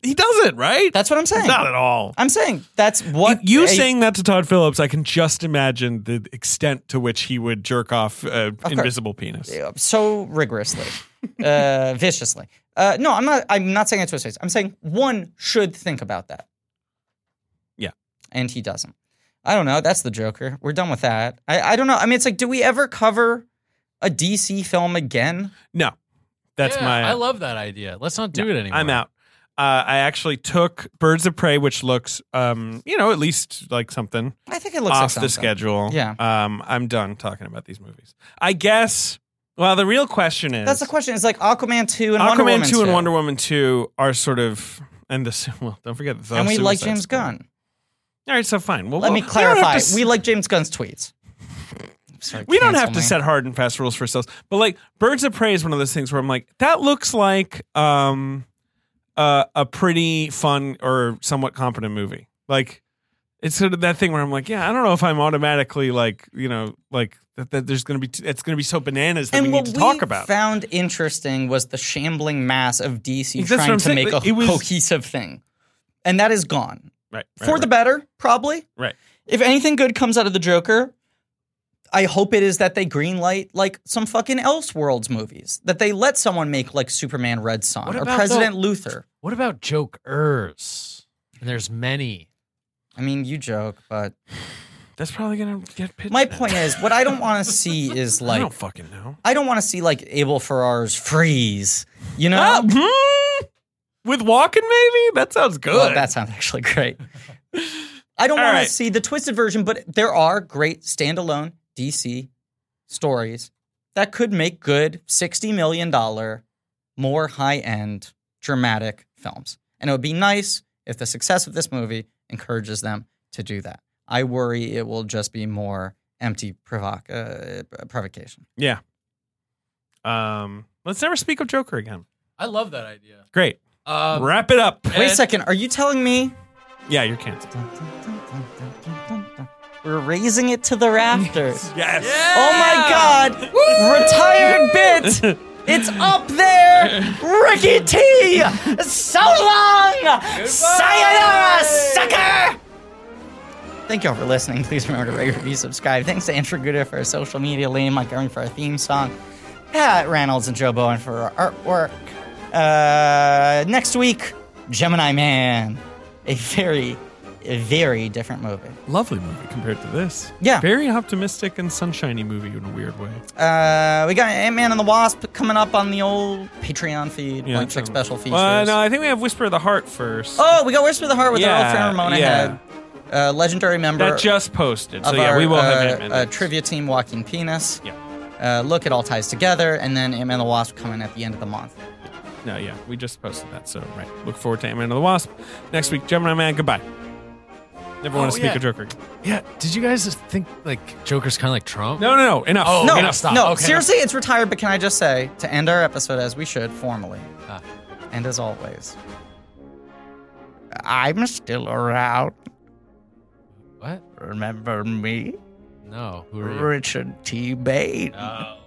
He doesn't, right? That's what I'm saying. not at all. I'm saying that's what you a- saying that to Todd Phillips, I can just imagine the extent to which he would jerk off uh, course. invisible penis. so rigorously, uh, viciously. Uh, no, I'm not. I'm not saying it to his face. I'm saying one should think about that. Yeah. and he doesn't. I don't know. That's the Joker. We're done with that. I, I don't know. I mean, it's like, do we ever cover a DC film again? No, that's Yeah, my. I love that idea. Let's not do it anymore. I'm out. Uh, I actually took Birds of Prey, which looks, um, you know, at least like something I think it looks like off something. the schedule. Yeah. Um, I'm done talking about these movies. I guess. Well, the real question is That's the question. It's like Aquaman two and Wonder Aquaman Woman two and Wonder Woman two are sort of and this. Well, don't forget. The and we like Suicide James Squad. Gunn. All right, so fine. Well, Let me well, we don't have to clarify. s- We like James Gunn's tweets. Sorry, we don't have cancel to me. set hard and fast rules for ourselves. But like Birds of Prey is one of those things where I'm like, that looks like um uh, a pretty fun or somewhat competent movie. Like it's sort of that thing where I'm like, yeah, I don't know if I'm automatically like, you know, like that, that there's gonna be t- it's gonna be so bananas that And we what need to talk we about. found interesting was the shambling mass of DC That's what trying I'm to saying. make a It was- cohesive thing, and that is gone right, right, for the better, probably. right. If anything good comes out of the Joker, I hope it is that they greenlight like some fucking Elseworlds movies that they let someone make like Superman Red Son What or about President Luther. What about jokers? And there's many. I mean, you joke, but That's probably gonna get pitched. my now. point is, what I don't want to see is I like don't fucking know. I don't want to see like Abel Ferrar's freeze. You know, Ah, hmm? With walking, maybe that sounds good. Well, that sounds actually great. I don't All want right. to see the twisted version, but there are great standalone DC stories that could make good sixty million dollar, more high end dramatic films, and it would be nice if the success of this movie encourages them to do that. I worry it will just be more empty provoc- uh, provocation. yeah. Um, let's never speak of Joker again. I love that idea. Great. Um, Wrap it up. Wait a And- second, are you telling me Yeah, you're canceled. We're raising it to the rafters. Yes. Oh my god! Retired bit! It's up there! Ricky T! So long! Sayonara, sucker! Thank y'all for listening. Please remember to rate, review, subscribe. Thanks to Andrew Guda for our social media, Liam Montgomery for our theme song, Pat Reynolds and Joe Bowen for our artwork. Uh, next week, Gemini Man. A very, a very different movie. Lovely movie compared to this. Yeah. Very optimistic and sunshiny movie in a weird way. Uh, we got Ant Man and the Wasp coming up on the old Patreon feed. Yeah, check special features. Well, uh, no, I think we have Whisper of the Heart first. Oh, we got Whisper of the Heart with our Yeah, old friend Ramona yeah. Head, uh, legendary member that just posted. of So yeah, our we will have uh, Ant-Man uh, next. trivia team, Walking Penis. Yeah. Uh, look, it all ties together, and then Ant Man and the Wasp coming at the end of the month. No, yeah, we just posted that. So right, look forward to Ant-Man and the Wasp next week. Gemini Man, goodbye. Never want Oh, to speak yeah. a Joker. again. Yeah. Did you guys just think like Joker's kind of like Trump? No, no, no, enough. Oh, No, enough. stop. no, Okay. seriously, it's retired. But can I just say to end our episode as we should formally, Ah. and as always, I'm still around. What? Remember me, No. Who are you? Richard T. Bain. Oh.